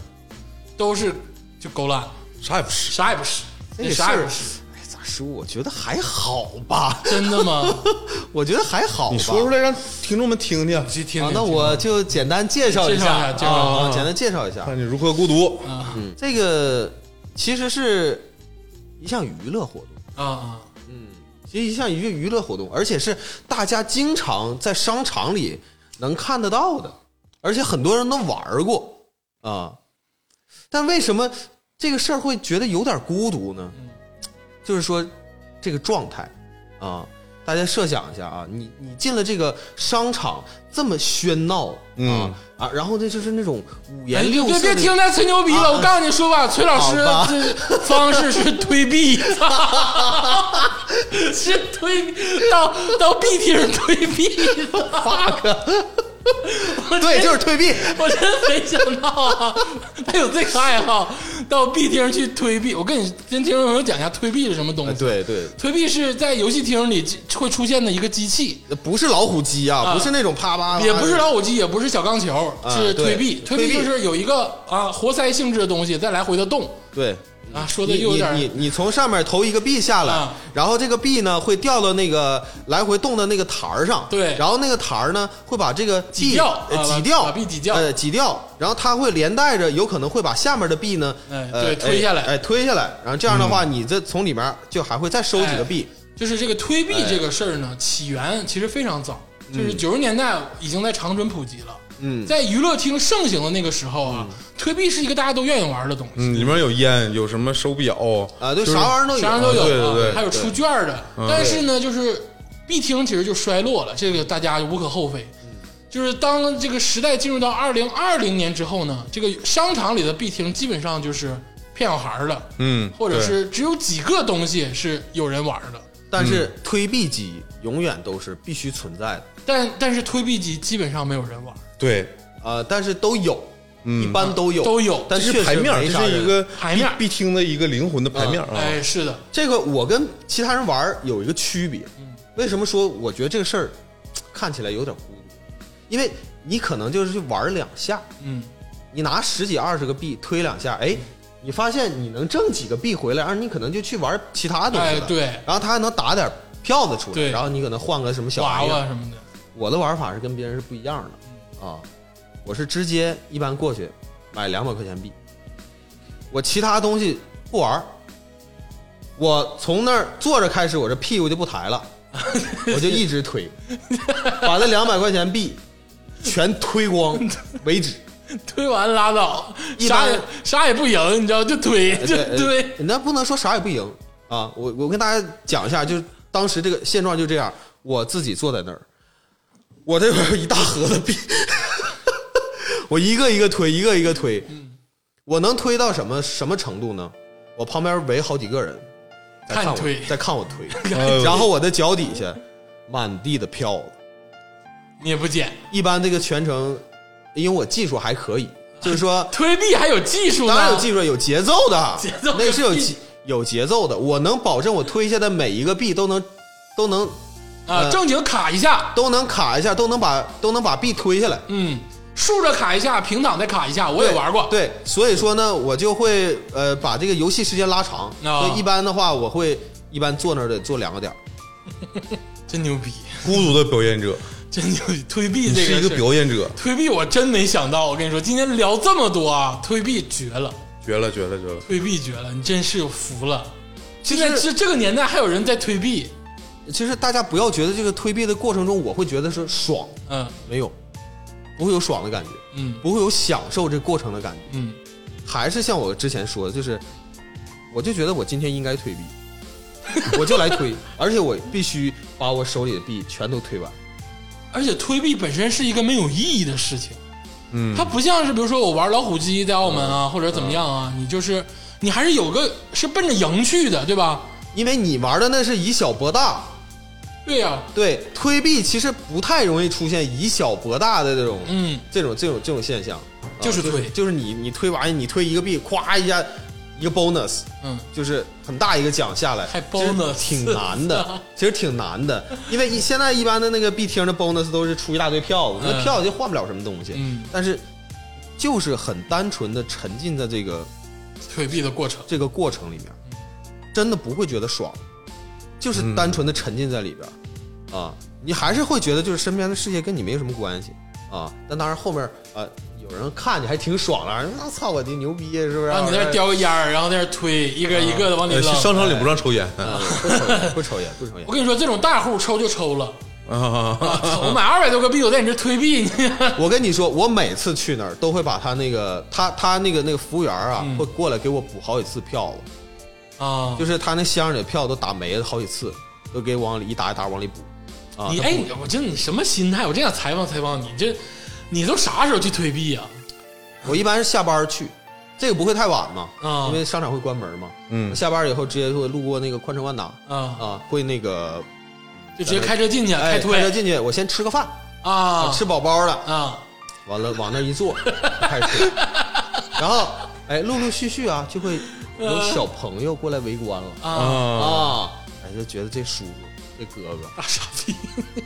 [SPEAKER 2] 都是就勾烂，
[SPEAKER 3] 啥也不是，
[SPEAKER 2] 啥也不是，
[SPEAKER 4] 这个事
[SPEAKER 2] 啥也
[SPEAKER 4] 儿
[SPEAKER 2] 不是，，
[SPEAKER 4] 哎，咋说？我觉得还好吧，
[SPEAKER 2] 真的吗？
[SPEAKER 4] 我觉得还好吧。
[SPEAKER 3] 你说出来让听众们听听，
[SPEAKER 2] 去听
[SPEAKER 4] 啊，那我就简单介绍一下，
[SPEAKER 2] 介绍一下介绍一下
[SPEAKER 4] 啊，简单介绍一下。
[SPEAKER 3] 看你如何孤独。
[SPEAKER 2] 啊
[SPEAKER 4] 这个其实是一项娱乐活
[SPEAKER 2] 啊
[SPEAKER 4] 动，
[SPEAKER 2] 啊！
[SPEAKER 4] 其实一项娱娱乐活动，而且是大家经常在商场里能看得到的，而且很多人都玩过啊。但为什么这个事儿会觉得有点孤独呢？就是说这个状态啊，大家设想一下啊，你你进了这个商场这么喧闹啊、
[SPEAKER 3] 嗯
[SPEAKER 4] 啊，然后这就是那种五
[SPEAKER 2] 哎
[SPEAKER 4] 颜
[SPEAKER 2] 别
[SPEAKER 4] 六色
[SPEAKER 2] 别
[SPEAKER 4] 的，
[SPEAKER 2] 别听他吹牛逼了，我告诉你说吧，崔老师
[SPEAKER 4] 啊好吧
[SPEAKER 2] 这方式是推币， 是推到到币厅推币，
[SPEAKER 4] 对，就是退避。
[SPEAKER 2] 我真没想到啊，他有这个爱好，到 B 厅去推币。我跟你跟听众朋友讲一下，推币是什么东西？，
[SPEAKER 4] 啊对对，
[SPEAKER 2] 推币是在游戏厅里会出现的一个机器，
[SPEAKER 4] 不是老虎机啊，
[SPEAKER 2] 啊
[SPEAKER 4] 不是那种啪啪啪，
[SPEAKER 2] 也不是老虎机，也不是小钢球，
[SPEAKER 4] 啊
[SPEAKER 2] 是推币。推
[SPEAKER 4] 对推
[SPEAKER 2] 币
[SPEAKER 4] 币
[SPEAKER 2] 就是有一个啊活塞性质的东西再来回的动
[SPEAKER 4] 对。
[SPEAKER 2] 啊，说的
[SPEAKER 4] 嗯你
[SPEAKER 2] 又有
[SPEAKER 4] 你
[SPEAKER 2] 点
[SPEAKER 4] 你你从上面投一个币下来
[SPEAKER 2] 啊，
[SPEAKER 4] 然后这个币呢会掉到那个来回动的那个台儿上，
[SPEAKER 2] 对
[SPEAKER 4] 然后那个台儿呢会把这个币
[SPEAKER 2] 挤掉
[SPEAKER 4] 呃
[SPEAKER 2] 啊
[SPEAKER 4] 挤掉，
[SPEAKER 2] 把币挤掉
[SPEAKER 4] 呃挤掉，然后它会连带着有可能会把下面的币呢，
[SPEAKER 2] 哎
[SPEAKER 4] 呃
[SPEAKER 2] 对推下来
[SPEAKER 4] 哎哎推下来，然后这样的
[SPEAKER 3] 嗯
[SPEAKER 4] 话你这从里面就还会再收
[SPEAKER 2] 哎
[SPEAKER 4] 几个币，哎
[SPEAKER 2] 就是这个推币这个事儿呢，起源其实非常早，就是九十年代已经在长春普及了。
[SPEAKER 4] 嗯
[SPEAKER 2] 在娱乐厅盛行的那个时候啊，推币是一个大家都愿意玩的东西。
[SPEAKER 3] 嗯，里面有烟，有什么手表
[SPEAKER 4] 啊对，啥玩意儿都
[SPEAKER 2] 啥
[SPEAKER 4] 有，
[SPEAKER 2] 人都有，啊
[SPEAKER 3] 对对对
[SPEAKER 2] 还有出卷儿的。但是呢，就是必听其实就衰落了，这个大家无可厚非。就是当这个时代进入到二零二零年之后呢，这个商场里的必听基本上就是骗小孩儿的，
[SPEAKER 3] 嗯，
[SPEAKER 2] 或者
[SPEAKER 3] 对
[SPEAKER 2] 是只有几个东西是有人玩儿的。
[SPEAKER 4] 但是
[SPEAKER 3] 嗯
[SPEAKER 4] 推币机永远都是必须存在的，
[SPEAKER 2] 但但是推币机基本上没有人玩儿，
[SPEAKER 3] 对，
[SPEAKER 4] 呃，但是都有，一般都有
[SPEAKER 2] 都有
[SPEAKER 4] 但
[SPEAKER 3] 嗯这是
[SPEAKER 4] 确实
[SPEAKER 3] 牌面儿，
[SPEAKER 4] 没
[SPEAKER 3] 这
[SPEAKER 4] 啥
[SPEAKER 3] 是
[SPEAKER 4] 人
[SPEAKER 3] 一个
[SPEAKER 2] 牌面儿
[SPEAKER 3] 必必听的一个灵魂的牌面儿啊。
[SPEAKER 2] 哎，是的，
[SPEAKER 4] 这个我跟其他人玩儿有一个区别，
[SPEAKER 2] 嗯
[SPEAKER 4] 为什么说我觉得这个事儿看起来有点孤独？因为你可能就是去玩儿两下，
[SPEAKER 2] 嗯，
[SPEAKER 4] 你拿十几二十个币推两下，哎，你发现你能挣几个币回来，而你可能就去玩儿其他东西
[SPEAKER 2] 哎
[SPEAKER 4] 了，，
[SPEAKER 2] 对，
[SPEAKER 4] 然后他还能打点票子出来，
[SPEAKER 2] 对
[SPEAKER 4] 然后你可能换个什么小
[SPEAKER 2] 娃
[SPEAKER 4] 玩意儿
[SPEAKER 2] 娃什么的，
[SPEAKER 4] 我的玩法是跟别人是不一样的啊，我是直接一般过去买两百块钱币，我其他东西不玩儿，我从那儿坐着开始，我这屁股就不抬了，我就一直推，把那两百块钱币全推光为止。
[SPEAKER 2] 推完拉倒，
[SPEAKER 4] 一
[SPEAKER 2] 啥
[SPEAKER 4] 般
[SPEAKER 2] 也啥也不赢，你知道，就推 就
[SPEAKER 4] 呃
[SPEAKER 2] 推。，
[SPEAKER 4] 呃那不能说啥也不赢啊！我我跟大家讲一下，就是当时这个现状就这样，我自己坐在那儿，我这边有一大盒子币， 我一个一个推，一个一个推，我能推到什么什么程度呢？我旁边围好几个人在
[SPEAKER 2] 看
[SPEAKER 4] 看
[SPEAKER 2] 你
[SPEAKER 4] 我
[SPEAKER 2] 推
[SPEAKER 4] 在 看我推，
[SPEAKER 3] 哎呦
[SPEAKER 4] 然后我的脚底下满地的票子。
[SPEAKER 2] 你也不捡，
[SPEAKER 4] 一般这个全程，因为我技术还可以，就是说
[SPEAKER 2] 推币还有技术呢，
[SPEAKER 4] 当然有技术，有节奏的，
[SPEAKER 2] 节奏
[SPEAKER 4] 那个是有
[SPEAKER 2] 有
[SPEAKER 4] 节有节奏的。我能保证我推下的每一个币都能都能
[SPEAKER 2] 啊，
[SPEAKER 4] 呃
[SPEAKER 2] 正经卡一下，
[SPEAKER 4] 都能卡一下，都能把都能把币推下来。
[SPEAKER 2] 嗯，竖着卡一下，平躺再卡一下，我也
[SPEAKER 4] 对
[SPEAKER 2] 玩过，
[SPEAKER 4] 对，所以说呢，我就会呃把这个游戏时间拉长。
[SPEAKER 2] 啊
[SPEAKER 4] 所以一般的话，我会一般坐那儿得坐两个点儿
[SPEAKER 2] 真牛逼，
[SPEAKER 3] 孤独的表演者，
[SPEAKER 2] 真牛逼，推币
[SPEAKER 3] 你
[SPEAKER 2] 这
[SPEAKER 3] 是
[SPEAKER 2] 个
[SPEAKER 3] 一个
[SPEAKER 2] 事儿
[SPEAKER 3] 表演者，
[SPEAKER 2] 推币我真没想到，我跟你说，今天聊这么多啊，推币绝了，
[SPEAKER 3] 绝了，绝了，绝了！
[SPEAKER 2] 推币绝了，你真是服了。
[SPEAKER 4] 其
[SPEAKER 2] 现
[SPEAKER 4] 实
[SPEAKER 2] 在这这个年代还有人在推币，
[SPEAKER 4] 其实大家不要觉得这个推背的过程中，我会觉得是爽，
[SPEAKER 2] 嗯
[SPEAKER 4] 没有，不会有爽的感觉，
[SPEAKER 2] 嗯
[SPEAKER 4] 不会有享受这过程的感觉。
[SPEAKER 2] 嗯
[SPEAKER 4] 还是像我之前说的，就是我就觉得我今天应该推币，我就来推，而且我必须把我手里的币全都推完。
[SPEAKER 2] 而且推币本身是一个没有意义的事情，
[SPEAKER 3] 嗯
[SPEAKER 2] 它不像是比如说我玩老虎机在澳门啊，或者怎么样啊，你就是你还是有个是奔着赢去的，对吧？
[SPEAKER 4] 因为你玩的那是以小博大，
[SPEAKER 2] 对呀、
[SPEAKER 4] 对推币其实不太容易出现以小博大的这种，
[SPEAKER 2] 嗯，
[SPEAKER 4] 这种这种这种现象，啊
[SPEAKER 2] 就是推
[SPEAKER 4] 是就是你你推完你推一个币，咵一下一个 bonus，
[SPEAKER 2] 嗯，
[SPEAKER 4] 就是很大一个奖下来，
[SPEAKER 2] 还
[SPEAKER 4] 其实
[SPEAKER 2] bonus
[SPEAKER 4] 挺 难的，其实挺难的，因为一现在一般的那个币厅的 bonus 都是出一大堆票子，
[SPEAKER 2] 嗯
[SPEAKER 4] 那票就换不了什么东西，
[SPEAKER 2] 嗯
[SPEAKER 4] 但是就是很单纯的沉浸在这个
[SPEAKER 2] 推币的过程，
[SPEAKER 4] 这个过程里面，真的不会觉得爽，就是
[SPEAKER 2] 嗯
[SPEAKER 4] 单纯的沉浸在里边、啊，你还是会觉得就是身边的世界跟你没什么关系啊。但当然后面啊，有人看你还挺爽的，那、操我的牛逼是不是？
[SPEAKER 2] 啊然后你在那儿叼个烟儿，然后在那儿推，一
[SPEAKER 4] 嗯
[SPEAKER 2] 个一个的往里
[SPEAKER 3] 呃，
[SPEAKER 2] 扔。
[SPEAKER 3] 商场里不让抽烟
[SPEAKER 4] 啊
[SPEAKER 3] 啊
[SPEAKER 4] 不抽烟，不抽烟，不抽 烟
[SPEAKER 2] 我。跟你说，这种大户抽就抽了，
[SPEAKER 3] 啊！
[SPEAKER 2] 我买二百多个币，我在你这推币，你
[SPEAKER 4] 我跟你说，我每次去那儿都会把他那个他他那个那个服务员啊，
[SPEAKER 2] 嗯
[SPEAKER 4] 会过来给我补好几次票子，
[SPEAKER 2] 啊，
[SPEAKER 4] 就是他那箱里的票都打没了好几次，都给往里一沓一沓往里补。啊，
[SPEAKER 2] 你
[SPEAKER 4] 他
[SPEAKER 2] 哎，你我这你什么心态？我真想采访采访你，这你都啥时候去推币啊呀、
[SPEAKER 4] 我一般是下班儿去，这个不会太晚嘛，
[SPEAKER 2] 啊
[SPEAKER 4] 因为商场会关门嘛。
[SPEAKER 3] 嗯
[SPEAKER 4] 下班儿以后直接会路过那个宽城万达
[SPEAKER 2] 啊？
[SPEAKER 4] 啊，会那个
[SPEAKER 2] 就直接开车进去，
[SPEAKER 4] 哎
[SPEAKER 2] 开推
[SPEAKER 4] 车进去，我先吃个饭，
[SPEAKER 2] 啊，
[SPEAKER 4] 吃饱饱了，
[SPEAKER 2] 啊，
[SPEAKER 4] 完了往那 一坐开始吃，然后哎，陆陆续续啊就会有小朋友过来围观了
[SPEAKER 2] 啊，
[SPEAKER 3] 啊，
[SPEAKER 4] 啊，哎就觉得这叔叔这哥哥
[SPEAKER 2] 大傻 逼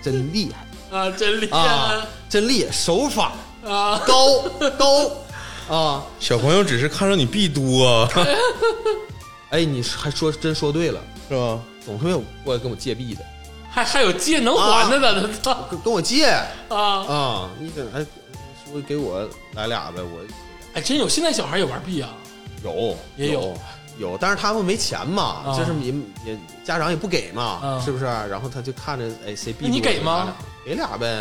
[SPEAKER 4] 真厉 害
[SPEAKER 2] 啊，真厉害
[SPEAKER 4] 啊
[SPEAKER 2] 啊！，
[SPEAKER 4] 真厉害，手法高高啊。
[SPEAKER 3] 小朋友只是看上你币 多，
[SPEAKER 4] 哎，你还说真说对了，
[SPEAKER 3] 是吧？
[SPEAKER 4] 总会有过来跟我借币的，
[SPEAKER 2] 还还有借能还的呢，他操
[SPEAKER 4] 跟跟我借
[SPEAKER 2] 啊！
[SPEAKER 4] 啊！你怎哎，说给我来俩呗，我
[SPEAKER 2] 哎，真有，现在小孩也玩币啊，
[SPEAKER 4] 有
[SPEAKER 2] 也有
[SPEAKER 4] 有有，但是他们没钱嘛，
[SPEAKER 2] 啊
[SPEAKER 4] 就是也也家长也不给嘛，
[SPEAKER 2] 啊
[SPEAKER 4] 是不是？然后他就看着哎谁币
[SPEAKER 2] 那你
[SPEAKER 4] 多
[SPEAKER 2] 给吗？
[SPEAKER 4] 给俩给俩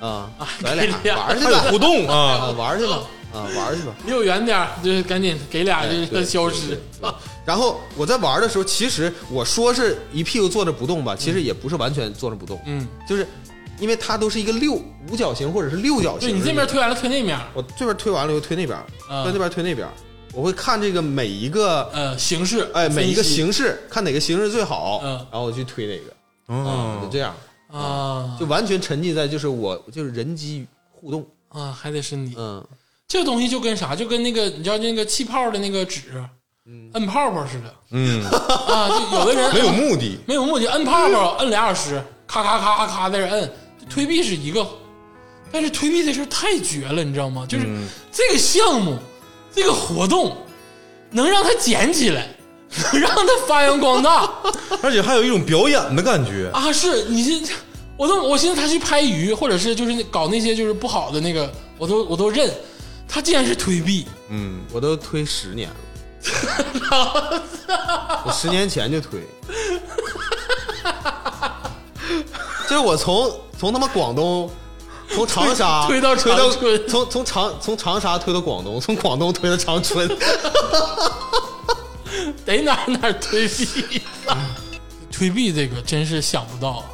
[SPEAKER 4] 呗，啊
[SPEAKER 2] 啊，
[SPEAKER 4] 来
[SPEAKER 2] 给俩哎
[SPEAKER 4] 俩玩儿 去
[SPEAKER 3] 还有互
[SPEAKER 4] 吧，
[SPEAKER 3] 动
[SPEAKER 4] 啊
[SPEAKER 3] 啊！
[SPEAKER 4] 玩儿去吧，啊玩儿去吧。
[SPEAKER 2] 离我远点儿，就是赶紧给俩
[SPEAKER 4] 哎
[SPEAKER 2] 就
[SPEAKER 4] 对
[SPEAKER 2] 消
[SPEAKER 4] 对
[SPEAKER 2] 失
[SPEAKER 4] 对对然后我在玩儿的时候，其实我说是一屁股坐着不动吧，其实也不是完全坐着不动，
[SPEAKER 2] 嗯，
[SPEAKER 4] 就是因为它都是一个六五角形或者是六角形
[SPEAKER 2] 对
[SPEAKER 4] 的那种。
[SPEAKER 2] 你这边推完了推那面儿，
[SPEAKER 4] 我这边推完了又推那边，
[SPEAKER 2] 啊
[SPEAKER 4] 推那边推那边，我会看这个每一个
[SPEAKER 2] 呃，形式
[SPEAKER 4] 哎每一个
[SPEAKER 2] 分析
[SPEAKER 4] 形式，看哪个形式最好，
[SPEAKER 2] 嗯
[SPEAKER 4] 然后我去推哪个，
[SPEAKER 3] 哦
[SPEAKER 4] 就这样，
[SPEAKER 2] 啊
[SPEAKER 4] 就完全沉浸在就是我就是人机互动，
[SPEAKER 2] 啊，还得是你
[SPEAKER 4] 嗯，
[SPEAKER 2] 这个东西就跟啥，就跟那个你知道那个气泡的那个纸，
[SPEAKER 4] 嗯
[SPEAKER 2] 摁泡泡似的
[SPEAKER 3] 嗯，
[SPEAKER 2] 啊，就有的人
[SPEAKER 3] 没有目的，
[SPEAKER 2] 没有目的，摁泡泡摁俩小时，咔咔咔咔咔在这摁，推币是一个，但是推币这事儿太绝了，你知道吗？就是
[SPEAKER 4] 嗯
[SPEAKER 2] 这个项目，这个活动，能让它捡起来，能让它发扬光大
[SPEAKER 3] 而且还有一种表演的感觉。
[SPEAKER 2] 啊！是你这，我都我寻思他去拍鱼，或者是就是那搞那些就是不好的那个，我都我都认，他竟然是推币，
[SPEAKER 3] 嗯，
[SPEAKER 4] 我都推十年了， 我十年前 就推，就是我从从他妈广东。从长 沙
[SPEAKER 2] 推推到
[SPEAKER 4] 推到
[SPEAKER 2] 长春
[SPEAKER 4] 从从长从长沙推到广东，从广东推到长春，
[SPEAKER 2] 得哪儿哪儿推币了。 推币这个真是想不到啊！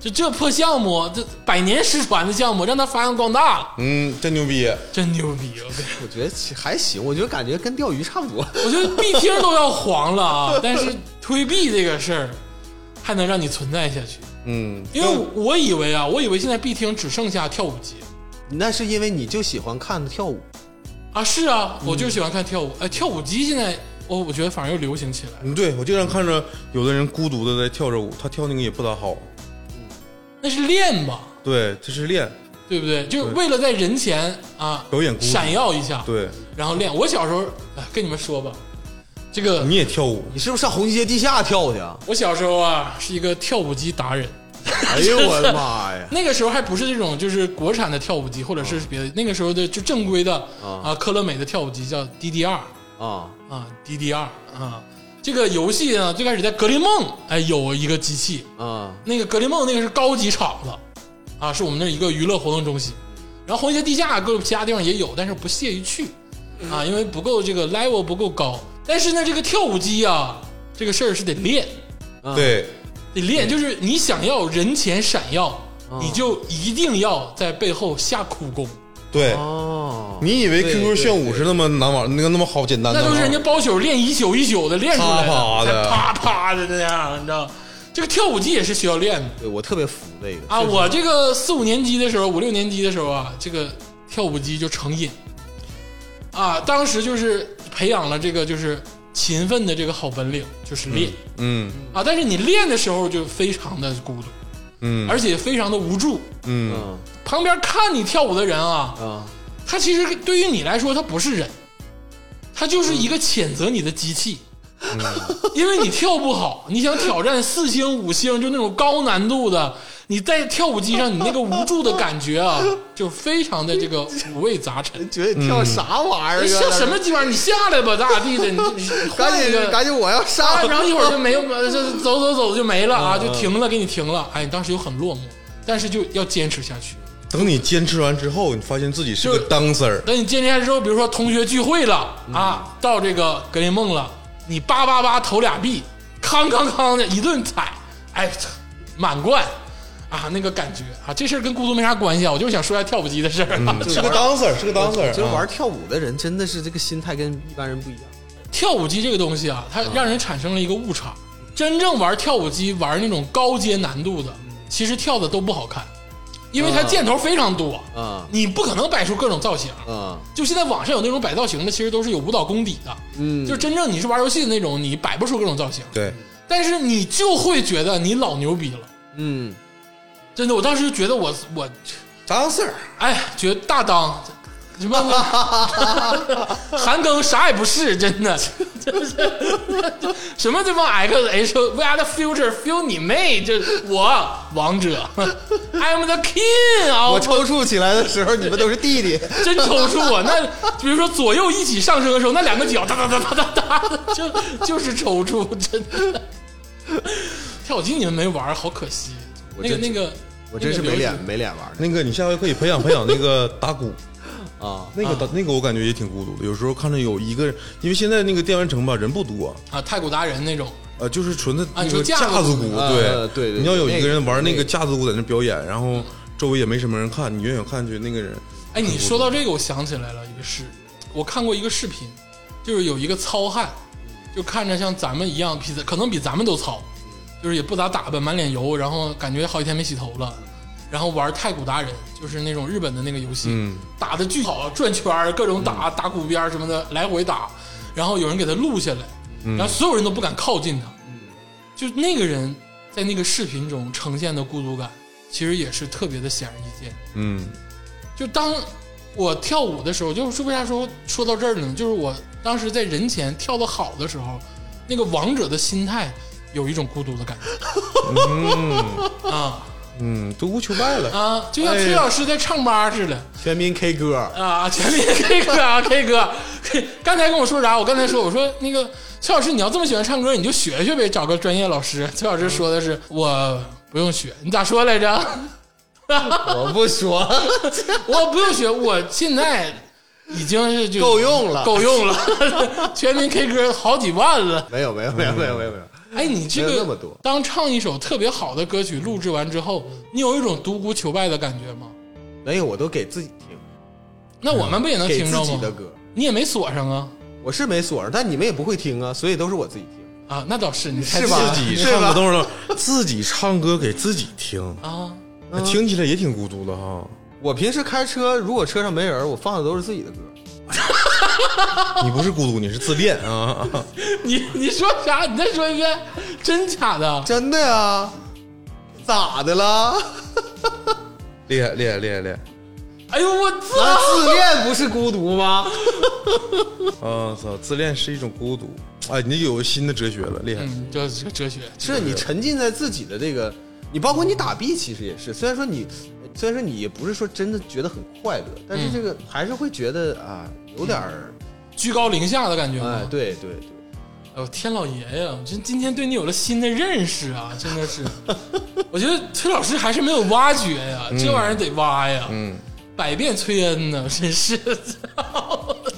[SPEAKER 2] 就这破项目，这百年失传的项目，让它发扬光大了，
[SPEAKER 3] 嗯，真牛逼！
[SPEAKER 2] 真牛逼！我跟你
[SPEAKER 4] 我觉得其还行，我觉得感觉跟钓鱼差不多。
[SPEAKER 2] 我觉得币厅都要黄了啊，但是推币这个事儿还能让你存在下去，
[SPEAKER 3] 嗯，
[SPEAKER 2] 因为我以为啊，我以为现在币厅只剩下跳舞节
[SPEAKER 4] 那是因为你就喜欢看跳舞，
[SPEAKER 2] 啊，是
[SPEAKER 3] 嗯
[SPEAKER 2] 啊，我就喜欢看跳舞，哎，跳舞机现在我我觉得反而又流行起来，
[SPEAKER 3] 嗯，对我经常看着有的人孤独的在跳着舞，他跳那个也不咋好。
[SPEAKER 2] 那是练吧，
[SPEAKER 3] 对，这是练
[SPEAKER 2] 对不对？就是为了在人前啊
[SPEAKER 3] 表演孤独。
[SPEAKER 2] 闪耀一下，
[SPEAKER 3] 对，
[SPEAKER 2] 然后练。我小时候，哎，跟你们说吧，这个
[SPEAKER 3] 你也跳舞，
[SPEAKER 4] 你是不是上红旗街地下跳去啊？
[SPEAKER 2] 我小时候啊是一个跳舞机达人，
[SPEAKER 4] 哎呦我的妈呀！
[SPEAKER 2] 那个时候还不是这种就是国产的跳舞机，或者是
[SPEAKER 3] 嗯
[SPEAKER 2] 别的，那个时候的就正规的
[SPEAKER 4] 啊
[SPEAKER 2] 啊科乐美的跳舞机叫 DDR
[SPEAKER 4] 啊，
[SPEAKER 2] 啊 DDR 啊，这个游戏呢，最开始在格林梦哎有一个机器，
[SPEAKER 4] 啊
[SPEAKER 2] 那个格林梦那个是高级场子，啊，是我们那儿一个娱乐活动中心。然后红旗地下各其他地方也有，但是不屑于去啊，因为不够这个 level 不够高。但是呢，这个跳舞机啊，这个事儿是得练，啊
[SPEAKER 3] 对，
[SPEAKER 2] 得练，就是你想要人前闪耀，你就一定要在背后下苦功。
[SPEAKER 3] 对，
[SPEAKER 4] 哦，
[SPEAKER 3] 你以为
[SPEAKER 4] 对
[SPEAKER 3] QQ 炫舞是那么难玩，那个那么好简单的
[SPEAKER 2] 那
[SPEAKER 3] 吗？
[SPEAKER 2] 都是人家包宿练一宿一宿的练出来
[SPEAKER 3] 啪啪
[SPEAKER 2] 的，
[SPEAKER 3] 的
[SPEAKER 2] 才 啪啪的那样，你知道？这个跳舞机也是需要练的
[SPEAKER 4] 对我特别服这个
[SPEAKER 2] 啊！我这个四五年级的时候，五六年级的时候啊，这个跳舞机就成瘾啊。当时就是培养了这个就是勤奋的这个好本领，就是练、
[SPEAKER 3] 嗯
[SPEAKER 2] 啊。但是你练的时候就非常的孤独，
[SPEAKER 3] 嗯
[SPEAKER 2] 而且非常的无助。
[SPEAKER 3] 嗯，
[SPEAKER 4] 嗯
[SPEAKER 2] 旁边看你跳舞的人啊，
[SPEAKER 4] 啊
[SPEAKER 2] 他其实对于你来说，他不是人，他就是一个谴责你的机器。因为你跳不好，你想挑战四星、五星，就那种高难度的，你在跳舞机上，你那个无助的感觉啊，就非常的这个五味杂陈。
[SPEAKER 4] 觉得你
[SPEAKER 2] 嗯
[SPEAKER 4] 跳啥玩意儿？啊
[SPEAKER 2] 像什么鸡巴，你下来吧，咋地的？你 你你
[SPEAKER 4] 赶
[SPEAKER 2] 换一
[SPEAKER 4] 紧
[SPEAKER 2] 个，
[SPEAKER 4] 赶紧，我要
[SPEAKER 2] 啊
[SPEAKER 4] 上！
[SPEAKER 2] 然后一会儿就没有，就走走走就没了啊，就停了，给你停了。哎，你当时就很落寞，但是就要坚持下去。
[SPEAKER 3] 等你坚持完之后，你发现自己是
[SPEAKER 2] 就
[SPEAKER 3] 个 dancer，
[SPEAKER 2] 等你见面之后，比如说同学聚会了啊，到这个格林梦了，你叭叭叭投俩币，康康康的一顿踩，哎，满贯啊，那个感觉啊，这事儿跟孤独没啥关系啊，我就是想说一下跳舞机的事儿、
[SPEAKER 3] 是个 dancer，是个 dancer，
[SPEAKER 4] 就是
[SPEAKER 3] 啊
[SPEAKER 4] 玩跳舞的人真的是这个心态跟一般人不一样。
[SPEAKER 2] 跳舞机这个东西啊，它让人产生了一个误差，真正玩跳舞机玩那种高阶难度的，其实跳的都不好看，因为它箭头非常多，
[SPEAKER 4] 啊
[SPEAKER 2] 你不可能摆出各种造型。
[SPEAKER 4] 啊
[SPEAKER 2] 就现在网上有那种摆造型的，其实都是有舞蹈功底的。
[SPEAKER 4] 嗯
[SPEAKER 2] 就真正你是玩游戏的那种，你摆不出各种造型，
[SPEAKER 3] 对，
[SPEAKER 2] 但是你就会觉得你老牛逼了。
[SPEAKER 4] 嗯，
[SPEAKER 2] 真的，我当时就觉得我我，
[SPEAKER 3] dancer，
[SPEAKER 2] 哎，觉得大当什么 我韩庚啥也不是，真的， 什么这帮 X H We Are the Future Feel 你妹，这我王者 I'm the King 啊！
[SPEAKER 4] 我抽搐起来的时候，你们都是弟弟。
[SPEAKER 2] 真抽搐啊！那比如说左右一起上升的时候，那两个脚哒哒哒哒哒哒的，就就是抽搐，真的。跳舞机你们没玩儿，好可惜。
[SPEAKER 4] 我
[SPEAKER 2] 那个
[SPEAKER 4] 真是
[SPEAKER 2] 那个，
[SPEAKER 4] 我真是没
[SPEAKER 2] 那
[SPEAKER 4] 脸
[SPEAKER 2] 个
[SPEAKER 4] 没脸玩
[SPEAKER 3] 那个你下回可以培养培养那个打鼓。
[SPEAKER 4] 的啊。
[SPEAKER 3] 那个打、那个我感觉也挺孤独的，有时候看着有一个人，因为现在那个电玩城吧人不多，
[SPEAKER 2] 流行啊，太鼓达人那种，
[SPEAKER 3] 呃，就是纯的
[SPEAKER 2] 啊
[SPEAKER 3] 那
[SPEAKER 2] 你说
[SPEAKER 3] 个
[SPEAKER 2] 架子
[SPEAKER 3] 架子
[SPEAKER 2] 鼓
[SPEAKER 3] 鼓，
[SPEAKER 4] 啊
[SPEAKER 3] 对、
[SPEAKER 4] 呃对对对
[SPEAKER 3] 你要有一个人玩
[SPEAKER 4] 那
[SPEAKER 3] 那
[SPEAKER 4] 个
[SPEAKER 3] 个架子鼓在那表演，然后周围也没什么人看，你远远看去那个人，
[SPEAKER 2] 哎，你说到这个，我想起来了一个事，我看过一个视频，就是有一个糙汉，就看着像咱们一样，比可能比咱们都糙，就是也不咋打扮，满脸油，然后感觉好几天没洗头了，然后玩太鼓达人，就是那种日本的那个游戏，
[SPEAKER 3] 嗯
[SPEAKER 2] 打的巨好，转圈儿各种打、打鼓边儿什么的，来回打，然后有人给他录下来，然后所有人都不敢靠近他，就那个人在那个视频中呈现的孤独感，其实也是特别的显而易见。
[SPEAKER 3] 嗯
[SPEAKER 2] 就当我跳舞的时候，就是为啥说说到这儿呢？就是我当时在人前跳的好的时候，那个王者的心态有一种孤独的感觉啊
[SPEAKER 3] 嗯，独孤求败了，
[SPEAKER 2] 啊，就像崔老师在唱吧似的、
[SPEAKER 4] 全民 K 歌，
[SPEAKER 2] 啊！全民 K 歌啊，K 歌，K- 刚才跟我说啥？我刚才说我说那个崔老师，你要这么喜欢唱歌，你就学学呗，找个专业老师。 崔老师说的是我不用学，你咋说来着？
[SPEAKER 4] 我不说
[SPEAKER 2] 我不用学，我现在已经是就
[SPEAKER 4] 够用了。
[SPEAKER 2] 够用了， 全民 K 歌好几万了。
[SPEAKER 4] 没有没有没有没有没有没有，
[SPEAKER 2] 哎，你这
[SPEAKER 4] 没
[SPEAKER 2] 个
[SPEAKER 4] 有那么多
[SPEAKER 2] 当唱一首特别好的歌曲录制完之后，你有一种独孤求败的感觉吗？
[SPEAKER 4] 没有我都给自己听，
[SPEAKER 2] 那我们不也能
[SPEAKER 4] 给
[SPEAKER 2] 听
[SPEAKER 4] 自
[SPEAKER 2] 着
[SPEAKER 4] 己的
[SPEAKER 2] 吗？
[SPEAKER 4] 歌，
[SPEAKER 2] 你也没锁上啊
[SPEAKER 4] 我是没锁上，但你们也不会听啊，所以都是我自己听。
[SPEAKER 2] 啊，那倒是，你才
[SPEAKER 4] 是吧
[SPEAKER 3] 自己
[SPEAKER 4] 是
[SPEAKER 3] 唱
[SPEAKER 4] 吧
[SPEAKER 3] 歌，等会儿等会儿自己唱歌给自己听，
[SPEAKER 2] 啊？
[SPEAKER 3] 那听起来也挺孤独的哈。
[SPEAKER 4] 我平时开车，如果车上没人，我放的都是自己的歌。
[SPEAKER 3] 你不是孤独，你是自恋啊！
[SPEAKER 2] 你你说啥？你再说一遍，真假的？
[SPEAKER 4] 真的呀？咋的了？
[SPEAKER 3] 厉害厉害厉害厉害！
[SPEAKER 2] 哎呦我操！
[SPEAKER 4] 那自恋不是孤独吗？
[SPEAKER 3] 啊操，自恋是一种孤独。哎，你有新的哲学了，厉害！
[SPEAKER 2] 嗯，这这个哲学
[SPEAKER 4] 是你沉浸在自己的这个，你包括你打 B，其实也是。虽然说你，虽然说你也不是说真的觉得很快乐，但是
[SPEAKER 2] 嗯
[SPEAKER 4] 这个还是会觉得啊，有点儿，哎
[SPEAKER 2] 居高临下的感觉吗？哎
[SPEAKER 4] 哎，对对对，
[SPEAKER 2] 哎呦，天老爷呀！真今天对你有了新的认识啊，真的 是。我觉得崔老师还是没有挖掘呀，这玩意儿得挖呀。嗯，百变崔恩呢，真是。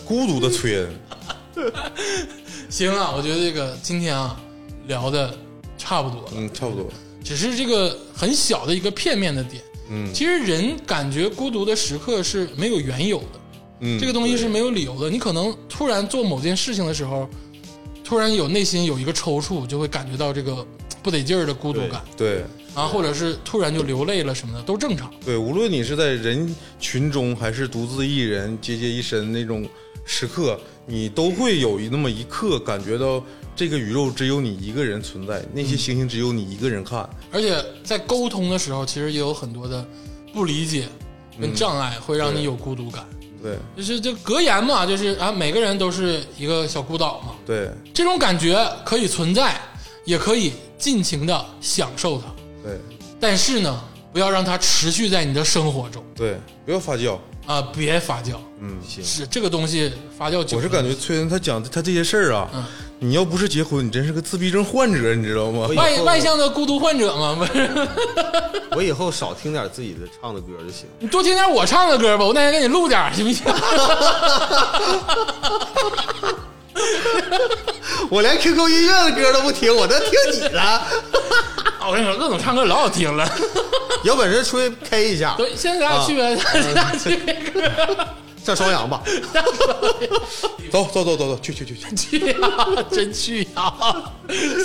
[SPEAKER 3] 孤独的崔恩，
[SPEAKER 2] 行啊，我觉得这个今天啊聊的差不多了，
[SPEAKER 3] 嗯，差不多。
[SPEAKER 2] 只是这个很小的一个片面的点。嗯，其实人感觉孤独的时刻是没有缘由的，
[SPEAKER 3] 嗯，
[SPEAKER 2] 这个东西是没有理由的。你可能突然做某件事情的时候，突然有内心有一个抽搐，就会感觉到这个不得劲儿的孤独感
[SPEAKER 3] 对
[SPEAKER 2] 啊，或者是突然就流泪了什么的，都正常。
[SPEAKER 3] 对，无论你是在人群中还是独自一人、孑孑一身那种时刻，你都会有那么一刻感觉到这个宇宙只有你一个人存在，那
[SPEAKER 4] 嗯
[SPEAKER 3] 些星星只有你一个人看。
[SPEAKER 2] 而且在沟通的时候，其实也有很多的不理解跟障碍，
[SPEAKER 3] 嗯
[SPEAKER 2] 会让你有孤独感。
[SPEAKER 3] 对
[SPEAKER 2] 就是这格言嘛，就是啊，每个人都是一个小孤岛嘛，
[SPEAKER 3] 对
[SPEAKER 2] 这种感觉可以存在，也可以尽情的享受它，
[SPEAKER 3] 对
[SPEAKER 2] 但是呢，不要让它持续在你的生活中
[SPEAKER 3] 对，不要发酵。
[SPEAKER 2] 啊、别发酵，
[SPEAKER 3] 嗯，行。
[SPEAKER 2] 是这个东西发酵久了，
[SPEAKER 3] 我是感觉崔恩他讲他这些事儿啊，
[SPEAKER 4] 嗯
[SPEAKER 3] 你要不是结婚，你真是个自闭症患者，你知道吗？
[SPEAKER 2] 外外向的孤独患者嘛，不是？
[SPEAKER 4] 我以后少听点自己的唱的歌就行。
[SPEAKER 2] 你多听点我唱的歌吧，我那天给你录点儿行不 行？
[SPEAKER 4] 我连 QQ 音乐的歌都不听，我都听你的。
[SPEAKER 2] 我跟你说，各种唱歌老好听 了。
[SPEAKER 4] 有本事出去 K 一下，
[SPEAKER 2] 对，现在咱俩去呗，
[SPEAKER 3] 啊
[SPEAKER 2] 咱俩去那个
[SPEAKER 4] 上双阳吧。
[SPEAKER 3] 走走走走走，去去去去。
[SPEAKER 2] 去呀、真去呀、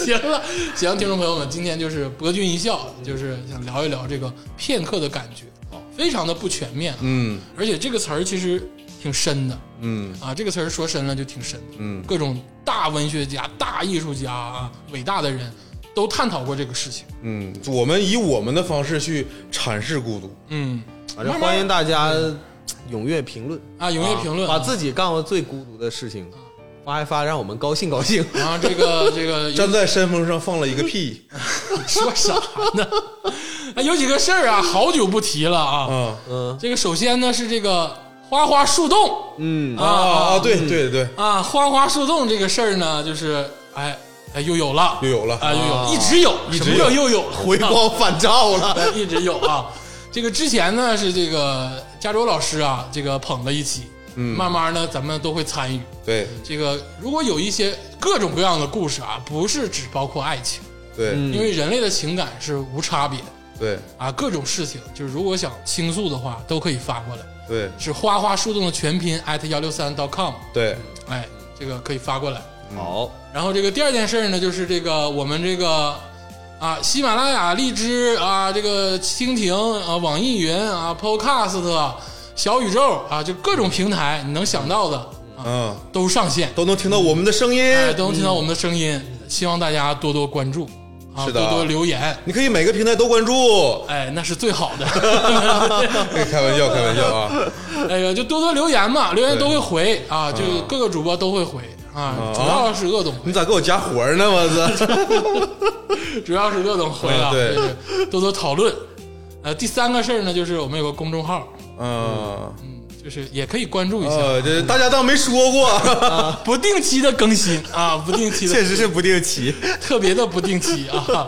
[SPEAKER 2] 行了，行，听众朋友们，今天就是博君一笑，就是想聊一聊这个片刻的感觉，
[SPEAKER 3] 哦
[SPEAKER 2] 非常的不全面、啊，
[SPEAKER 3] 嗯
[SPEAKER 2] 而且这个词儿其实挺深的
[SPEAKER 3] 嗯
[SPEAKER 2] 啊，这个词儿说深了就挺深的，
[SPEAKER 3] 嗯
[SPEAKER 2] 各种大文学家、大艺术家啊、伟大的人都探讨过这个事情，
[SPEAKER 3] 嗯，我们以我们的方式去阐释孤独。
[SPEAKER 2] 嗯，
[SPEAKER 4] 反正欢迎大家踊跃评论
[SPEAKER 2] 啊踊跃评论
[SPEAKER 4] 把自己干过最孤独的事情
[SPEAKER 2] 嗯
[SPEAKER 4] 发一发，让我们高兴高兴。
[SPEAKER 2] 然后啊这个这个
[SPEAKER 3] 站在山峰上放了一个屁，
[SPEAKER 4] 嗯
[SPEAKER 2] 说啥呢？啊，有几个事儿啊，好久不提了啊，
[SPEAKER 3] 啊
[SPEAKER 2] 这个首先呢是这个花花树洞，
[SPEAKER 4] 嗯，
[SPEAKER 3] 啊啊！对对对，
[SPEAKER 2] 啊，花花树洞这个事儿呢，就是哎哎又有了，
[SPEAKER 3] 又有了
[SPEAKER 2] 啊，又有，一直有，
[SPEAKER 3] 一直
[SPEAKER 2] 什么叫
[SPEAKER 3] 有
[SPEAKER 2] 又有了？
[SPEAKER 4] 回光返照了。
[SPEAKER 2] 一直有啊。这个之前呢是这个加州老师啊，这个捧了一期，嗯，慢慢呢咱们都会参与。
[SPEAKER 3] 对
[SPEAKER 2] 这个如果有一些各种各样的故事啊，不是只包括爱情，
[SPEAKER 4] 嗯
[SPEAKER 3] 对
[SPEAKER 2] 因为人类的情感是无差别的
[SPEAKER 3] 对
[SPEAKER 2] 啊，各种事情就是如果想倾诉的话，都可以发过来。
[SPEAKER 3] 对
[SPEAKER 2] 是花花树洞的全拼 at 幺六三 .com，
[SPEAKER 3] 对，
[SPEAKER 2] 哎，这个可以发过来。
[SPEAKER 4] 好，
[SPEAKER 2] 然后这个第二件事呢，就是这个我们这个啊，喜马拉雅、荔枝啊，这个蜻蜓啊、网易云啊、Podcast、小宇宙啊，就各种平台你能想到的啊，
[SPEAKER 3] 嗯，
[SPEAKER 2] 都上线，
[SPEAKER 3] 都能听到我们的声音。
[SPEAKER 2] 哎，都能听到我们的声音。希望大家多多关注啊，
[SPEAKER 3] 是
[SPEAKER 2] 多
[SPEAKER 3] 的
[SPEAKER 2] 多留言，
[SPEAKER 3] 你可以每个平台都关注，哎
[SPEAKER 2] 哎，那是最好的。
[SPEAKER 3] 开玩笑开玩笑 啊！
[SPEAKER 2] 哎呀，就多多留言嘛，留言
[SPEAKER 3] 对
[SPEAKER 2] 都会回啊，就各个主播都会回啊，主要是鄂总回
[SPEAKER 3] 你咋给我加活儿呢？我操！
[SPEAKER 2] 主要是各种回啊，
[SPEAKER 3] 啊对
[SPEAKER 2] 就是多多讨论。呃，第三个事儿呢，就是我们有个公众号，
[SPEAKER 3] 嗯
[SPEAKER 2] 就是也可以关注一下，
[SPEAKER 3] 呃，这大家当没说 过，
[SPEAKER 2] 不定期的更新 啊，不定期的，
[SPEAKER 4] 实是不定期。
[SPEAKER 2] 特别的不定期啊。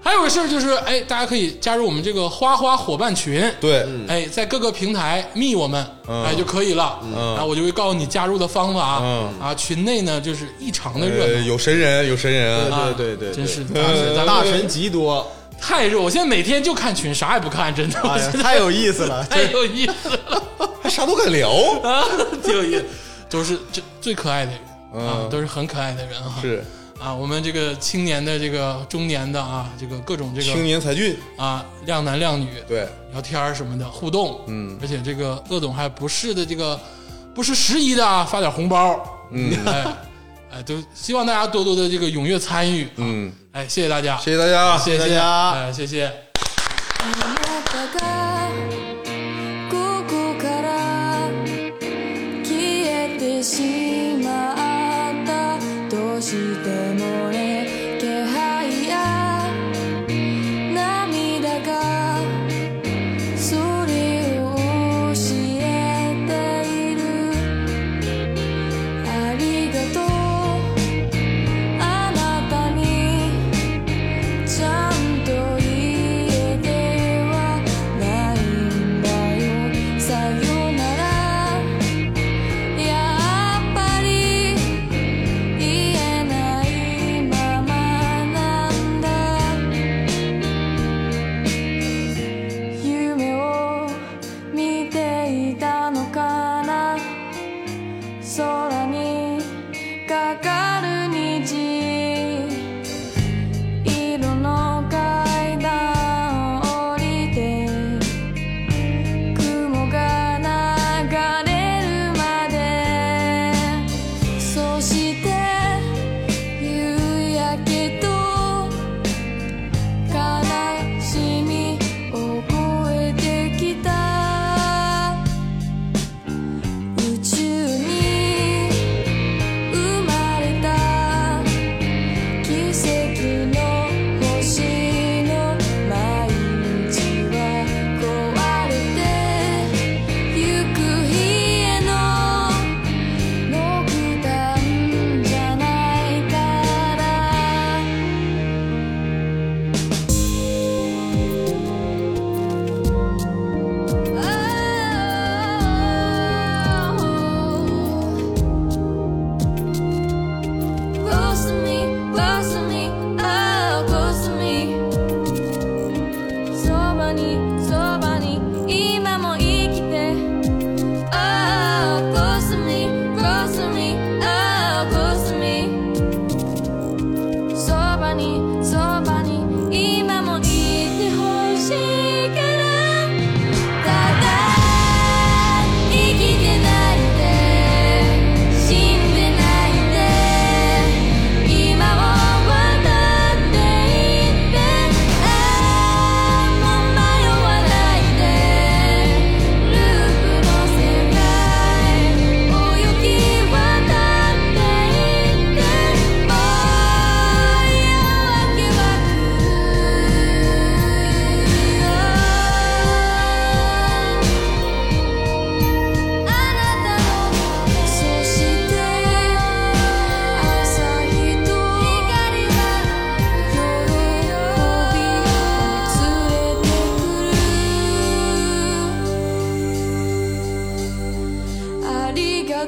[SPEAKER 2] 还有个事儿就是，哎，大家可以加入我们这个花花伙伴群，
[SPEAKER 3] 对，
[SPEAKER 4] 嗯
[SPEAKER 2] 哎，在各个平台密我们，
[SPEAKER 3] 嗯
[SPEAKER 2] 哎就可以了。然后我就会告诉你加入的方法、
[SPEAKER 3] 嗯
[SPEAKER 2] 啊。群内呢就是异常的热
[SPEAKER 3] 呃，
[SPEAKER 2] 闹，
[SPEAKER 3] 有神人有神人啊，
[SPEAKER 2] 啊
[SPEAKER 4] 对对对，
[SPEAKER 2] 真是
[SPEAKER 4] 对
[SPEAKER 2] 大神咱们
[SPEAKER 4] 大神极多，
[SPEAKER 2] 太热，我现在每天就看群，啥也不看，真的，我
[SPEAKER 4] 哎 呀
[SPEAKER 2] 现在
[SPEAKER 4] 太有意思了。
[SPEAKER 2] 太有意思了。
[SPEAKER 3] 还啥都敢聊。
[SPEAKER 2] 啊， 挺有意思，都是这最可爱的人、啊，都是很可爱的人啊。
[SPEAKER 3] 嗯是
[SPEAKER 2] 啊，我们这个青年的、这个中年的啊，这个各种这
[SPEAKER 3] 青
[SPEAKER 2] 个
[SPEAKER 3] 年才俊，
[SPEAKER 2] 啊，靓男靓女
[SPEAKER 3] 对
[SPEAKER 2] 聊天儿什么的互动，嗯，而且这个鄂总还不是的这个不是时宜的啊，发点红包，嗯， 哎，哎，都希望大家多多的这个踊跃参与，
[SPEAKER 3] 嗯，
[SPEAKER 2] 哎，谢谢大家，
[SPEAKER 3] 谢谢大家，
[SPEAKER 2] 谢谢
[SPEAKER 4] 大家
[SPEAKER 2] 哎，谢谢。
[SPEAKER 5] 「あなたがここから消えてしまった」「どうしてもね気配や涙がそれを教えている」「ありがとう」「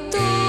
[SPEAKER 5] 多。